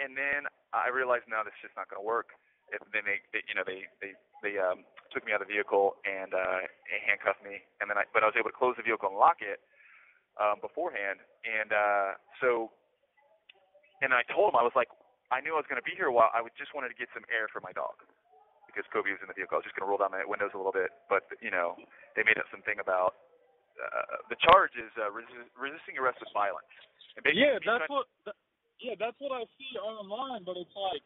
S3: and then I realized no, this is just not going to work. And then they, they, you know, they they they um, took me out of the vehicle and uh, and handcuffed me, and then I but I was able to close the vehicle and lock it um, beforehand, and uh, so and I told them I was like I knew I was going to be here a while. I was just wanted to get some air for my dog because Kobe was in the vehicle. I was just going to roll down my windows a little bit, but you know they made up some thing about uh, the charge is uh, resist, resisting arrest with violence. And basically
S2: Yeah,
S3: me
S2: that's
S3: trying-
S2: what. That, yeah, that's what I see online. But it's like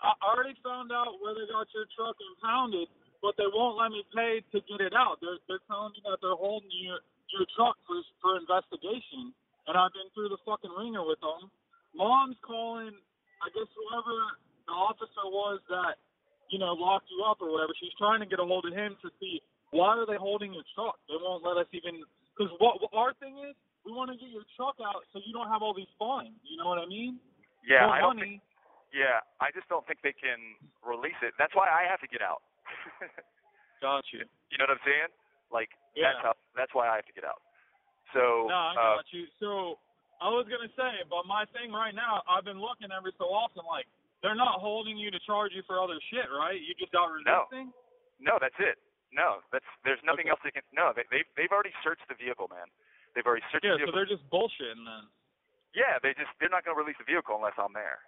S2: I I already found out where they got your truck impounded, but they won't let me pay to get it out. They're they're telling me that they're holding your your truck for for investigation, and I've been through the fucking ringer with them. Mom's calling. I guess whoever the officer was that you know locked you up or whatever, she's trying to get a hold of him to see why are they holding your truck. They won't let us even because what what our thing is, we want to get your truck out so you don't have all these fines. You know what I mean?
S3: Yeah,
S2: More
S3: I don't
S2: money.
S3: Yeah, I just don't think they can release it. That's why I have to get out.
S2: Got you.
S3: you know what I'm saying? Like that's
S2: Yeah.
S3: how that's why I have to get out. So
S2: No, I
S3: uh,
S2: got you. So I was gonna say, but my thing right now, I've been looking every so often. Like they're not holding you to charge you for other shit, right? You just out
S3: No.
S2: resisting.
S3: no, that's it. No, that's there's nothing else they can. No, they they've they've already searched the vehicle, man. They've already searched
S2: Yeah,
S3: the
S2: so
S3: vehicle.
S2: they're just bullshitting then.
S3: yeah, they just they're not going to release the vehicle unless I'm there.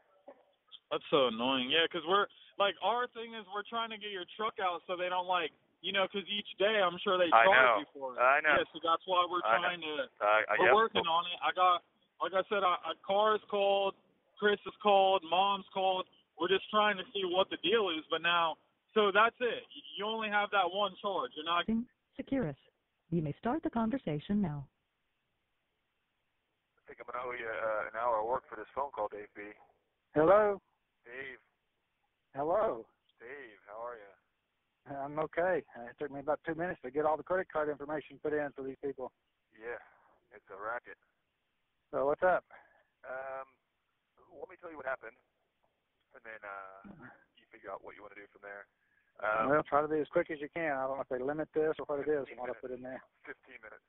S2: That's so annoying. Yeah, 'cause we're like our thing is we're trying to get your truck out so they don't like you know, 'cause each day I'm sure they
S3: I
S2: charge
S3: know.
S2: you for it.
S3: I know.
S2: Yeah, so that's why we're
S3: I know.
S2: trying to.
S3: Uh, I,
S2: We're
S3: yeah,
S2: working on it. I got, like I said, I, I, car is cold, Chris is cold, mom's cold. We're just trying to see what the deal is. But now, so that's it. You- You only have that one charge. You're not.
S1: Securus, you may start the conversation now.
S3: I think I'm going to owe you uh, an hour of work for this phone call, Dave B.
S6: Hello?
S3: Dave,
S6: Hello?
S3: Dave, how are you?
S6: I'm okay. Uh, It took me about two minutes to get all the credit card information put in for these people.
S3: Yeah, it's a racket.
S6: So what's up?
S3: Um, let me tell you what happened, and then uh, you figure out what you want to do from there. Um,
S6: well, try to be as quick as you can. I don't know if they limit this or what it is and what I put in there.
S3: 15 minutes.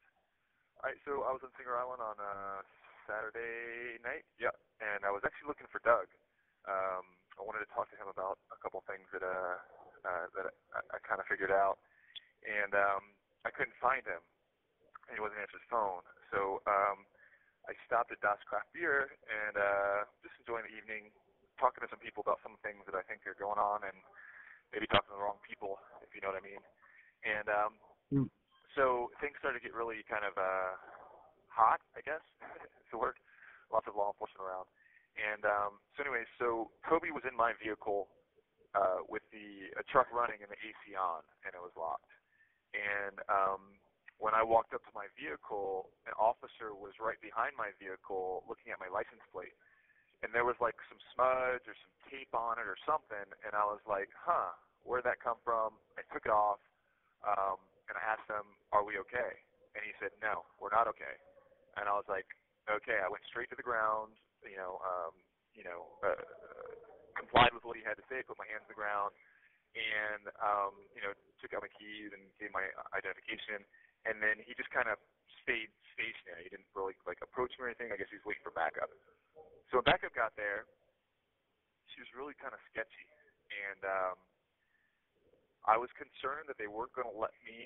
S3: All right, so I was on Singer Island on uh, Saturday night. Yeah, and I was actually looking for Doug. Um, I wanted to talk to him about a couple things that uh, uh, that I, I kind of figured out, and um, I couldn't find him. And he wasn't answering his phone, so um, I stopped at Das Craft Beer and uh, just enjoying the evening, talking to some people about some things that I think are going on, and maybe talking to the wrong people, if you know what I mean. And um,
S6: Mm.
S3: so things started to get really kind of uh hot, I guess, is the word. Lots of law enforcement around. And um so anyway, so Kobe was in my vehicle uh with the a truck running and the AC on and it was locked. And um when I walked up to my vehicle, an officer was right behind my vehicle looking at my license plate. And there was like some smudge or some tape on it or something and I was like, "Huh, where'd that come from?" I took it off um, and I asked them, "Are we okay?" And he said, no, we're not okay. And I was like, okay. I went straight to the ground. You know, um, you know, uh, complied with what he had to say. Put my hands to the ground, and um, you know, took out my keys and gave my identification. And then he just kind of stayed stationary. He didn't really like approach me or anything. I guess he was waiting for backup. So when backup got there, she was really kind of sketchy, and um, I was concerned that they weren't going to let me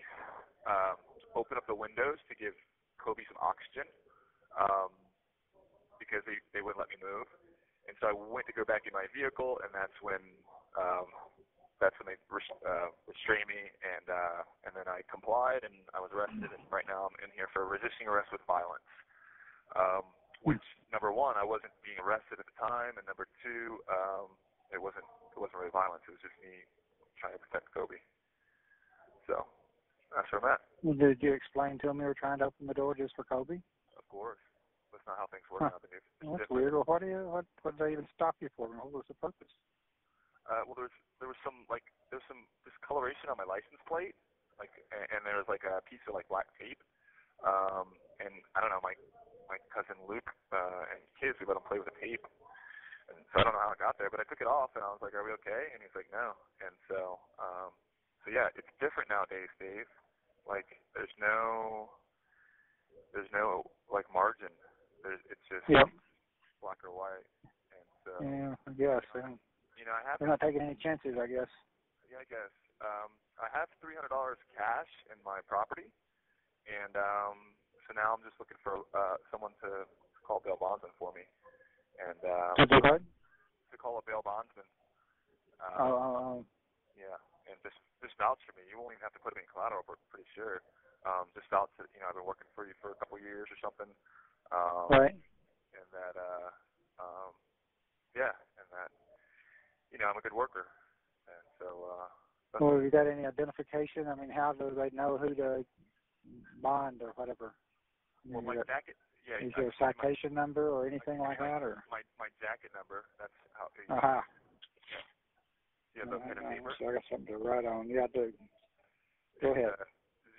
S3: um, open up the windows to give Kobe some oxygen um, because they they wouldn't let me move. And so I went to go back in my vehicle, and that's when um, that's when they res- uh, restrained me, and uh, and then I complied, and I was arrested. And right now I'm in here for resisting arrest with violence. Um, which number one, I wasn't being arrested at the time, and number two, um, it wasn't it wasn't really violence. It was just me trying to protect Kobe. So that's where I'm at.
S8: Did you explain to him you were trying to open the door just for Kobe?
S3: Of course, that's not how things work
S8: Huh.
S3: out there. It's
S8: Well, that's
S3: different.
S8: weird. Well, what do you? What, what did they even stop you for? What was the purpose?
S3: Uh, well, there was there was some like there was some discoloration on my license plate, like and, and there was like a piece of like black tape. Um, and I don't know, my my cousin Luke uh, and kids, we let them play with the tape. And so I don't know how it got there, but I took it off and I was like, "Are we okay?" And he's like, "No." And so um, so yeah, it's different nowadays, Dave. Like there's no there's no like margin. There's it's just
S8: Yep.
S3: black or white. And so
S8: Yeah, I guess.
S6: um,
S8: And
S3: you know, I have
S8: they're not taking any chances, I guess.
S3: yeah, I guess. Um, I have three hundred dollars cash in my property, and um, so now I'm just looking for uh, someone to call bail bondsman for me, and um,
S8: Did they what?
S3: to call a bail bondsman. Um,
S8: Oh, oh, oh.
S3: Yeah, and just just vouch for me. You won't even have to put me in collateral. We're pretty sure. Um, just vouch that you know I've been working for you for a couple of years or something. Um,
S8: Right.
S3: And that, uh, um, yeah, and that, you know, I'm a good worker, and so. Uh, that's
S8: Well, have you got any identification? I mean, how do they know who to bond or whatever? I mean,
S3: Well, my
S8: is there-
S3: jacket. Yeah.
S8: is
S3: I-
S8: there a
S3: my-
S8: citation number or anything like
S3: my-
S8: that, or?
S3: My my jacket number. That's how.
S8: Uh huh.
S3: You have a pen and paper.
S8: So I got something to write on. Yeah, I do. Go ahead.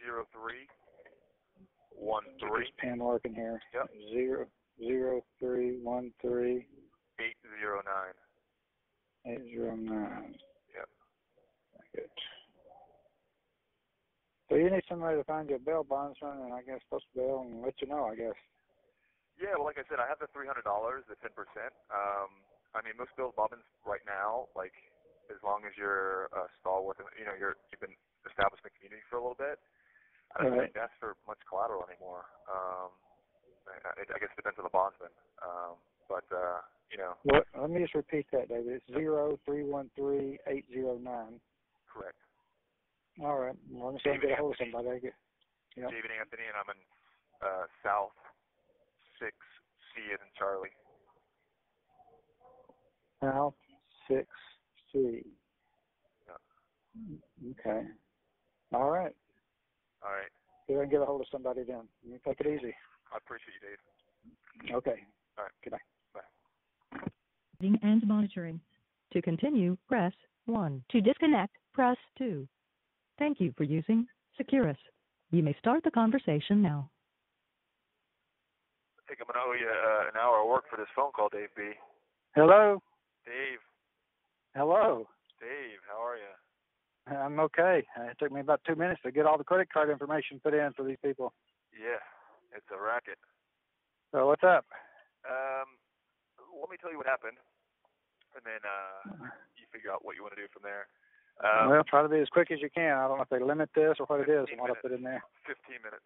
S3: Zero three. One
S8: Get
S3: three
S8: this pen working here.
S3: Yep.
S8: Zero zero three one three
S3: eight zero nine.
S8: eight zero nine.
S3: Yep.
S8: Good. So you need somebody to find you a bail bondsman, and I guess post bail and let you know. I guess.
S3: Yeah. Well, like I said, I have the three hundred dollars, the ten percent. Um, I mean, most Bill Bobbins right now, like, as long as you're a stalwart, and, you know, you're you've been established in the community for a little bit. I don't
S8: Right.
S3: think that's for much collateral anymore. Um, I, I, I guess it depends on the bondsman. Um, but uh, you know,
S8: What? Let me just repeat that, David. It's zero three one three eight zero nine.
S3: correct.
S8: All right. Well, let me see if I can get a hold of somebody. I get- Yep.
S3: David Anthony, and I'm in uh, South Six C as in Charlie.
S8: South six C.
S3: Yep.
S8: Okay. All right.
S3: All right,
S8: See if I can get a hold of somebody then. You take it easy.
S3: I appreciate you, Dave.
S8: Okay.
S3: All right,
S8: Goodbye.
S1: Recording and monitoring. To continue, press 1. To disconnect, press 2. Thank you for using Securus. You may start the conversation now.
S3: I think I'm gonna owe you uh, an hour of work for this phone call, Dave B.
S8: Hello.
S3: Dave,
S8: Hello.
S3: Dave, how are you?
S8: I'm okay. Uh, It took me about two minutes to get all the credit card information put in for these people.
S3: Yeah, it's a racket.
S8: So what's up?
S3: Um, let me tell you what happened, and then uh, you figure out what you want to do from there. Um,
S8: well, try to be as quick as you can. I don't know if they limit this or what it is and what I put in there.
S3: 15 minutes.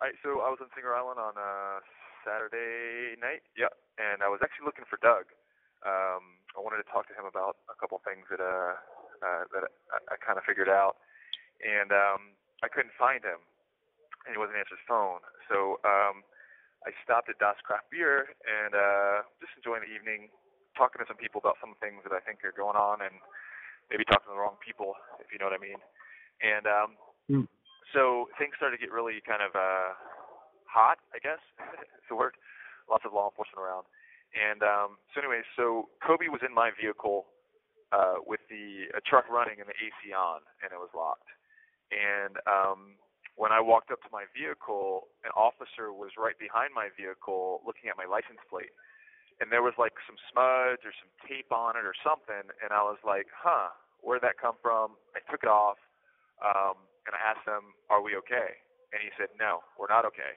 S3: All right, so I was on Singer Island on uh, Saturday night. Yeah, and I was actually looking for Doug. Um, I wanted to talk to him about a couple things that uh, uh, that I, I kind of figured out, and um, I couldn't find him, and he wasn't answering his phone. So um, I stopped at Das Craft Beer and uh, just enjoying the evening, talking to some people about some things that I think are going on, and maybe talking to the wrong people, if you know what I mean. And um, so things started to get really kind of uh hot, I guess. it's a word. Lots of law enforcement around. And um so anyway, so Kobe was in my vehicle uh with the a truck running and the AC on and it was locked. And um When I walked up to my vehicle, an officer was right behind my vehicle looking at my license plate. And there was like some smudge or some tape on it or something. And I was like, huh, where'd that come from? I took it off. Um, and I asked him, are we okay? And he said, no, we're not okay.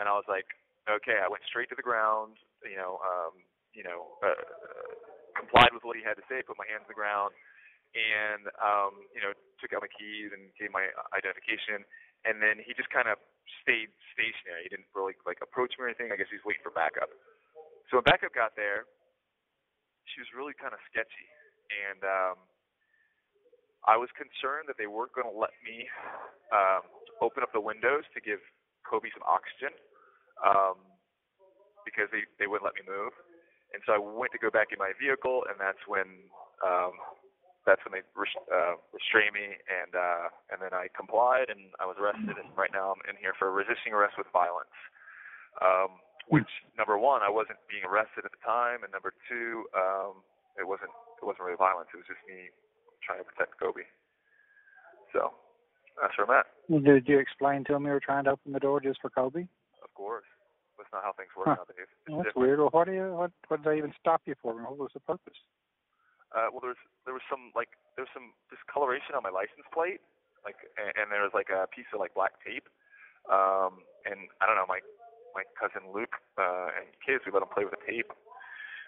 S3: And I was like, okay. I went straight to the ground, you know, um, you know, uh, complied with what he had to say, put my hands to the ground, and um, you know, took out my keys and gave my identification. And then he just kind of stayed stationary. He didn't really like approach me or anything. I guess he's waiting for backup. So when backup got there, she was really kind of sketchy, and um, I was concerned that they weren't going to let me um, open up the windows to give Kobe some oxygen um, because they they wouldn't let me move. And so I went to go back in my vehicle, and that's when um, that's when they res- uh, restrained me, and uh, and then I complied, and I was arrested, and right now I'm in here for resisting arrest with violence. Um, which number one, I wasn't being arrested at the time, and number two, um, it wasn't it wasn't really violence. It was just me trying to protect Kobe. So that's where I'm at.
S8: Did you explain to him you were trying to open the door just for Kobe?
S3: Of course, that's not how things work
S8: Huh.
S3: nowadays. It's
S8: Well, that's
S3: different.
S8: weird. Well, what do you? What, what did they even stop you for? What was the purpose?
S3: Uh, well, there was there was some like there was some discoloration on my license plate, like, and, and there was like a piece of like black tape. Um, and I don't know, my my cousin Luke uh, and kids, we let him play with the tape,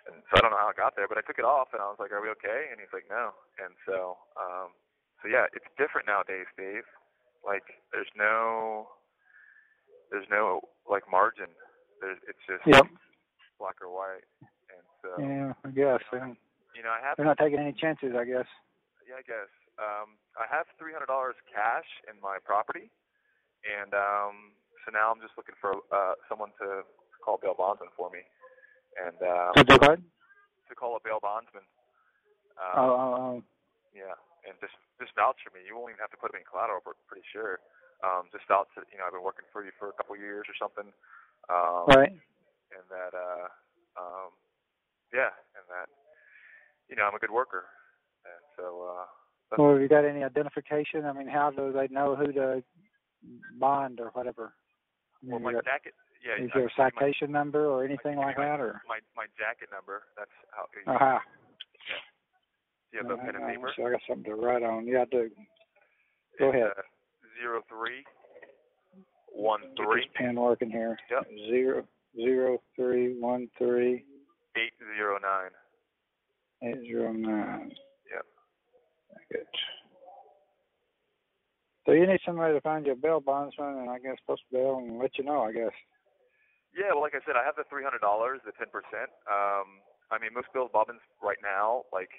S3: and so I don't know how it got there, but I took it off, and I was like, "Are we okay?" And he's like, "No." And so, um, so yeah, it's different nowadays, Dave. Like, there's no there's no like margin. There's it's just
S8: Yep.
S3: black or white, and so
S8: Yeah, I guess. Yeah.
S3: you know I have
S8: They're not taking any chances, I guess.
S3: yeah, I guess. Um, I have three hundred dollars cash in my property, and um, so now I'm just looking for uh, someone to call bail bondsman for me, and um,
S8: Did they what?
S3: to call a bail bondsman. Um,
S8: Oh, oh, oh.
S3: Yeah, and just just vouch for me. You won't even have to put me in collateral. We're pretty sure. Um, just vouch that you know I've been working for you for a couple years or something. Um,
S8: Right.
S3: And that uh, um, yeah, and that you know I'm a good worker, and so. Uh, that's-
S8: Well, have you got any identification? I mean, how do they know who to bond or whatever? I mean,
S3: Well, my
S8: you got-
S3: jacket. Yeah.
S8: is
S3: I
S8: there
S3: can give you
S8: a
S3: my-
S8: citation number or anything like
S3: my-
S8: that, or?
S3: My my jacket number. That's how.
S8: Uh huh.
S3: Yeah. Do you have a pen and paper?
S8: So I got something to write on. Yeah, I do. Go ahead.
S3: uh, Zero three one
S8: Get
S3: three
S8: this pen working here.
S3: Yep.
S8: Zero zero three one three
S3: eight zero nine.
S8: eight zero nine.
S3: Yep.
S8: uh, Good. So you need somebody to find you a bail bondsman, and I guess post bail and let you know. I guess.
S3: Yeah. Well, like I said, I have the three hundred dollars, the ten percent. Um, I mean, most Bills Bobbins right now, like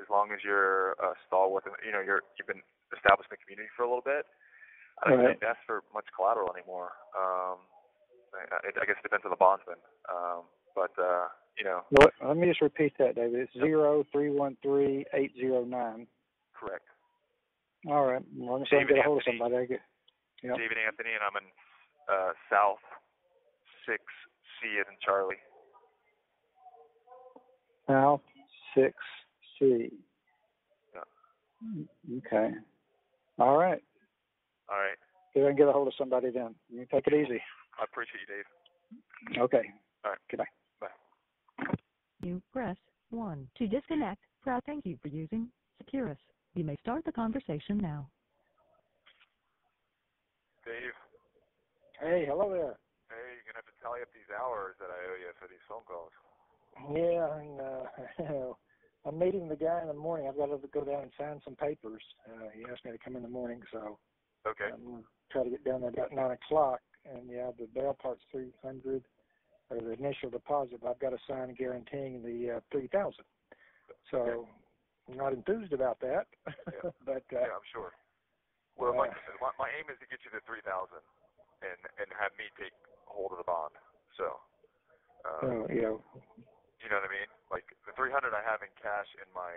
S3: as long as you're a stalwart, and, you know, you're you've been established in the community for a little bit. I don't
S8: Right.
S3: think that's for much collateral anymore. Um, I, I- I guess it depends on the bondsman. Um, but uh, you know,
S8: Let, let me just repeat that, David. It's zero three one three eight zero nine.
S3: correct.
S8: All right. Well, let me see if I can get a hold of somebody. I guess. Yep.
S3: David Anthony, and I'm in uh, South Six C as in Charlie.
S8: South six C.
S3: Yeah.
S8: Okay. All right.
S3: All right,
S8: See if I can get a hold of somebody then. You take it easy.
S3: I appreciate you, Dave.
S8: Okay.
S3: All right.
S8: Goodbye.
S1: You press 1 to disconnect. Press thank you for using Securus. You may start the conversation now.
S3: Dave,
S8: Hey, hello there.
S3: hey, you're gonna have to tally up these hours that I owe you for these phone calls.
S8: Yeah, and uh, I'm meeting the guy in the morning. I've got to go down and sign some papers. Uh, he asked me to come in the morning, so
S3: Okay.
S8: I'm gonna try to get down there about nine o'clock. And yeah, the bail part's three hundred, or the initial deposit. But I've got to sign guaranteeing the uh, three thousand. So I'm not enthused about that.
S3: Yeah.
S8: but uh,
S3: Yeah, I'm sure. Well, like I
S8: uh,
S3: said, my, my aim is to get you to three thousand, and and have me take hold of the bond. So, uh,
S8: so, you know,
S3: you know what I mean? Like the three hundred I have in cash in my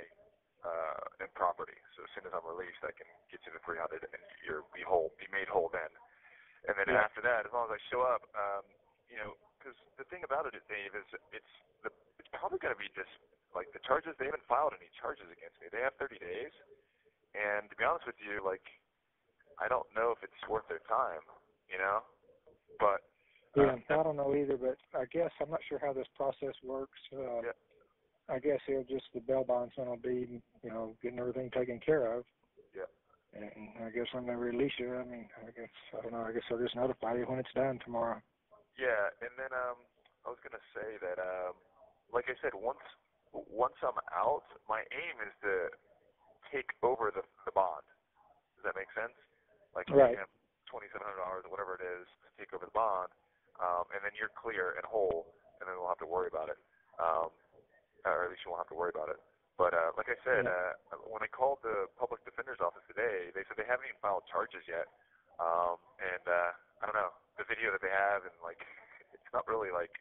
S3: uh in property. So as soon as I'm released, I can get you the three hundred, and you're be whole, be made whole then. And then
S8: Yeah.
S3: after that, as long as I show up, um, you know, because the thing about it, Dave, is it's the it's probably going to be just like the charges. They haven't filed any charges against me. They have 30 days, and to be honest with you, like I don't know if it's worth their time, you know. But
S8: Yeah, I don't know either, but I guess I'm not sure how this process works. Uh, I guess he'll just the bail bondsman will be, you know, getting everything taken care of.
S3: Yeah.
S8: And I guess when they release you, I mean, I guess I don't know. I guess I'll just notify you when it's done tomorrow.
S3: yeah, and then um, I was gonna say that um, like I said, once once I'm out, my aim is to take over the the bond. Does that make sense? Like
S8: Right.
S3: twenty seven hundred dollars or whatever it is to take over the bond, um, and then you're clear and whole, and then we'll have to worry about it. Um, or at least you won't have to worry about it. But uh, like I said, uh, when I called the public defender's office today, they said they haven't even filed charges yet. Um, and uh, I don't know the video that they have, and like it's not really like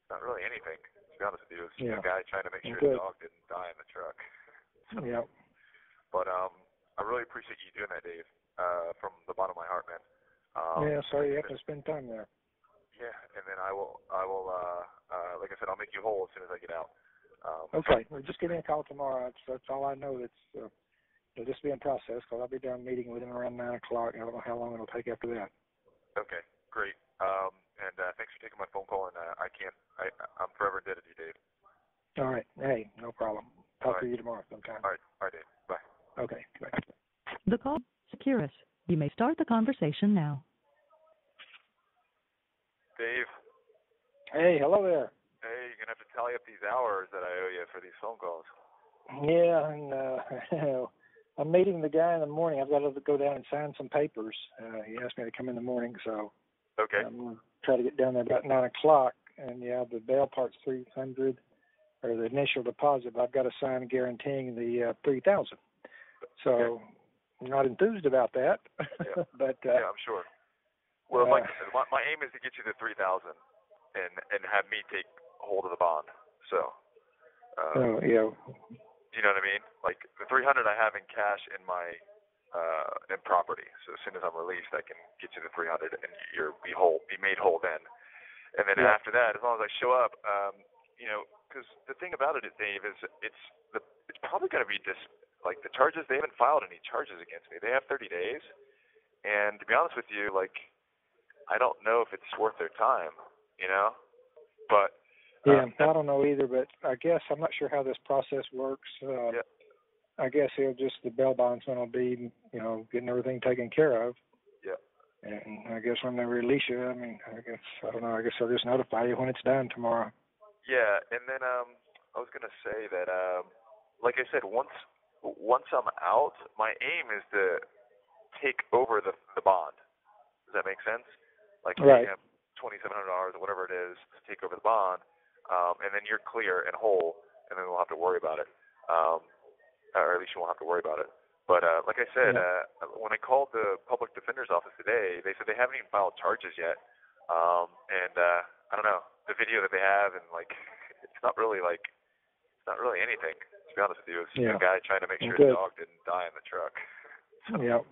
S3: it's not really anything. To be honest with you, it's just
S8: Yeah.
S3: a guy trying to make sure
S8: Good.
S3: his dog didn't die in the truck.
S8: Yeah.
S3: But um, I really appreciate you doing that, Dave. Uh, from the bottom of my heart, man. Um,
S8: yeah. Sorry, you
S3: and
S8: have to spend time there.
S3: then- Yeah, and then I will, I will, uh, uh, like I said, I'll make you whole as soon as I get out. Um,
S8: Okay. Well, just give me a call tomorrow. That's, that's all I know. That's uh, it'll just be in process 'cause I'll be down meeting with him around nine o'clock. I don't know how long it'll take after that.
S3: Okay, great. Um, and uh, thanks for taking my phone call. And uh, I can't, I, I'm forever indebted to you, Dave.
S8: All right. Hey, no problem. Talk
S3: All right.
S8: to you tomorrow sometime.
S3: All right, all right, Dave. Bye.
S8: Okay. Bye.
S1: The call Securus. You may start the conversation now.
S3: Dave,
S8: Hey, hello there.
S3: hey, you're gonna have to tally up these hours that I owe you for these phone calls.
S8: Yeah, and uh, I'm meeting the guy in the morning. I've got to go down and sign some papers. Uh, he asked me to come in the morning, so
S3: Okay.
S8: I'm gonna try to get down there about nine o'clock. And yeah, the bail part's three hundred, or the initial deposit. But I've got to sign guaranteeing the uh, three thousand. So I'm not enthused about that. but uh,
S3: yeah, I'm sure. Well, if I
S8: uh,
S3: can- my, my aim is to get you to three thousand, and and have me take hold of the bond. So.
S8: so, yeah,
S3: You know what I mean? Like the 300 I have in cash in my uh in property. So as soon as I'm released, I can get you the 300 and you're be whole, be made whole then. And then
S9: Yeah.
S3: after that, as long as I show up, um, you know, because the thing about it is, Dave, is it's the it's probably going to be just like the charges. They haven't filed any charges against me. They have 30 days, and to be honest with you, like I don't know if it's worth their time, you know. But
S8: yeah.
S3: Uh,
S8: I don't know either, but I guess I'm not sure how this process works. Uh, I guess he'll just the bail bondsman will be, you know, getting everything taken care of.
S3: yeah,
S8: And I guess when they release you, I mean, I guess I don't know. I guess they'll just notify you when it's done tomorrow.
S3: Yeah, and then um, I was gonna say that um, like I said, once once I'm out, my aim is to take over the the bond. Does that make sense? Like
S8: Right.
S3: twenty seven hundred dollars or whatever it is to take over the bond, um, and then you're clear and whole, and then we'll have to worry about it. Um, or at least you won't have to worry about it. But uh, like I said, uh, when I called the public defender's office today, they said they haven't even filed charges yet. Um, and uh, I don't know the video that they have, and like it's not really like it's not really anything. To be honest with you, it's just
S8: Yeah.
S3: a guy trying to make sure
S8: Good.
S3: his dog didn't die in the truck.
S8: Yep.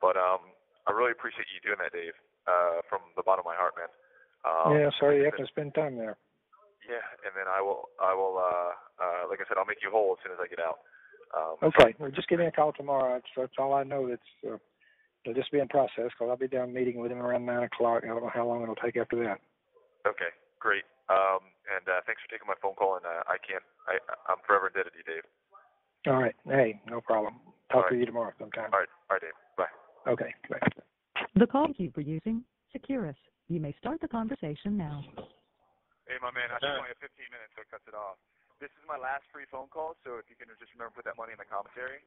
S3: But um, I really appreciate you doing that, Dave. Uh, from the bottom of my heart, man. Um,
S8: yeah. Sorry, you have to spend time there.
S3: Yeah, and then I will, I will, uh, uh, like I said, I'll make you whole as soon as I get out. Um,
S8: Okay. Well, just give me a call tomorrow. That's, that's all I know. That's uh, it'll just be in process 'cause I'll be down meeting with him around nine o'clock. I don't know how long it'll take after that.
S3: Okay, great. Um, and uh, thanks for taking my phone call. And uh, I can't, I, I'm forever indebted to you, Dave.
S8: All right. Hey, no problem.
S3: All
S8: Talk
S3: right.
S8: to you tomorrow sometime.
S3: All right, all right, Dave. Bye.
S8: Okay. Bye.
S1: The call Thank you for using Securus. You may start the conversation now.
S3: Hey, my man, I just only have 15 minutes, so it cuts it off. This is my last free phone call, so if you can just remember to put that money in the commentary.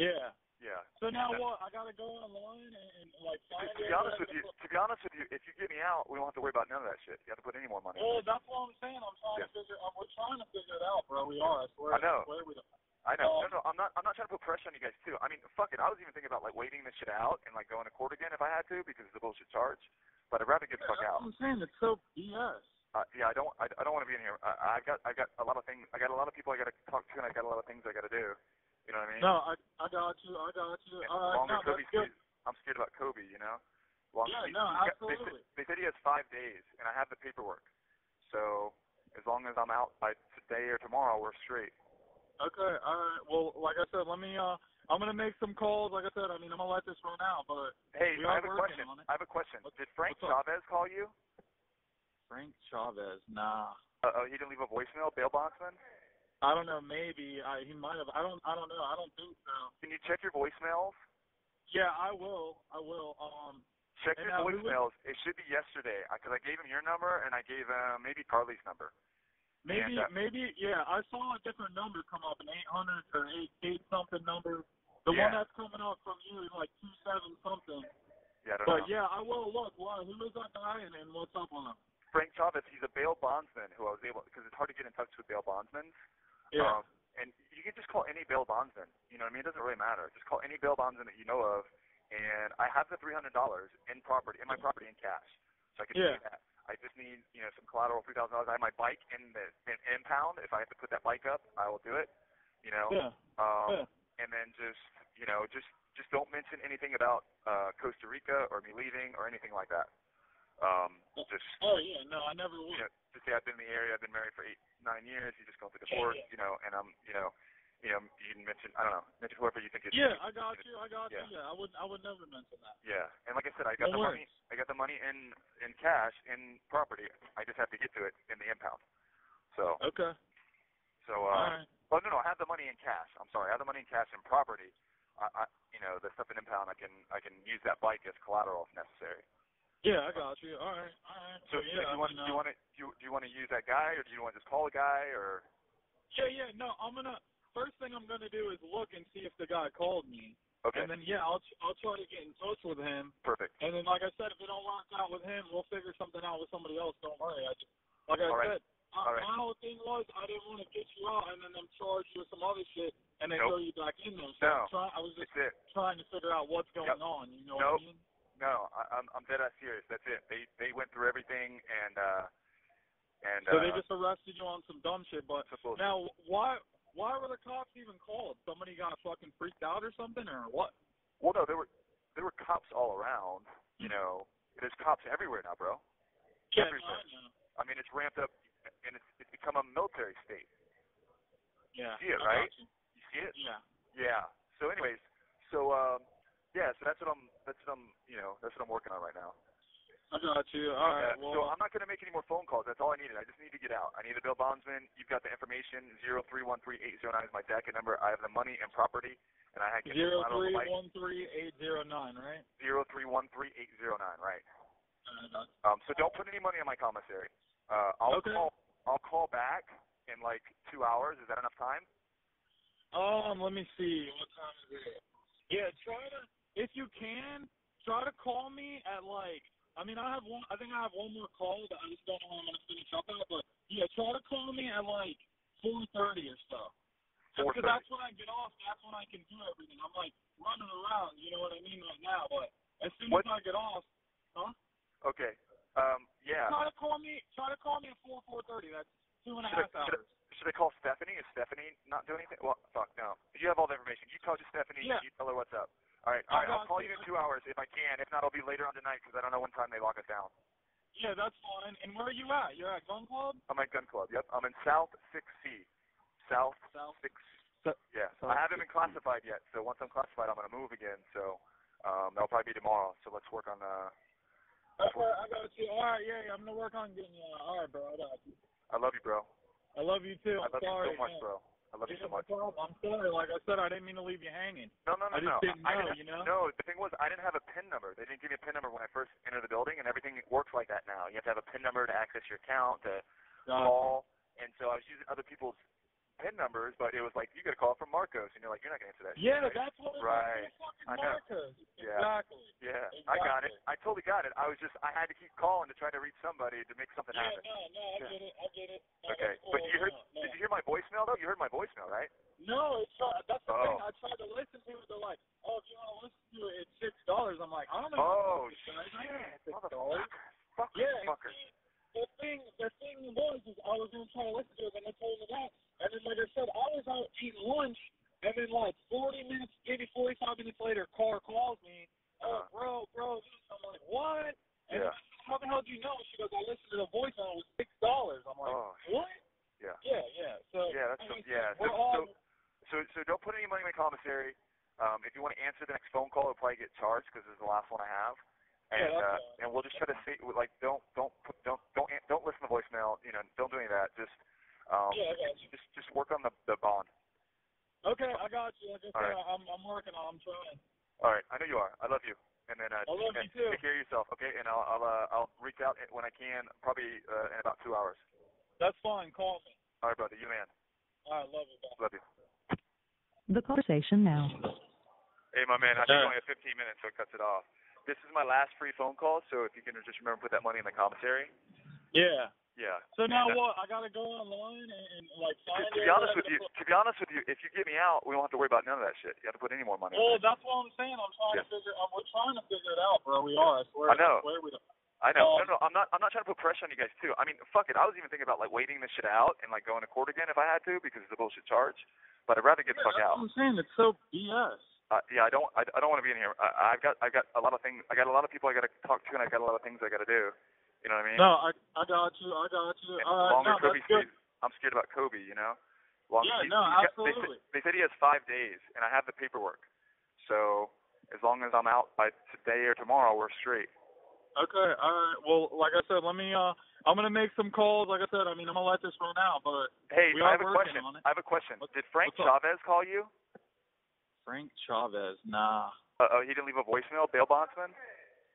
S2: Yeah.
S3: Yeah.
S2: So now
S3: That-
S2: what? I gotta go online and, and like
S3: To,
S2: find
S3: to
S2: it,
S3: be honest with
S2: whatever.
S3: you, to be honest with you, if you get me out, we don't have to worry about none of that shit. You have to put any more money. in.
S2: Well, Oh, that's what I'm saying. I'm trying to figure. Uh, we're trying to figure it out, bro. We are. I swear.
S3: I know.
S2: swear we are.
S3: I know.
S2: Um,
S3: no, no, I'm not. I'm not trying to put pressure on you guys too. I mean, fuck it. I was even thinking about like waiting this shit out and like going to court again if I had to because it's a bullshit charge. But I'd rather get the fuck
S2: That's
S3: out.
S2: what I'm saying. It's so BS.
S3: Uh, yeah, I don't. I, I don't want to be in here. I, I got. I got a lot of things. I got a lot of people I got to talk to, and I got a lot of things I got to do. You know what I mean?
S2: No, I I got you. I got you.
S6: Uh,
S2: All right,
S3: Longer
S2: no, that's
S3: Kobe's
S2: good.
S3: scared- I'm scared about Kobe. You know. Long
S2: Yeah,
S3: he's-
S2: no,
S3: he's got- they said-
S2: absolutely.
S3: They, said he has five days, and I have the paperwork. So as long as I'm out by today or tomorrow, we're straight.
S2: Okay. All right. Well, like I said, let me uh
S6: I'm gonna make some calls. Like I said, I mean, I'm gonna let this run out, but
S3: Hey,
S6: we
S3: I
S6: are
S3: have a
S6: working
S3: question.
S6: on it.
S3: I have a question. Did Frank
S6: what's up?
S3: Chavez call you?
S6: Frank Chavez, nah.
S3: Uh oh, he didn't leave a voicemail. Bail bondsman.
S6: I don't know. Maybe I, he might have. I don't. I don't know. I don't think so.
S3: Can you check your voicemails?
S6: Yeah, I will. I will. Um,
S3: Check your
S6: and now who was-
S3: voicemails. It should be yesterday because I gave him your number and I gave him maybe Carly's number.
S6: Maybe,
S3: And, uh,
S6: maybe, yeah. I saw a different number come up, an 800 or 8, 8 something number. The one
S3: Yeah.
S6: that's coming up from you is like 27 something.
S3: Yeah, I don't
S6: But
S3: know.
S6: yeah, I will look. Why? Who is that guy and, and what's up with him?
S3: Frank Chavez, he's a bail bondsman who I was able because it's hard to get in touch with bail bondsmen.
S6: Yeah.
S3: Um, and you can just call any bail bondsman. You know what I mean? It doesn't really matter. Just call any bail bondsman that you know of. And I have the three hundred dollars in property in my property in cash, so I can
S6: Yeah.
S3: do that. I just need you know some collateral, three thousand dollars. I have my bike in the in impound. If I have to put that bike up, I will do it. You know.
S6: Yeah.
S3: Um,
S6: Yeah.
S3: And then just you know just just don't mention anything about uh, Costa Rica or me leaving or anything like that. Um, just
S6: Oh yeah, no, I never would.
S3: you know, to say I've been in the area, I've been married for eight, nine years. You just go through the
S6: Yeah,
S3: court,
S6: yeah.
S3: you know, and I'm, you know, you know, you can mention, I don't know, mention whoever you think is.
S6: Yeah, I got you. I got
S3: Yeah.
S6: you. Yeah, I would. I would never mention that.
S3: Yeah, and like I said, I got
S6: No
S3: the money. I got the money in in cash in property. I just have to get to it in the impound. So.
S6: Okay.
S3: So.
S6: All
S3: Uh,
S6: right.
S3: Oh no no, I have the money in cash. I'm sorry, I have the money in cash in property. I, I you know, the stuff in impound, I can I can use that bike as collateral if necessary.
S6: Yeah, I got you. All right. All right.
S3: So if
S6: yeah,
S3: you
S6: I
S3: want, do
S6: mean,
S3: you
S6: uh,
S3: want to do you, do you want to use that guy or do you want to just call a guy or?
S6: Yeah, yeah. No, I'm gonna. First thing I'm gonna do is look and see if the guy called me.
S3: Okay.
S6: And then yeah, I'll I'll try to get in touch with him.
S3: Perfect.
S6: And then like I said, if it don't work out with him, we'll figure something out with somebody else. Don't worry. I just like I
S3: All right.
S6: said, I,
S3: All right.
S6: my whole thing was I didn't want to get you out and then them charge you with some other shit and then
S3: Nope.
S6: throw you back in there. So
S3: No.
S6: I'm try, I was just
S3: That's it.
S6: trying to figure out what's going
S3: Yep.
S6: on. You know
S3: Nope.
S6: what I mean?
S3: No, I, I'm I'm dead ass serious. That's it. They they went through everything and uh and uh,
S6: So they just arrested you on some dumb shit. But
S3: some bullshit.
S6: now why why were the cops even called? Somebody got fucking freaked out or something or what?
S3: well no there were there were cops all around. You know there's cops everywhere now, bro.
S6: Yeah, no, I
S3: everywhere.
S6: know.
S3: I mean it's ramped up and it's it's become a military state.
S6: Yeah.
S3: See it
S6: I
S3: right?
S6: got you.
S3: You see it?
S6: Yeah.
S3: Yeah. So anyways, so um yeah, so that's what I'm that's what I'm you know that's what I'm working on right now.
S6: I got you. All right.
S3: Yeah,
S6: Well,
S3: so I'm not going to make any more phone calls. That's all I needed. I just need to get out. I need a Bill Bondsman. You've got the information. Zero three one three eight zero nine is my jacket number. I have the money and property, and I had get
S6: zero
S3: the
S6: three
S3: bike.
S6: one three eight zero nine, right?
S3: Zero three one three eight zero nine. Right.
S6: I got you.
S3: Um. So don't put any money on my commissary. Uh. I'll
S6: Okay.
S3: call. I'll call back in like two hours. Is that enough time?
S6: Um, let me see. What time is it? Yeah, try to if you can, try to call me at like I mean I have one I think I have one more call that I just don't know how I'm gonna finish up at, but yeah, try to call me at like four thirty or so.
S3: Four
S6: Because
S3: thirty.
S6: that's when I get off, that's when I can do everything. I'm like running around, you know what I mean, right now, but as soon
S3: What-
S6: as I get off huh?
S3: Okay. Um. Yeah.
S6: Try to call me try to call me at four four thirty. That's two and a
S3: Should I,
S6: half
S3: should, I,
S6: hours.
S3: should I call Stephanie? Is Stephanie not doing anything? Well, fuck no. You have all the information. You talk to Stephanie.
S6: Yeah.
S3: You tell her what's up. All right.
S6: I
S3: All right. I'll
S6: got
S3: call
S6: you.
S3: you in two hours if I can. If not, I'll be later on tonight because I don't know when time they lock us down.
S6: Yeah, that's fine. And where are you at? You're at Gun Club?
S3: I'm at Gun Club. Yep. I'm in South 6C. South
S6: South
S3: 6.
S2: So-
S3: yeah. I
S2: South
S3: haven't been classified yet. So once I'm classified, I'm gonna move again. So um, that'll probably be tomorrow. So let's work on. Uh,
S6: That's right. I got you. All right, yeah, yeah. I'm gonna work on getting you. out. All right, bro. I got you.
S3: I love you, bro.
S6: I love you too.
S3: I
S6: I'm
S3: love
S6: sorry,
S3: you so much,
S6: man.
S3: bro. I love you
S6: Yeah,
S3: so
S6: no
S3: much.
S6: problem. I'm sorry. Like I said, I didn't mean to leave you hanging.
S3: No, no, no,
S6: I just
S3: no.
S6: didn't
S3: I
S6: know,
S3: didn't,
S6: you know?
S3: No, the thing was, I didn't have a PIN number. They didn't give me a PIN number when I first entered the building, and everything works like that now. You have to have a PIN number to access your account, to call, and so I was using other people's PIN numbers, but it was like, you got a call from Marcos, and you're like, you're not going to answer that shit,
S6: yeah,
S3: right?
S6: that's what it
S3: Right.
S6: was. Fucking
S3: I know.
S6: Marcos.
S3: Yeah.
S6: Exactly.
S3: Yeah, I got it.
S6: Exactly.
S3: I totally got it. I was just, I had to keep calling to try to reach somebody to make something
S6: Yeah,
S3: happen.
S6: no, no, I
S3: Yeah.
S6: get it. I get it. No,
S3: Okay,
S6: that's cool.
S3: but you heard,
S6: No,
S3: did you hear my voicemail, though? You heard my voicemail, right?
S6: no. no it's not, that's the
S3: Oh.
S6: thing. I tried to listen to it. They're like, oh, if you want to listen to it, it's six dollars. I'm like, I don't know.
S3: Oh,
S6: what this is. I ain't paying
S3: shit.
S6: Six dollars.
S3: Fuck
S6: Yeah, and
S3: fucker.
S6: see, the thing, the thing was, is I was gonna try to listen to it, and they told me that, and then like I said, I was out eating lunch, and then like 40 minutes, maybe 45 minutes later, Car calls me, oh,
S3: Uh-huh.
S6: bro, bro, this. I'm like, what? And
S3: Yeah.
S6: I said, how the hell do you know? She goes, I listened to the voice, and it was six dollars. I'm like,
S3: Oh, shit.
S6: what?
S3: Yeah.
S6: Yeah, yeah. So
S3: Yeah, that's
S6: I
S3: so-
S6: mean,
S3: yeah, so-
S6: We're all
S3: so- So so don't put any money in my commissary. Um, if you want to answer the next phone call, it'll probably get charged because it's the last one I have. And
S2: that's
S3: uh, and we'll just try to see like don't don't put- don't don't an- don't listen to voicemail. You know, don't do any of that. Just um,
S2: Yeah, I got you.
S3: just just work on the the bond.
S2: Okay, I got you. Like I
S3: All
S2: said,
S3: right.
S2: I'm I'm working on. I'm trying.
S3: All right, I know you are. I love you. And then uh,
S2: I love
S3: and
S2: you too.
S3: take care of yourself, okay? And I'll I'll, uh, I'll reach out when I can, probably uh, in about two hours.
S2: That's fine. Call me.
S3: All right, brother, you man.
S2: I love you.
S3: Love you.
S1: The conversation now.
S3: Hey, my man, I think we only have 15 minutes, so it cuts it off. This is my last free phone call, so if you can just remember to put that money in the commentary.
S2: Yeah.
S3: Yeah.
S2: So now
S3: And, uh,
S2: what? I gotta go online and, and like
S3: To,
S2: find
S3: to be
S2: it,
S3: honest
S2: like,
S3: with you, to be honest with you, if you get me out, we won't have to worry about none of that shit. You have to put any more money. in
S2: Well,
S3: there.
S2: Oh, that's what I'm saying. I'm trying to figure. I'm, we're trying to figure it out, bro. We are. I swear.
S3: I know.
S2: swear we are.
S3: I know.
S2: Um,
S3: no, no, I'm not. I'm not trying to put pressure on you guys too. I mean, fuck it. I was even thinking about like waiting this shit out and like going to court again if I had to because it's a bullshit charge. But I'd rather get the fuck out.
S2: I'm saying it's so BS.
S3: Uh, yeah, I don't. I, I don't want to be in here. I, I've got. I've got a lot of things. I got a lot of people I got to talk to, and I've got a lot of things I got to do. You know what I mean?
S2: No, I I got you. I got you.
S3: And
S2: All right,
S3: longer
S2: no,
S3: Kobe
S2: that's good.
S3: I'm scared about Kobe. You know. Longer,
S2: Yeah,
S3: he's-
S2: no,
S3: he's got-
S2: absolutely.
S3: They, said- they said he has five days, and I have the paperwork. So as long as I'm out by today or tomorrow, we're straight.
S2: Okay. All right. Well, like I said, let me. Uh, I'm gonna make some calls. Like I said, I mean, I'm gonna let this run out, but
S3: Hey,
S2: we
S3: I
S2: are
S3: have a
S2: working
S3: question.
S2: on it.
S3: I have a question. Did Frank
S2: what's up?
S3: Chavez call you?
S2: Frank Chavez. Nah.
S3: Uh oh, he didn't leave a voicemail, bail bondsman.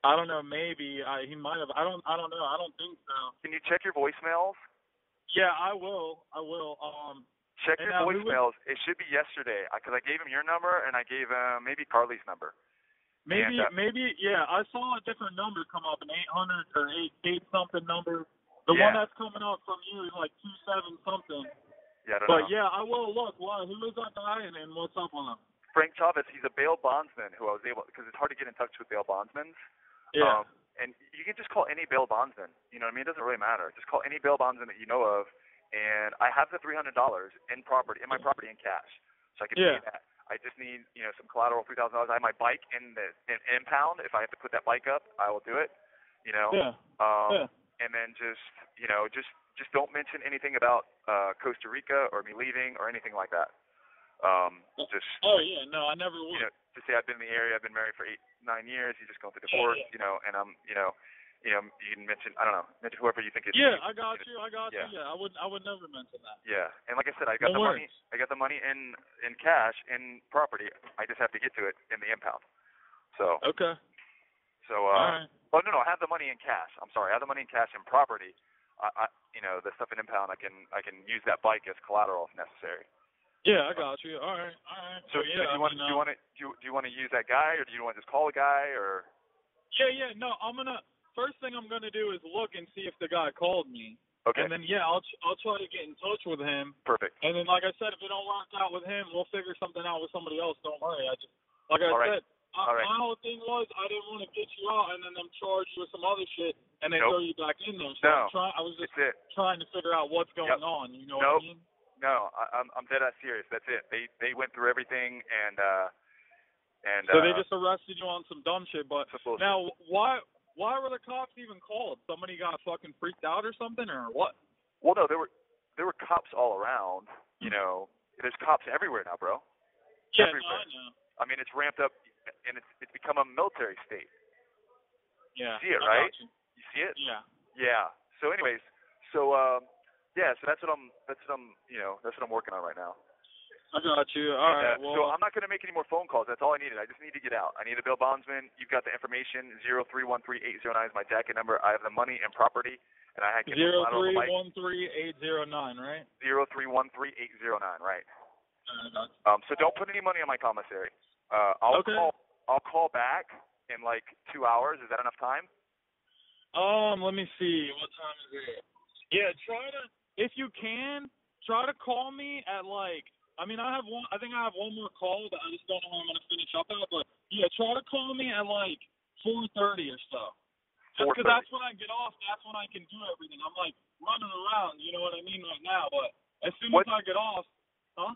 S2: I don't know. Maybe I, he might have. I don't. I don't know. I don't think so.
S3: Can you check your voicemails?
S2: Yeah, I will. I will. Um.
S3: Check
S2: And
S3: your
S2: now who was-
S3: voicemails. It should be yesterday because I gave him your number and I gave him maybe Carly's number.
S2: Maybe.
S3: And, uh,
S2: maybe. Yeah. I saw a different number come up, an 800 or 8 8 something number. The
S3: Yeah.
S2: one that's coming up from you is like two seven something.
S3: Yeah, I don't know.
S2: But yeah, I will look. Why? Who is that guy and, and what's up with him?
S3: Frank Chavez, he's a bail bondsman who I was able because it's hard to get in touch with bail bondsmen.
S2: Yeah.
S3: Um, and you can just call any bail bondsman. You know what I mean? It doesn't really matter. Just call any bail bondsman that you know of. And I have the three hundred dollars in property in my property in cash, so I can
S2: Yeah.
S3: pay that. I just need you know some collateral, three thousand dollars. I have my bike in the in impound. If I have to put that bike up, I will do it. You know.
S2: Yeah.
S3: Um, And then just you know just just don't mention anything about uh, Costa Rica or me leaving or anything like that. Um, just
S2: Oh yeah. No, I never would.
S3: you know, to say I've been in the area, I've been married for eight, nine years. You just go through
S2: Yeah,
S3: divorce,
S2: yeah.
S3: you know, and I'm, you know, you know, you can mention, I don't know, mention whoever you think is.
S2: Yeah, I got you. I got
S3: Yeah.
S2: you. Yeah, I would. I would never mention that.
S3: Yeah, and like I said, I got
S2: No
S3: the
S2: worries.
S3: money. I got the money in in cash in property. I just have to get to it in the impound. So.
S2: Okay.
S3: So.
S2: All
S3: uh
S2: right.
S3: Oh no no, I have the money in cash. I'm sorry, I have the money in cash in property. I, I you know, the stuff in impound, I can I can use that bike as collateral if necessary.
S2: Yeah, I got you. All right. All right.
S3: So,
S2: yeah,
S3: so do
S2: I
S3: you want
S2: mean,
S3: do you
S2: uh,
S3: want to do you, do you want to use that guy or do you want to just call a guy or?
S2: Yeah, yeah. No, I'm gonna. First thing I'm gonna do is look and see if the guy called me.
S3: Okay.
S2: And then yeah, I'll tr- I'll try to get in touch with him.
S3: Perfect.
S2: And then like I said, if it don't work out with him, we'll figure something out with somebody else. Don't worry. I just like I
S3: All right.
S2: said. I,
S3: All right.
S2: My whole thing was I didn't want to get you out and then them charge you with some other shit and then
S3: Nope.
S2: throw you back in there. So
S3: No.
S2: I'm try- I was just
S3: That's it.
S2: trying to figure out what's going
S3: Yep.
S2: on. You know
S3: Nope.
S2: what I mean?
S3: No, I, I'm I'm dead ass serious. That's it. They they went through everything and uh and
S2: So
S3: uh,
S2: they just arrested you on some dumb shit. But
S3: some bullshit.
S2: now, why why were the cops even called? Somebody got fucking freaked out or something, or what?
S3: well no there were there were cops all around. You know there's cops everywhere now, bro.
S2: Yeah, no, I
S3: everywhere.
S2: know.
S3: I mean it's ramped up and it's it's become a military state.
S2: Yeah,
S3: See it,
S2: I
S3: right?
S2: got you.
S3: You see it?
S2: Yeah.
S3: Yeah. So anyways, so um yeah, so that's what I'm that's what I'm you know that's what I'm working on right now.
S2: I got you. All
S3: And, uh,
S2: right. Well,
S3: so I'm not going to make any more phone calls. That's all I needed. I just need to get out. I need a bail bondsman. You've got the information. Zero three one three eight zero nine is my jacket number. I have the money and property, and I had
S2: zero three
S3: like
S2: one three eight zero nine, right?
S3: zero three one three eight zero nine. Right.
S2: Uh, I got you.
S3: Um. So don't put any money on my commissary. Uh. I'll
S2: Okay.
S3: call. I'll call back in like two hours. Is that enough time?
S2: Um, let me see. What time is it? Yeah, try to if you can try to call me at like. I mean, I have one. I think I have one more call, but I just don't know how I'm gonna finish up at. But yeah, try to call me at like 4:30 or so. Just 'cause
S3: 4:30.
S2: that's when I get off. That's when I can do everything. I'm like running around. You know what I mean right now. But as soon
S3: What-
S2: as I get off, huh?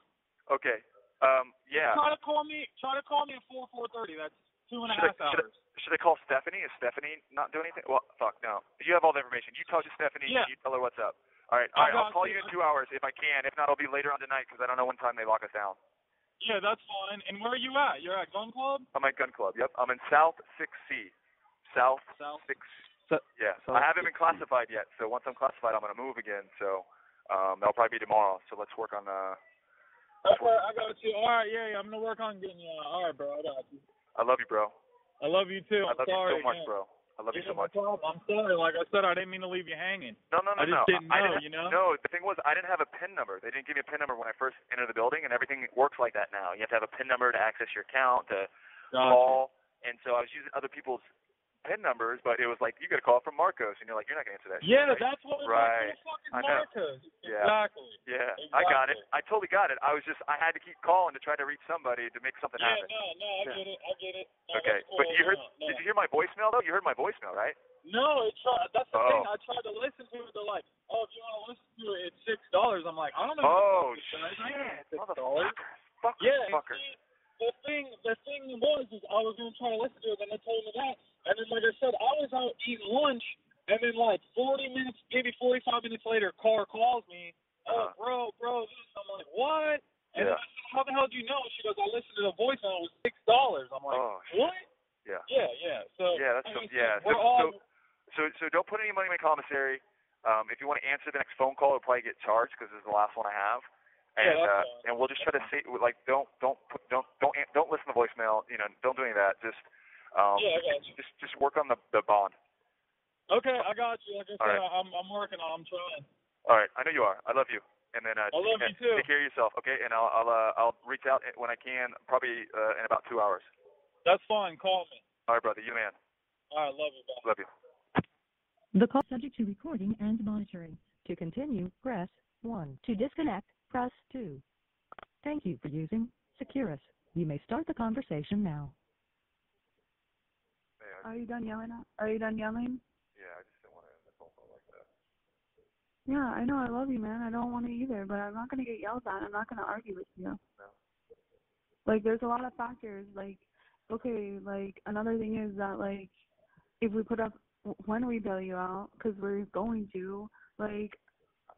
S3: Okay. Um. Yeah.
S2: Try to call me. Try to call me at 4 4:30. That's two and a
S3: Should I-
S2: half hours.
S3: Should I call Stephanie? Is Stephanie not doing anything? Well, fuck no. You have all the information. You talk to Stephanie.
S2: Yeah.
S3: You tell her what's up. All right.
S2: I
S3: All right. I'll
S2: got
S3: call
S2: you.
S3: you in two hours if I can. If not, it'll be later on tonight because I don't know when time they lock us down.
S2: Yeah, that's fine. And where are you at? You're at Gun Club?
S3: I'm at Gun Club. Yep. I'm in South 6C. South,
S2: South.
S3: 6. yeah. I haven't been classified yet, so once I'm classified, I'm gonna move again. So um, that'll probably be tomorrow. So let's work on. Uh,
S2: Okay, I got you. All right, yeah, yeah. I'm gonna work on getting you. on. All right, bro. I got you.
S3: I love you, bro.
S2: I love you too.
S3: I
S2: I'm
S3: love
S2: sorry,
S3: you so much,
S2: man.
S3: bro. I love you
S2: Yeah,
S3: so
S2: no
S3: much.
S2: problem. I'm sorry. Like I said, I didn't mean to leave you hanging.
S3: No, no, no,
S2: I just
S3: no.
S2: didn't
S3: I
S2: know,
S3: didn't,
S2: you know?
S3: No, the thing was, I didn't have a PIN number. They didn't give me a PIN number when I first entered the building, and everything works like that now. You have to have a PIN number to access your account, to
S2: Gotcha.
S3: call, and so I was using other people's PIN numbers, but it was like you got a call from Marcos, and you're like, you're not gonna answer that. shit,
S2: Yeah,
S3: right?
S2: that's what it was.
S3: right.
S2: It's fucking
S3: I know.
S2: Marcos.
S3: Yeah.
S2: Exactly.
S3: Yeah, I got it. I totally got it. I was just, I had to keep calling to try to reach somebody to make something
S2: Yeah,
S3: happen.
S2: no, no, I get it. I get it. No,
S3: okay,
S2: that's cool.
S3: but you heard?
S2: No, no.
S3: Did you hear my voicemail though? You heard my voicemail, right?
S2: No, it tried, that's the
S3: Oh.
S2: thing. I tried to listen to it. They're like, oh, if you want to listen to it, it's six dollars. I'm like, I don't know.
S3: Oh,
S2: what the fuck this is. I ain't paying six dollars.
S3: motherfucker. Fucker,
S2: Yeah, and
S3: fucker.
S2: see, the thing, the thing was, is I was gonna try to listen to it, and they told me that, and then like I said, I was out eating lunch, and then like 40 minutes, maybe 45 minutes later, a car calls me. Oh,
S3: Uh-huh.
S2: bro, bro, this. I'm like, what? And then
S3: Yeah.
S2: I said, how the hell do you know? She goes, I listened to the voicemail. It was six dollars. I'm like,
S3: Oh, shit.
S2: what?
S3: Yeah.
S2: Yeah, yeah. So
S3: Yeah, that's
S2: I
S3: so,
S2: mean,
S3: yeah. So,
S2: we're all
S3: so so so don't put any money in my commissary. Um, if you want to answer the next phone call, it'll probably get charged because this is the last one I have.
S2: Yeah,
S3: And
S2: that's
S3: uh, and we'll just try to see like don't don't put, don't don't an- don't listen to voicemail. You know, don't do any of that. Just um,
S2: Yeah, I got
S3: just, just just work on the the bond.
S2: okay. I got you. Like I said,
S3: All right.
S2: I'm I'm working on. it. I'm trying.
S3: All right, I know you are. I love you. And then uh,
S2: I love
S3: take,
S2: you too.
S3: take care of yourself, okay? And I'll I'll uh, I'll reach out when I can, probably uh, in about two hours.
S2: That's fine. Call me.
S3: All right, brother, you the man.
S2: All right. Love you. Bye.
S3: Love you.
S1: The call subject to recording and monitoring. To continue, press 1. To disconnect, press 2. Thank you for using Securus. You may start the conversation now.
S4: Are you done yelling? at- Are you done yelling?
S3: Yeah, I just don't want to end the phone call like that.
S4: Yeah, I know. I love you, man. I don't want to either, but I'm not gonna get yelled at. I'm not gonna argue with you.
S3: No.
S4: Like, there's a lot of factors. Like, okay, like another thing is that like, if we put up when we bail you out, because we're going to, like,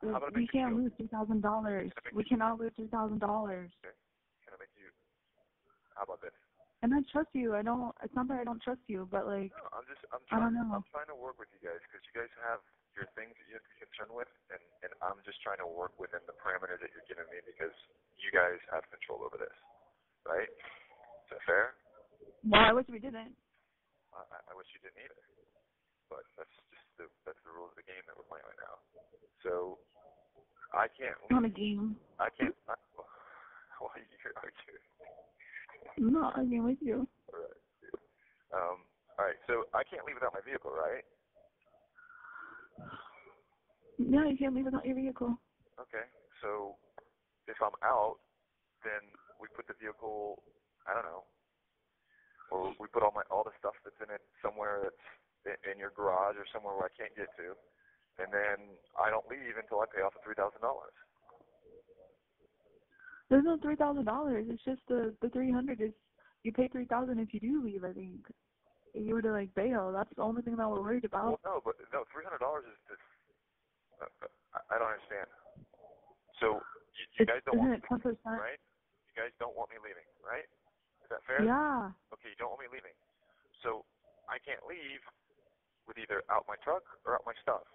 S3: How about I
S4: we
S3: make a
S4: can't
S3: deal?
S4: lose three thousand dollars.
S3: Can I make
S4: We
S3: a-
S4: cannot lose three thousand dollars.
S3: Can I make you? How about this?
S4: And I trust you. I don't. It's not that I don't trust you, but like,
S3: No, I'm just I'm
S4: I
S3: trying
S4: don't know.
S3: I'm trying to work with you guys because you guys have your things that you have to be concerned with, and and I'm just trying to work within the parameters that you're giving me because you guys have control over this, right? Is that fair?
S4: well, I wish we didn't.
S3: I, I I wish you didn't either, but that's just the that's the rules of the game that we're playing right now. So I can't
S4: It's not a game.
S3: I can't. I, why are you arguing?
S4: I'm not arguing with you.
S3: All right. dude. Um. All right. So I can't leave without my vehicle, right?
S4: No, you can't leave without your vehicle.
S3: Okay. So if I'm out, then we put the vehicle. I don't know. Or we put all my all the stuff that's in it somewhere that's in, in your garage or somewhere where I can't get to, and then I don't leave until I pay off the three thousand dollars.
S4: There's no three thousand dollars. It's just the the three hundred is you pay three thousand if you do leave. I think if you were to like bail, that's the only thing that we're worried
S3: Well,
S4: about.
S3: no, but no, three hundred dollars is just. Uh, uh, I, I don't understand. So you, you guys don't want
S4: Isn't it ten percent?
S3: right? You guys don't want me leaving, right? Is that fair?
S4: Yeah.
S3: Okay, you don't want me leaving. So I can't leave with either out my truck or out my stuff.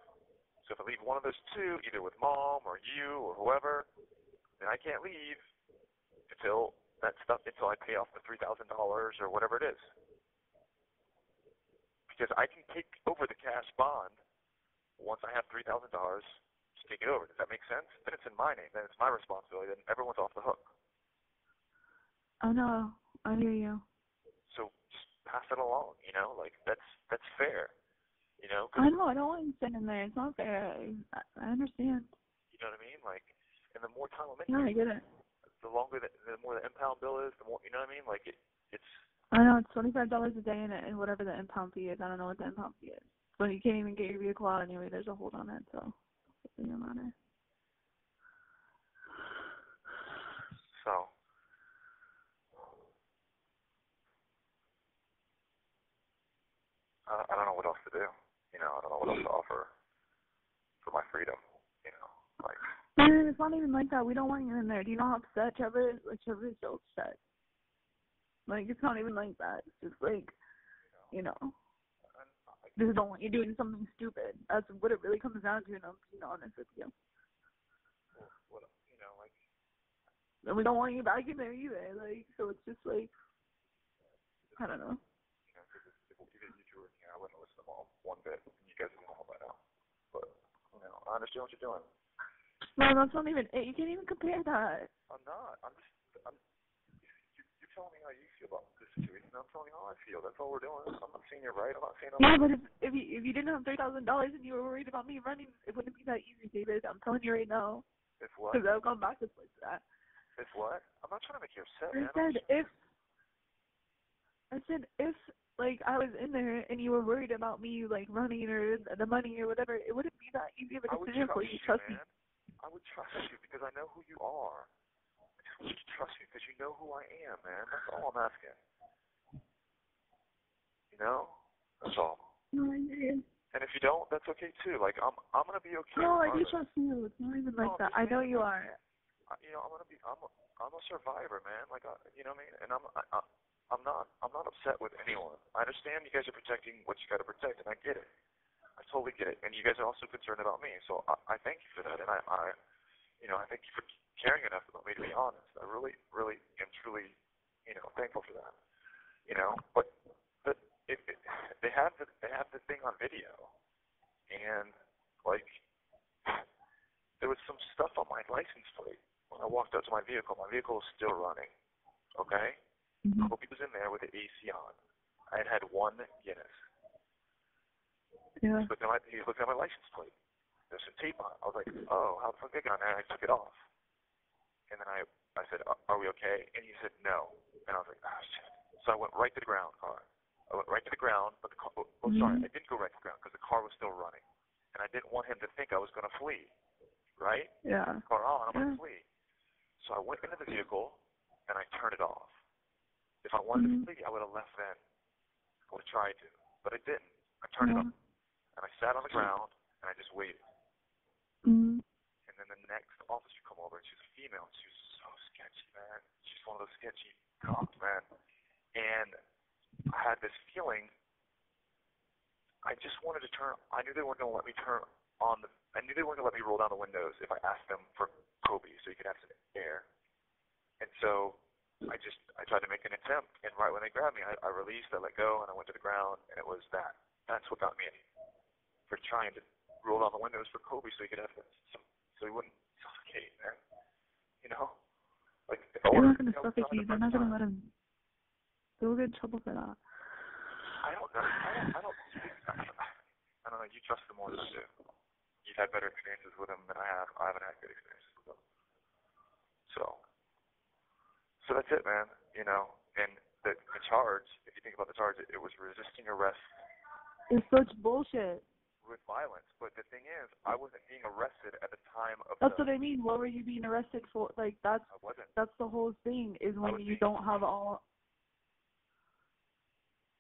S3: So if I leave one of those two, either with mom or you or whoever, then I can't leave until that stuff until I pay off the three thousand dollars or whatever it is. Because I can take over the cash bond once I have three thousand dollars to take it over. Does that make sense? Then it's in my name. Then it's my responsibility. Then everyone's off the hook.
S4: I know. I hear you.
S3: So just pass it along, you know? Like that's that's fair. You know, 'cause
S4: I know. I don't want you sitting in there. It's not fair. I, I understand.
S3: you know what I mean? Like and the more time I'm in
S4: Yeah, I
S3: here,
S4: get it.
S3: the longer that the more the impound bill is, the more you know what I mean? Like it it's
S4: I know it's twenty five dollars a day and, and whatever the impound fee is. I don't know what the impound fee is, but you can't even get your vehicle out anyway. There's a hold on it, so it doesn't matter.
S3: so I, I don't know what else to do. You know, I don't know what else to offer for my freedom. You know, like
S4: Man, it's not even like that. We don't want you in there. Do you know how upset Trevor is? Like Trevor is so upset. Like it's not even like that. It's just like, you know,
S3: Uh,
S4: just don't want you doing something stupid. That's what it really comes down to. And I'm being honest with you.
S3: Well, what, you know, like
S4: And we don't want you back in there either. Like so, it's just like, I don't know.
S3: you know, because if, if it was you two were here, I wouldn't listen to mom one bit. And you guys know all that now. But you know, I understand what you're doing.
S4: No, that's not even it. You can't even compare that.
S3: I'm not. I'm just. I'm. You, you're telling me how you feel about this situation. I'm telling you how I feel. That's all we're doing. I'm not saying you're right. I'm not saying I'm.
S4: Yeah, but if if you if you didn't have three thousand dollars and you were worried about me running, it wouldn't be that easy, David. I'm telling you right now,
S3: If what?
S4: because I've gone back to places that.
S3: If what? I'm not trying to make you upset, man. I'm
S4: I said if I said if like I was in there and you were worried about me like running or the money or whatever, it wouldn't be that easy of a
S3: I would
S4: decision for
S3: trust
S4: you. Trust me.
S3: man. I would trust you because I know who you are. I just want you to trust me because you know who I am, man. That's all I'm asking. You know? That's all.
S4: No, I did.
S3: And if you don't, that's okay too. Like I'm, I'm gonna be okay.
S4: No, I do
S3: regardless. Oh,
S4: trust you. It's not even like
S3: No,
S4: that. I
S3: I'm just
S4: know
S3: saying,
S4: you
S3: like,
S4: are.
S3: I, you know, I'm gonna be. I'm. A, I'm a survivor, man. Like, I, you know what I mean. And I'm. I, I, I'm not. I'm not upset with anyone. I understand you guys are protecting what you got to protect, and I get it. I totally get it. And you guys are also concerned about me, so I, I thank you for that. And I, I, you know, I thank you for caring enough about me to be honest. I really, really am truly, you know, thankful for that. You know, but, but it, it, they have the they have the thing on video, and like there was some stuff on my license plate when I walked up to my vehicle. My vehicle was still running. Okay? Kobe was in there with the AC on. I had had one Guinness.
S4: Yeah.
S3: He looked at my, he looked at my license plate. There's some tape on it. I was like, oh, how the fuck did it get on there? And I took it off. And then I, I said, "Are- are we okay? And he said, no. And I was like, oh, shit. So I went right to the ground, car. I went right to the ground, but the car, oh, oh, sorry,
S4: Mm-hmm.
S3: I didn't go right to the ground because the car was still running. And I didn't want him to think I was going to flee, right?
S4: Yeah.
S3: car on, I'm
S4: Yeah.
S3: gonna flee. So I went into the vehicle and I turned it off. If I wanted to
S4: Mhm.
S3: flee, I would have left then. I would have tried to, but I didn't. I turned
S4: Yeah.
S3: it off and I sat on the ground and I just waited.
S4: Mm.
S3: And then the next officer come over and she's a female and she was so sketchy, man. She's one of those sketchy cops, man. And I had this feeling I just wanted to turn I knew they weren't gonna let me turn on the I knew they weren't gonna let me roll down the windows if I asked them for Kobe so you could have some air. And so I just I tried to make an attempt and right when they grabbed me I, I released, I let go and I went to the ground and it was that. That's what got me in for trying to roll down the windows for Kobe so he could have some so he wouldn't suffocate, man. You know? Like
S4: They're
S3: or
S4: not
S3: you
S4: gonna
S3: know,
S4: suffocate
S3: telling
S4: you.
S3: the
S4: They're
S3: first
S4: not gonna
S3: time.
S4: let him. They'll get in trouble for that.
S3: I don't know. I don't. I don't. I don't know. You trust them more than I do. You've had better experiences with them than I have. I haven't had good experiences with them. So. So that's it, man. You know, and the, the charge. If you think about the charge, it, it was resisting arrest
S4: It's such bullshit.
S3: with violence. But the thing is, I wasn't being arrested at the time of
S4: That's
S3: the.
S4: what I mean. What were you being arrested for? Like that's
S3: I wasn't.
S4: that's the whole thing is when
S3: was
S4: you
S3: being-
S4: don't have all.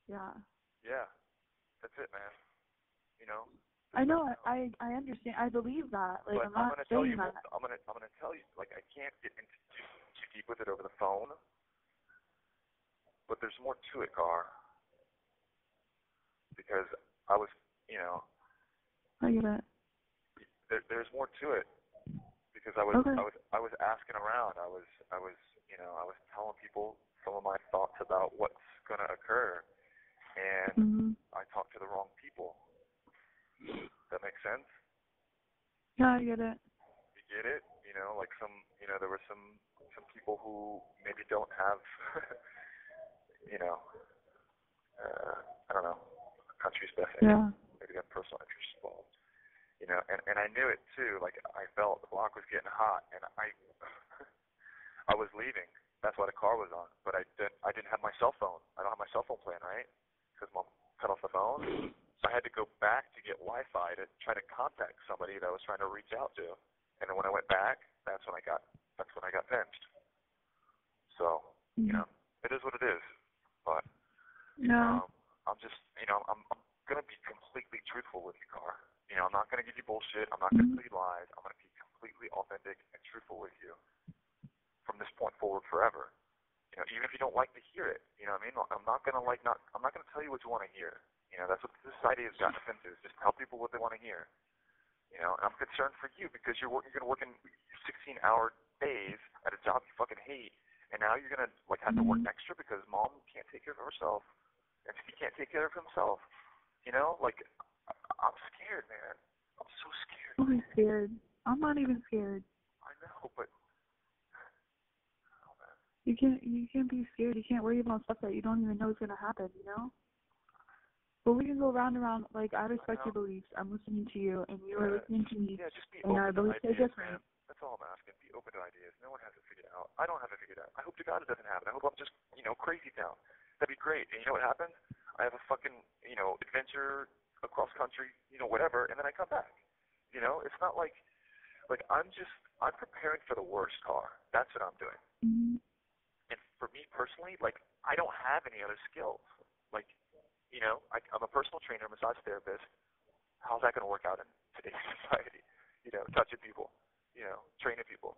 S4: Yeah.
S3: Yeah. That's it, man. You know.
S4: I know. I I I understand. I believe that. Like
S3: but
S4: I'm not
S3: gonna tell you,
S4: saying that.
S3: I'm gonna I'm gonna tell you, like I can't get into too, too deep with it over the phone. But there's more to it, Gar. Because I was, you know,
S4: I get it.
S3: there, there's more to it. Because I was
S4: Okay.
S3: I was I was asking around. I was I was you know I was telling people some of my thoughts about what's gonna occur, and
S4: Mhm.
S3: I talked to the wrong people. That makes sense.
S4: Yeah, I get it.
S3: you get it you know like some you know there were some some people who maybe don't have you know uh i don't know country's best
S4: Yeah.
S3: interest, maybe got personal interest involved you know and and i knew it too like i felt the block was getting hot and i i was leaving that's why the car was on but i didn't i didn't have my cell phone i don't have my cell phone plan right because mom cut off the phone so i had to go back to get wi-fi to try to contact somebody that i was trying to reach out to and then when I went back, that's when I got that's when I got pinched. So you know, it is what it is. But
S4: Yeah.
S3: um, I'm just you know I'm, I'm gonna be completely truthful with you, Car. You know, I'm not gonna give you bullshit. I'm not gonna tell you lies. I'm gonna be completely completely authentic and truthful with you from this point forward forever. You know, even if you don't like to hear it, you know what I mean? I'm not gonna like not I'm not gonna tell you what you want to hear. You know, that's what society has gotten us into is just tell people what they want to hear. You know, and I'm concerned for you because you're working, you're gonna work in 16 hour days at a job you fucking hate, and now you're gonna like have to work extra because mom can't take care of herself, and he can't take care of himself. You know, like I- I'm scared, man. I'm so scared.
S4: I'm scared. I'm not even scared.
S3: I know, but
S4: You can't you can't be scared. You can't worry about stuff that you don't even know is gonna happen, you know? But we can go round and round like I respect your beliefs. I'm listening to you and you are
S3: Yeah.
S4: listening to me
S3: Uh, Yeah, just be
S4: and
S3: open
S4: our
S3: to
S4: beliefs are
S3: ideas,
S4: different.
S3: man. That's all I'm asking. Be open to ideas. No one has it figured out. I don't have it figured out. I hope to God it doesn't happen. I hope I'm just, you know, crazy town. That'd be great. And you know what happens? I have a fucking, you know, adventure across country, you know, whatever, and then I come back. You know, it's not like, like I'm just, I'm preparing for the worst car. That's what I'm doing. And for me personally, like I don't have any other skills. Like, you know, I, I'm a personal trainer, massage therapist. How's that going to work out in today's society? You know, touching people, you know, training people,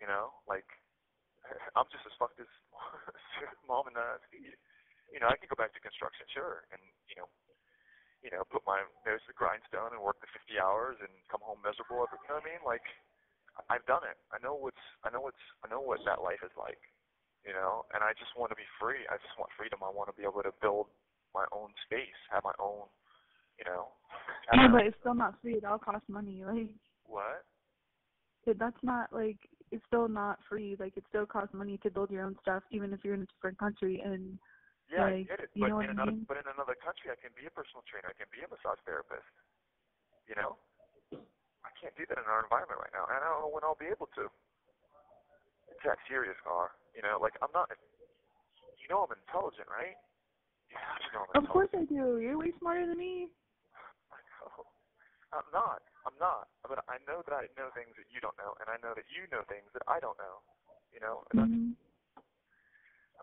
S3: you know, like I'm just as fucked as mom and uh, Steve. You know, I could go back to construction, sure, and you know, you know, put my nose to the grindstone and work the 50 hours and come home miserable. You know what I mean? Like, I- I've done it. I know what's, I know what's, I know what that life is like you know and i just want to be free i just want freedom i want to be able to build my own space have my own you know have my
S4: Yeah, but
S3: own-
S4: it's still not free, it all costs money. Like
S3: what
S4: it, that's not like it's still not free. Like it still costs money to build your own stuff even if you're in a different country and
S3: yeah i
S4: like
S3: get it but
S4: you know what
S3: in
S4: I
S3: another
S4: mean?
S3: but in another country i can be a personal trainer i can be a massage therapist you know i can't do that in our environment right now and i don't know when i'll be able to it's that serious car you know like i'm not you know i'm intelligent right you have to know i'm
S4: Of
S3: intelligent
S4: course I do. You're way smarter than me.
S3: know. I'm not. I'm not. But I know that I know things that you don't know, and I know that you know things that I don't know. You know, and that's
S4: Mm-hmm.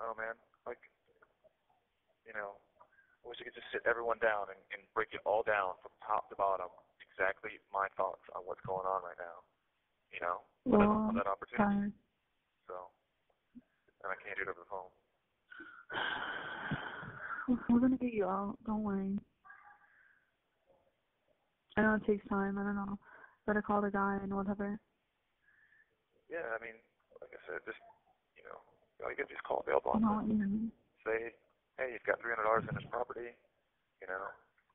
S3: oh man, like you know, I wish I could just sit everyone down and, and break it all down from top to bottom, exactly my thoughts on what's going on right now. You know, but I don't have that opportunity,
S4: God.
S3: so and I can't do it over the phone.
S4: We're gonna get you out. Don't worry. I know it takes time. I don't know. Better call the guy and whatever.
S3: Yeah, I mean, like I said, just you know, all you gotta do is call a bail bond.
S4: No, you know me.
S3: say, hey, he's got three hundred dollars in his property. You know,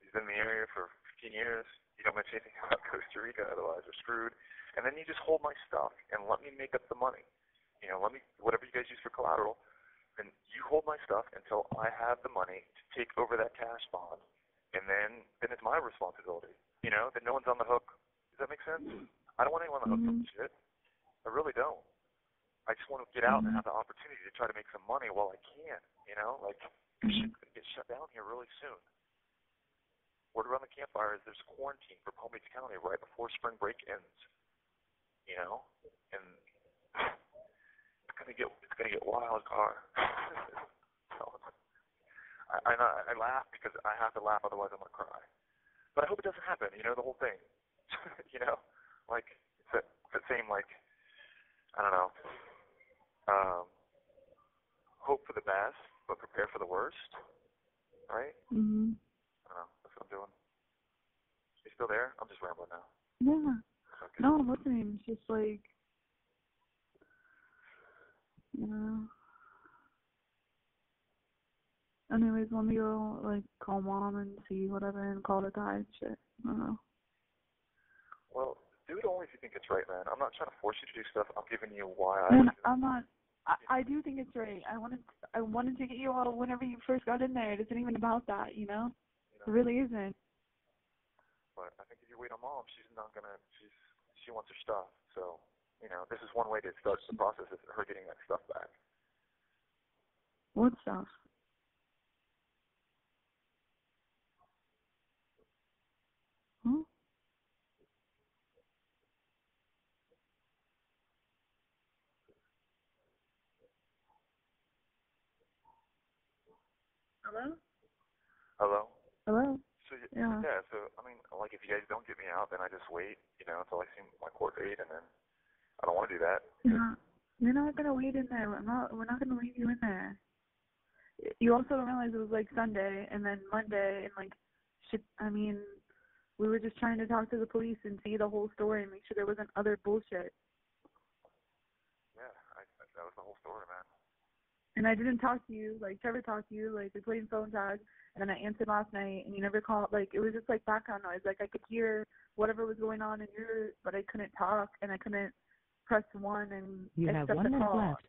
S3: he's been in the area for fifteen years. You don't mention anything about Costa Rica, otherwise we're screwed. And then you just hold my stuff and let me make up the money. You know, let me whatever you guys use for collateral, and you hold my stuff until I have the money to take over that cash bond, and then then it's my responsibility. You know, then no one's on the hook. Does that make sense? I don't want anyone on the hook for this shit. I really don't. I just want to get out and have the opportunity to try to make some money while I can. You know, like
S4: Mm-hmm.
S3: shit's gonna get shut down here really soon. Word around the campfire is there's a quarantine for Palm Beach County right before spring break ends. You know, and it's gonna get it's gonna get wild, car. I, I know I laugh because I have to laugh, otherwise I'm gonna cry. But I hope it doesn't happen. You know, the whole thing. you know, like it's that, that same like I don't know. Um, hope for the best, but prepare for the worst. Right?
S4: Mm-hmm.
S3: I don't know. That's what I'm doing. You still there? I'm just rambling now.
S4: Yeah. No, I'm listening. It's just like, you know. Anyways, let me go like call mom and see whatever and call the guy and shit. I don't know.
S3: Well, do it only if you think it's right, man. I'm not trying to force you to do stuff. I'm giving you why I.
S4: Man, I'm not. I, I do think it's right. I wanted I wanted to get you all whenever you first got in there. It isn't even about that, you know. It really isn't.
S3: But I think if you wait on mom, she's not gonna. She's she wants her stuff. So you know, this is one way to start the process is her getting that stuff back.
S4: What stuff? Huh? Hello?
S3: Hello.
S4: Hello?
S3: So y-
S4: Yeah.
S3: yeah. So I mean, like like, if you guys don't get me out, then I just wait, you know, until I see my court date, and then I don't want to do that.
S4: You're not, you're not gonna wait in there. We're not. We're not gonna leave you in there. You also don't realize it was like Sunday and then Monday and like, shit. I mean, we were just trying to talk to the police and see the whole story and make sure there wasn't other bullshit.
S3: Yeah, I, that that was the whole story, man.
S4: And I didn't talk to you. Like Trevor talked to you. Like we played phone tag, and then I answered last night, and you never called. Like it was just like background noise. Like I could hear whatever was going on in yours, but I couldn't talk, and I couldn't press one and
S1: You have
S4: accept
S1: one
S4: the
S1: minute
S4: call.
S1: left.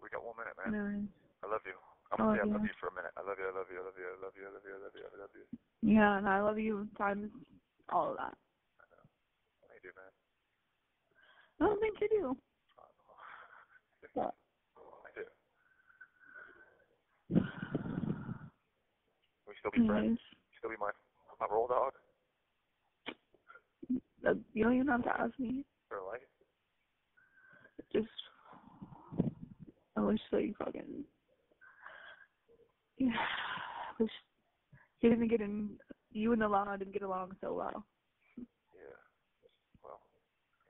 S3: We got one minute, man.
S4: No.
S3: I love you. I'm gonna
S4: Oh,
S3: say I
S4: yeah.
S3: love you for a minute. I love you. I love you. I love you. I love you. I love you. I love you. I love you.
S4: Yeah, and I love you times all of that.
S3: I do, man.
S4: I don't think Oh, you do. What?
S3: I do. Can we still be friends? You still be my my roll dog
S4: That- You don't even have to ask me.
S3: for life?
S4: Just I wish that you fucking yeah. I wish you didn't get in. You and the law didn't get along so well.
S3: Yeah. Well,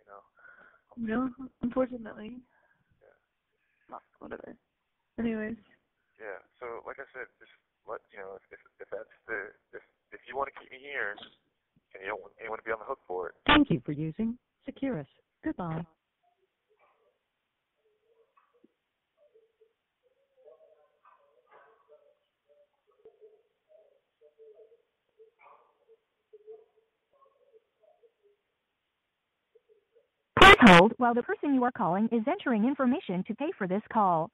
S3: you know.
S4: No, unfortunately. Fuck, Whatever. Anyways,
S3: Yeah. So, like I said, just let you know if if, if that's the if if you want to keep me here and you don't want- you want to be on the hook for it,
S1: Thank you for using Securus. Goodbye.
S9: Please hold while the person you are calling is entering information to pay for this call.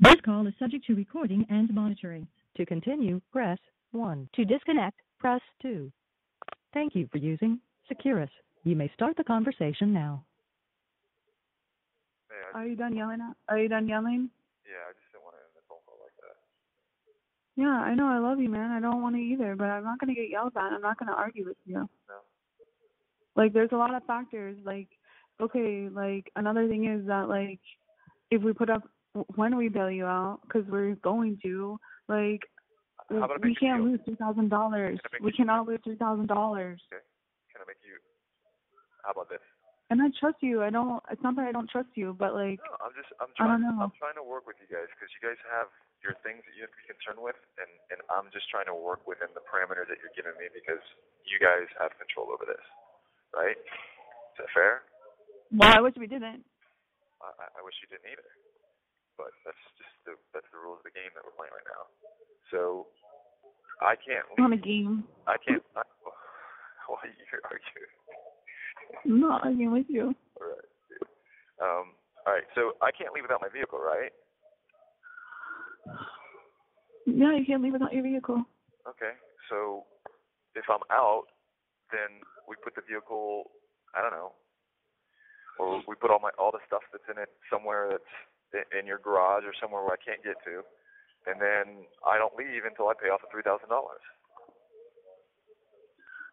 S1: This call is subject to recording and monitoring. To continue, press 1.
S9: To disconnect, press
S1: 2. Thank you for using Securus. You may start the conversation now.
S4: are you done yelling? At, are you done yelling?
S3: yeah, I just don't want to end the phone call like that.
S4: Yeah, I know. I love you, man. I don't want to either, but I'm not gonna get yelled at. I'm not gonna argue with you.
S3: No.
S4: like there's a lot of factors like okay like another thing is that like if we put up when we bail you out because we're going to like
S3: How about a
S4: we
S3: big
S4: can't
S3: deal?
S4: lose three thousand dollars
S3: Can I make
S4: we
S3: you-
S4: cannot lose three thousand dollars
S3: Okay. Can I make you? How about this?
S4: and i trust you i don't it's not that i don't trust you but like
S3: No, I'm just I'm
S4: I
S3: trying
S4: don't know.
S3: I'm trying to work with you guys because you guys have your things that you have to be concerned with, and and I'm just trying to work within the parameters that you're giving me because you guys have control over this, right? Is that fair?
S4: well i wish we didn't
S3: I I- I wish you didn't either, but that's just the that's the rules of the game that we're playing right now. So I can't
S4: It's not a game
S3: I can't. I, why are you arguing?
S4: i'm not arguing with you
S3: All right. dude. Um. All right. So I can't leave without my vehicle, right?
S4: yeah you can't leave without your vehicle
S3: Okay. So if I'm out, then we put the vehicle. I don't know. Or we put all my all the stuff that's in it somewhere that's i- in your garage or somewhere where I can't get to, and then I don't leave until I pay off the three thousand dollars.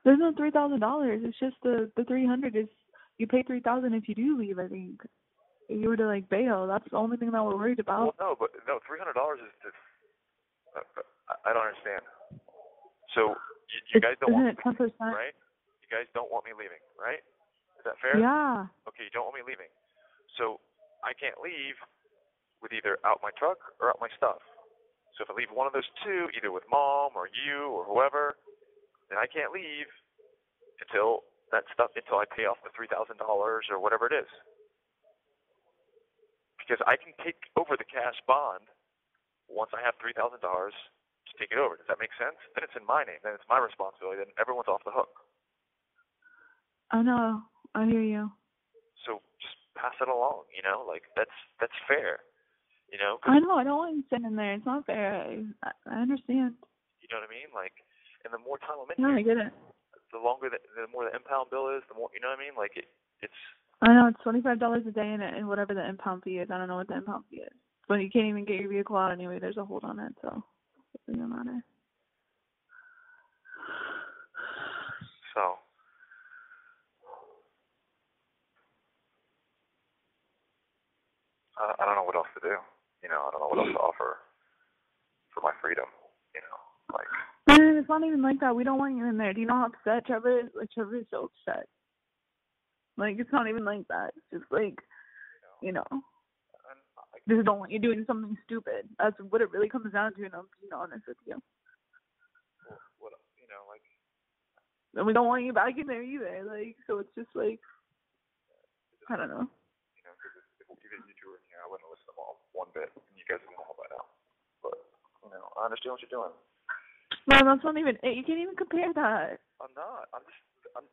S4: there's no three thousand dollars it's just the the three hundred is you pay three thousand if you do leave i think if you were to like bail that's the only thing that we're worried about
S3: Well, no, but no, three hundred dollars is just. I, I- I don't understand. So you, you guys don't
S4: Isn't
S3: want
S4: it ten percent?
S3: right? You guys don't want me leaving, right? Is that fair?
S4: Yeah.
S3: Okay, you don't want me leaving. So I can't leave with either out my truck or out my stuff. So if I leave one of those two, either with mom or you or whoever, then I can't leave until that stuff until I pay off the three thousand dollars or whatever it is. Because I can take over the cash bond once I have three thousand dollars to take it over. Does that make sense? Then it's in my name. Then it's my responsibility. Then everyone's off the hook.
S4: I know. I hear you.
S3: so just pass it along you know like that's that's fair you know 'cause-
S4: I know. I don't want him sitting in there. It's not fair. I, I understand.
S3: you know what i mean like and the more time i'm in
S4: No, I
S3: here
S4: get it.
S3: the longer the, the more the impound bill is the more you know what i mean like it it's
S4: I know it's twenty five dollars a day and, and whatever the impound fee is. I don't know what the impound fee is. But you can't even get your vehicle out anyway. There's a hold on it, so it doesn't matter.
S3: So. I, I don't know what else to do. You know, I don't know what else to offer for my freedom. You know, like
S4: Man, it's not even like that. We don't want you in there. Do you know how upset Trevor is? Like Trevor is so upset. Like it's not even like that. It's just like, you know, just don't want you doing something stupid. That's what it really comes down to. And I'm being honest with you.
S3: what you know, like
S4: And we don't want you back in there either. Like so, it's just like, I don't know.
S3: you know, because if, if you didn't, you two were in here, I wouldn't listen to all one bit, and you guys would know all that out. But you know, I understand what you're doing.
S4: Man, that's not even it. You can't even compare that.
S3: I'm not. I'm just. I'm.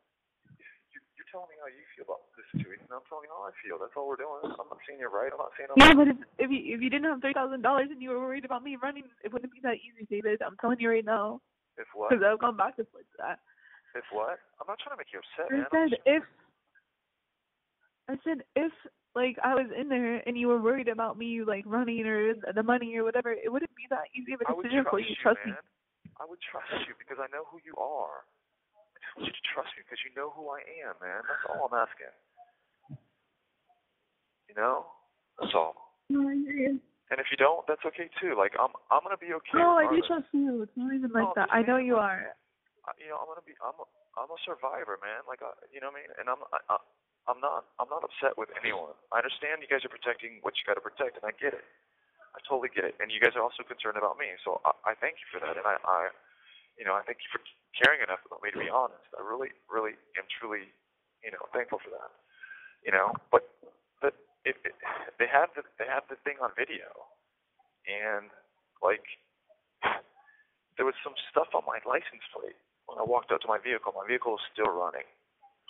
S3: You, you're telling me how you feel about this situation. and I'm telling you how I feel. That's all we're doing. I'm not saying you're right. I'm not saying I'm.
S4: Yeah, but if if you if you didn't have three thousand dollars and you were worried about me running, it wouldn't be that easy, David. I'm telling you right now,
S3: If what?
S4: because I've gone back and forth to that.
S3: If what? I'm not trying to make you upset,
S4: I
S3: man. I'm
S4: said if I said if like I was in there and you were worried about me like running or th- the money or whatever, it wouldn't be that easy of
S3: I
S4: a
S3: would
S4: decision
S3: trust
S4: for you.
S3: you,
S4: Trust me.
S3: man. I would trust you because I know who you are. I just want you to trust me because you know who I am, man. That's all I'm asking. You know? That's all.
S4: No, I hear you.
S3: And if you don't, that's okay too. Like I'm, I'm gonna be okay.
S4: No, I do
S3: regardless.
S4: trust you. It's not even like
S3: No, I'm
S4: that.
S3: just
S4: I know
S3: saying,
S4: you
S3: like,
S4: are.
S3: I- You know, I'm gonna be, I'm, a, I'm a survivor, man. Like, I, you know what I mean? And I'm, I, I, I'm not, I'm not upset with anyone. I understand you guys are protecting what you got to protect, and I get it. I totally get it. And you guys are also concerned about me, so I, I thank you for that. And I, I, you know, I thank you for caring enough about me to be honest. I really, really am truly, you know, thankful for that. You know, but, but it, it, they have the, they have the thing on video, and like, there was some stuff on my license plate when I walked up to my vehicle. My vehicle was still running.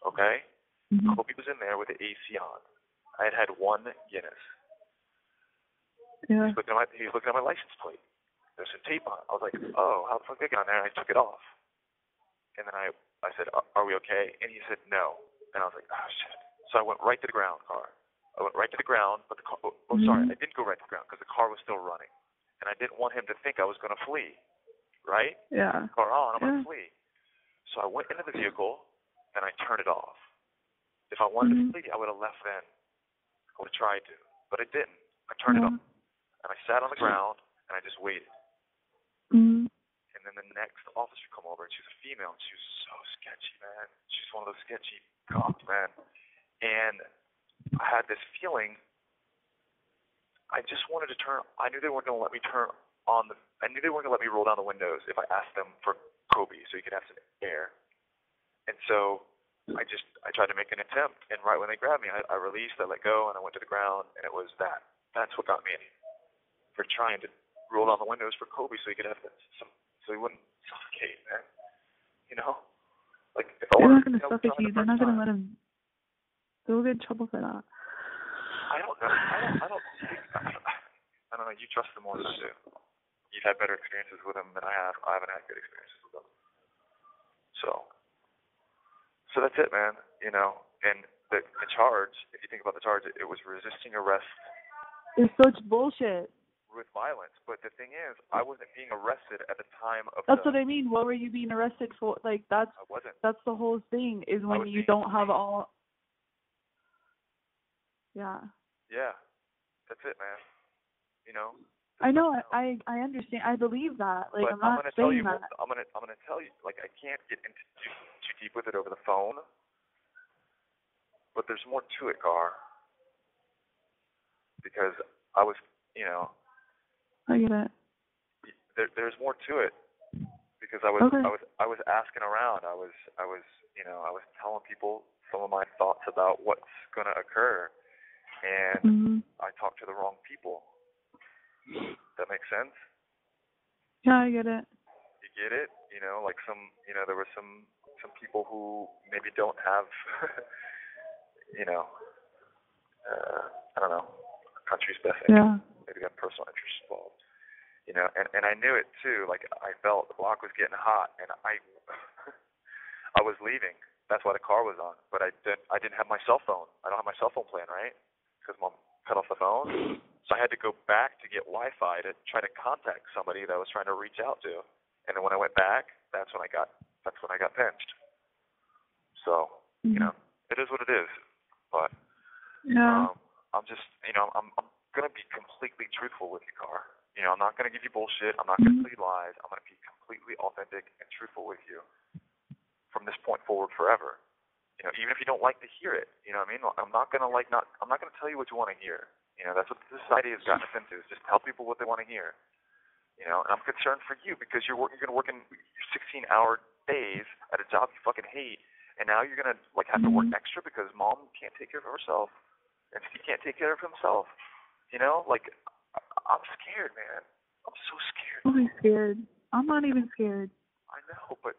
S3: Okay?
S6: 嗯 Mm-hmm.
S3: Kobe was in there with the AC on. I had had one Guinness. He's
S4: Yeah.
S6: 啊
S3: looking at my he's looking at my license plate. There's some tape on. it. I was like, Oh, how the fuck did I get on there? And I took it off. And then I I said, "Are- Are we okay? And he said, No. And I was like, Oh shit. So I went right to the ground car. I went right to the ground, but the car. Oh, oh, sorry,
S4: Mm-hmm.
S3: I didn't go right to the ground because the car was still running, and I didn't want him to think I was going to flee, right?
S4: Yeah.
S3: car on, I'm
S4: Yeah.
S3: gonna flee. So I went into the vehicle and I turned it off. If I wanted
S4: Mhm.
S3: to flee, I would have left then. I would have tried to, but I didn't. I turned it off and I sat on the ground and I just waited.
S4: Mm.
S3: And then the next officer come over and she was a female and she was so sketchy, man. She's one of those sketchy cops, man. And I had this feeling I just wanted to turn I knew they weren't gonna let me turn on the I knew they weren't gonna let me roll down the windows if I asked them for Kobe so he could have some air. And so I just I tried to make an attempt and right when they grabbed me I, I released, I let go and I went to the ground and it was that. That's what got me in for trying to roll down the windows for Kobe so he could have some so he wouldn't suffocate, man. You know? Like if I
S4: They're
S3: were
S4: not
S3: I,
S4: gonna suffocate you. They're not gonna let him. They'll get in trouble for that.
S3: I don't know. I don't I don't think I don't know, you trust him more than I do. You've had better experiences with him than I have. I haven't had good experiences with him. So So that's it, man. You know, and the the charge, if you think about the charge, it, it was resisting arrest
S4: It's such bullshit.
S3: with violence. But the thing is, I wasn't being arrested at the time of
S4: That's
S3: the
S4: what I mean. What were you being arrested for? Like that's
S3: I wasn't.
S4: that's the whole thing is
S3: was
S4: when you
S3: being
S4: don't have all. Yeah.
S3: Yeah. That's it, man. You know?
S4: I know. I I I understand. I believe that. Like
S3: but
S4: I'm not
S3: gonna tell you
S4: saying that.
S3: I'm gonna I'm gonna tell you like I can't get into too, too deep with it over the phone. But there's more to it, Gar. Because I was you know,
S4: I get it.
S3: there there's more to it. Because I was
S4: Okay.
S3: I was I was asking around. I was I was you know, I was telling people some of my thoughts about what's gonna occur and
S4: Mhm.
S3: I talked to the wrong people. That makes sense?
S4: Yeah, I get it.
S3: you get it you know like some you know there were some some people who maybe don't have you know uh i don't know a country's best
S4: Yeah.
S3: interest maybe got personal interests involved you know and and i knew it too like i felt the block was getting hot and i i was leaving that's why the car was on but i didn't i didn't have my cell phone i don't have my cell phone plan right because mom cut off the phone So I had to go back to get Wi-Fi to try to contact somebody that I was trying to reach out to. And then when I went back, that's when I got that's when I got pinched. So you know, it is what it is. But
S4: Mm-hmm. Yeah.
S3: um, I'm just you know I'm I'm gonna be completely truthful with you, Car. You know, I'm not gonna give you bullshit. I'm not gonna plead lies. I'm gonna be completely authentic and truthful with you from this point forward forever. You know, even if you don't like to hear it, you know what I mean. I'm not gonna like not. I'm not gonna tell you what you want to hear. You know, that's what society has gotten us into. Is just tell people what they want to hear. You know, and I'm concerned for you because you're working, you're gonna work in 16-hour days at a job you fucking hate, and now you're gonna like have to work extra because mom can't take care of herself, and he can't take care of himself. You know, like I- I'm scared, man. I'm so scared.
S4: I'm scared. I'm not even scared.
S3: I know, but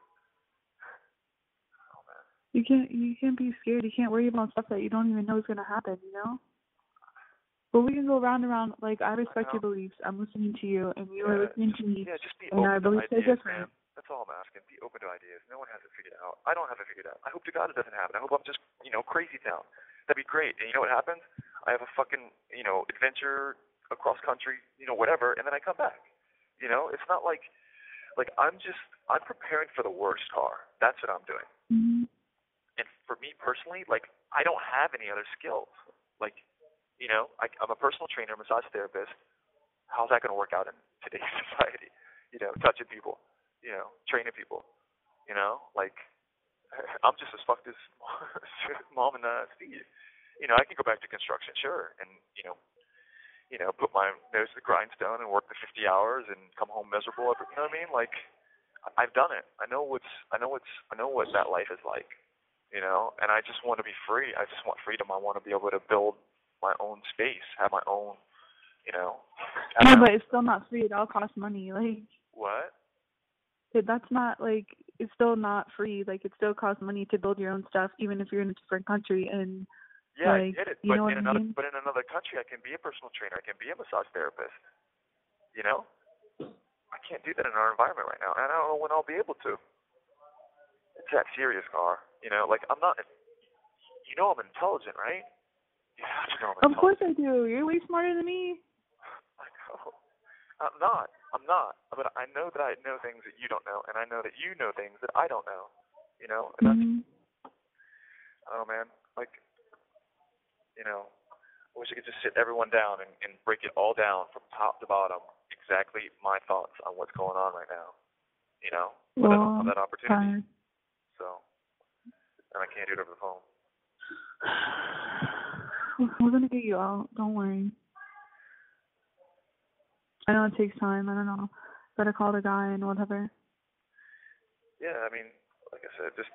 S4: You can't you can't be scared. You can't worry about stuff that you don't even know is gonna happen, you know? But we can go round and round. Like I respect your beliefs. I'm listening to you and you are
S3: Yeah,
S4: listening to me.
S3: yeah, just be
S4: and
S3: open
S4: our
S3: to
S4: beliefs are
S3: ideas, man.
S4: different.
S3: That's all I'm asking. Be open to ideas. No one has it figured out. I don't have it figured out. I hope to God it doesn't happen. I hope I'm just, you know, crazy town. That'd be great. And you know what happens? I have a fucking, you know, adventure across country, you know, whatever, and then I come back. You know, it's not like, like I'm just, I'm preparing for the worst car. That's what I'm doing.
S6: 嗯
S3: And for me personally, like I don't have any other skills. Like, you know, I, I'm a personal trainer, massage therapist. How's that going to work out in today's society? You know, touching people, you know, training people, you know, like I'm just as fucked as mom and uh, Steve. You know, I can go back to construction, sure, and you know, you know, put my nose to the grindstone and work the 50 hours and come home miserable. every- You know what I mean? Like, I- I've done it. I know what's, I know what's, I know what that life is like you know and i just want to be free i just want freedom i want to be able to build my own space have my own you know have
S4: Yeah,
S3: my-
S4: but it's still not free. It all costs money. Like
S3: what
S4: it, that's not like it's still not free. Like it still costs money to build your own stuff, even if you're in a different country. And
S3: yeah
S4: like,
S3: i get it
S4: you
S3: but
S4: know what
S3: in
S4: I
S3: another
S4: mean?
S3: but in another country i can be a personal trainer i can be a massage therapist you know i can't do that in our environment right now and i don't know when i'll be able to it's that serious car you know like i'm not you know i'm intelligent right you have to know i'm intelligent
S4: Of course I do. You're way smarter than me.
S3: I know. I'm not. I'm not. But I know that I know things that you don't know, and I know that you know things that I don't know. You know, and that's
S6: 嗯
S3: oh man, like you know, I wish I could just sit everyone down and, and break it all down from top to bottom, exactly my thoughts on what's going on right now. You know, but I don't have that opportunity,
S4: Fine.
S3: so and I can't do it over the phone.
S4: We're gonna get you out. Don't worry. I know it takes time. I don't know. Better call the guy and whatever.
S3: Yeah, I mean, like I said, just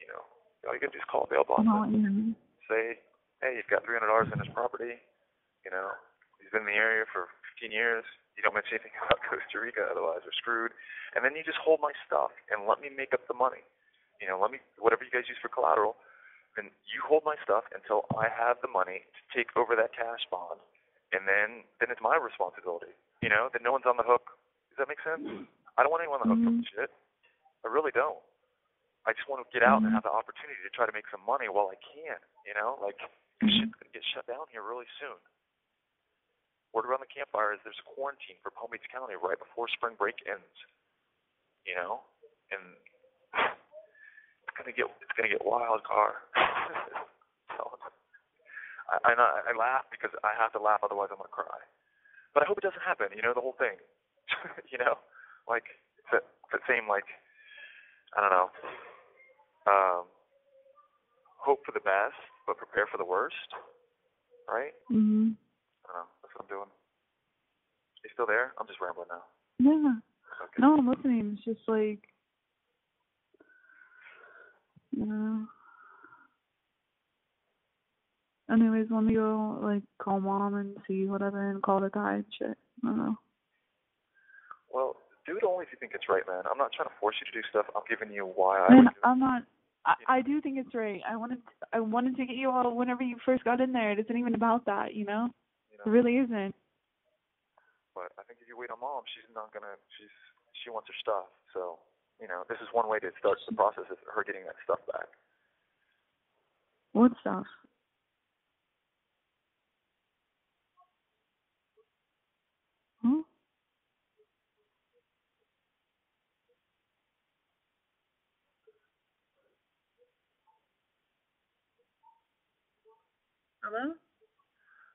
S3: you know, all you gotta do is call a bail
S4: I
S3: bond.
S4: don't want you to know.
S3: say, hey, you've got 300 dollars in his property. You know, he's been in the area for 15 years. You don't mention anything about Costa Rica, otherwise we're screwed. And then you just hold my stuff and let me make up the money. You know, let me whatever you guys use for collateral. Then you hold my stuff until I have the money to take over that cash bond, and then then it's my responsibility. You know, then no one's on the hook. Does that make sense? I don't want anyone on the hook for this shit. I really don't. I just want to get out and have the opportunity to try to make some money while I can. You know, like
S4: Mm-hmm.
S3: shit's gonna get shut down here really soon. Word around the campfire is there's a quarantine for Palm Beach County right before spring break ends. You know, and it's gonna get it's gonna get wild, car. I, I know- I laugh because I have to laugh, otherwise I'm gonna cry. But I hope it doesn't happen. You know, the whole thing. you know, like it's that, that same like I don't know. Um, hope for the best, but prepare for the worst. Right?
S4: hmm
S6: 嗯
S3: I don't know. That's what I'm doing. You still there? I'm just rambling now.
S4: Yeah. No, I'm listening. It's just like, you know. Anyways, let me go like call mom and see whatever and call the guy and shit. I don't know.
S3: Well, do it only if you think it's right, man. I'm not trying to force you to do stuff. I'm giving you why I
S10: Mm.
S4: And
S3: would.
S4: I'm not. I, I do think it's right. I wanted I wanted to get you all whenever you first got in there. It isn't even about that, you know. It really isn't.
S3: But I think if you wait on mom, she's not gonna. She's she wants her stuff. So you know, this is one way to start the process of her getting that stuff back.
S4: What stuff? Hello?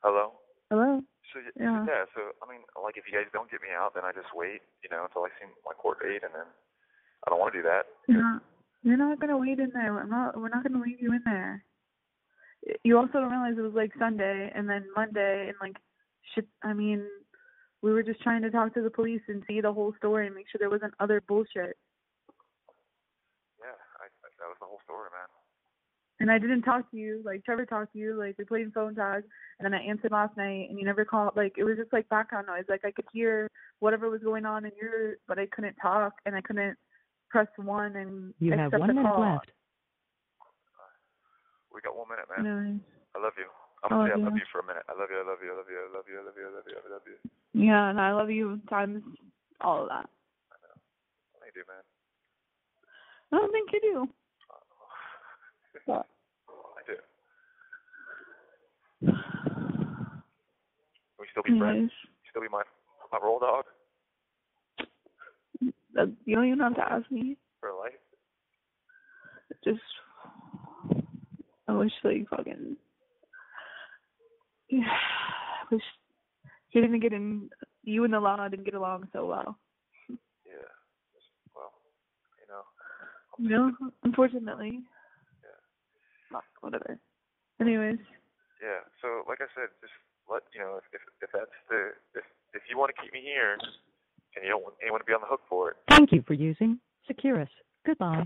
S3: Hello.
S5: Hello?
S3: So y-
S5: Yeah.
S3: yeah. So I mean, like, if you guys don't get me out, then I just wait, you know, until I see my court date, and then I don't want to do that.
S4: You're not, you're not going to wait in there. We're not, we're not going to leave you in there. You also don't realize it was like Sunday and then Monday and like shit. I mean, we were just trying to talk to the police and see the whole story and make sure there wasn't other bullshit.
S3: Yeah. I, I, that was the whole story, man.
S4: And I didn't talk to you. Like Trevor talked to you. Like we played phone tag and then I answered last night and you never called. Like it was just like background noise. Like I could hear whatever was going on in your, but I couldn't talk and I couldn't press one and
S10: You have
S4: accept
S10: one
S4: the
S10: minute
S4: call.
S10: left.
S3: We got one minute, man.
S4: Nice.
S3: I love you. I'm
S4: Oh,
S3: gonna say I
S4: yeah.
S3: love you for a minute. I love you. I love you. I love you. I love you. I love you. I love you. I love you.
S4: Yeah, and I love you times all of that.
S3: I do, man.
S4: I don't think you do. But
S3: I do. Can we still be friends? You still be my my roll dog
S4: that- you don't even have to ask me.
S3: for life?
S4: Just I wish like fucking yeah, I wish you didn't get in. You and the law didn't get along so well.
S3: Yeah. Well, you know.
S4: You know, unfortunately. Fuck, whatever. Anyways,
S3: Yeah. So like I said, just let you know if if, if that's the if if you want to keep me here and you don't want anyone to be on the hook for it,
S10: Thank you for using Securus. Goodbye.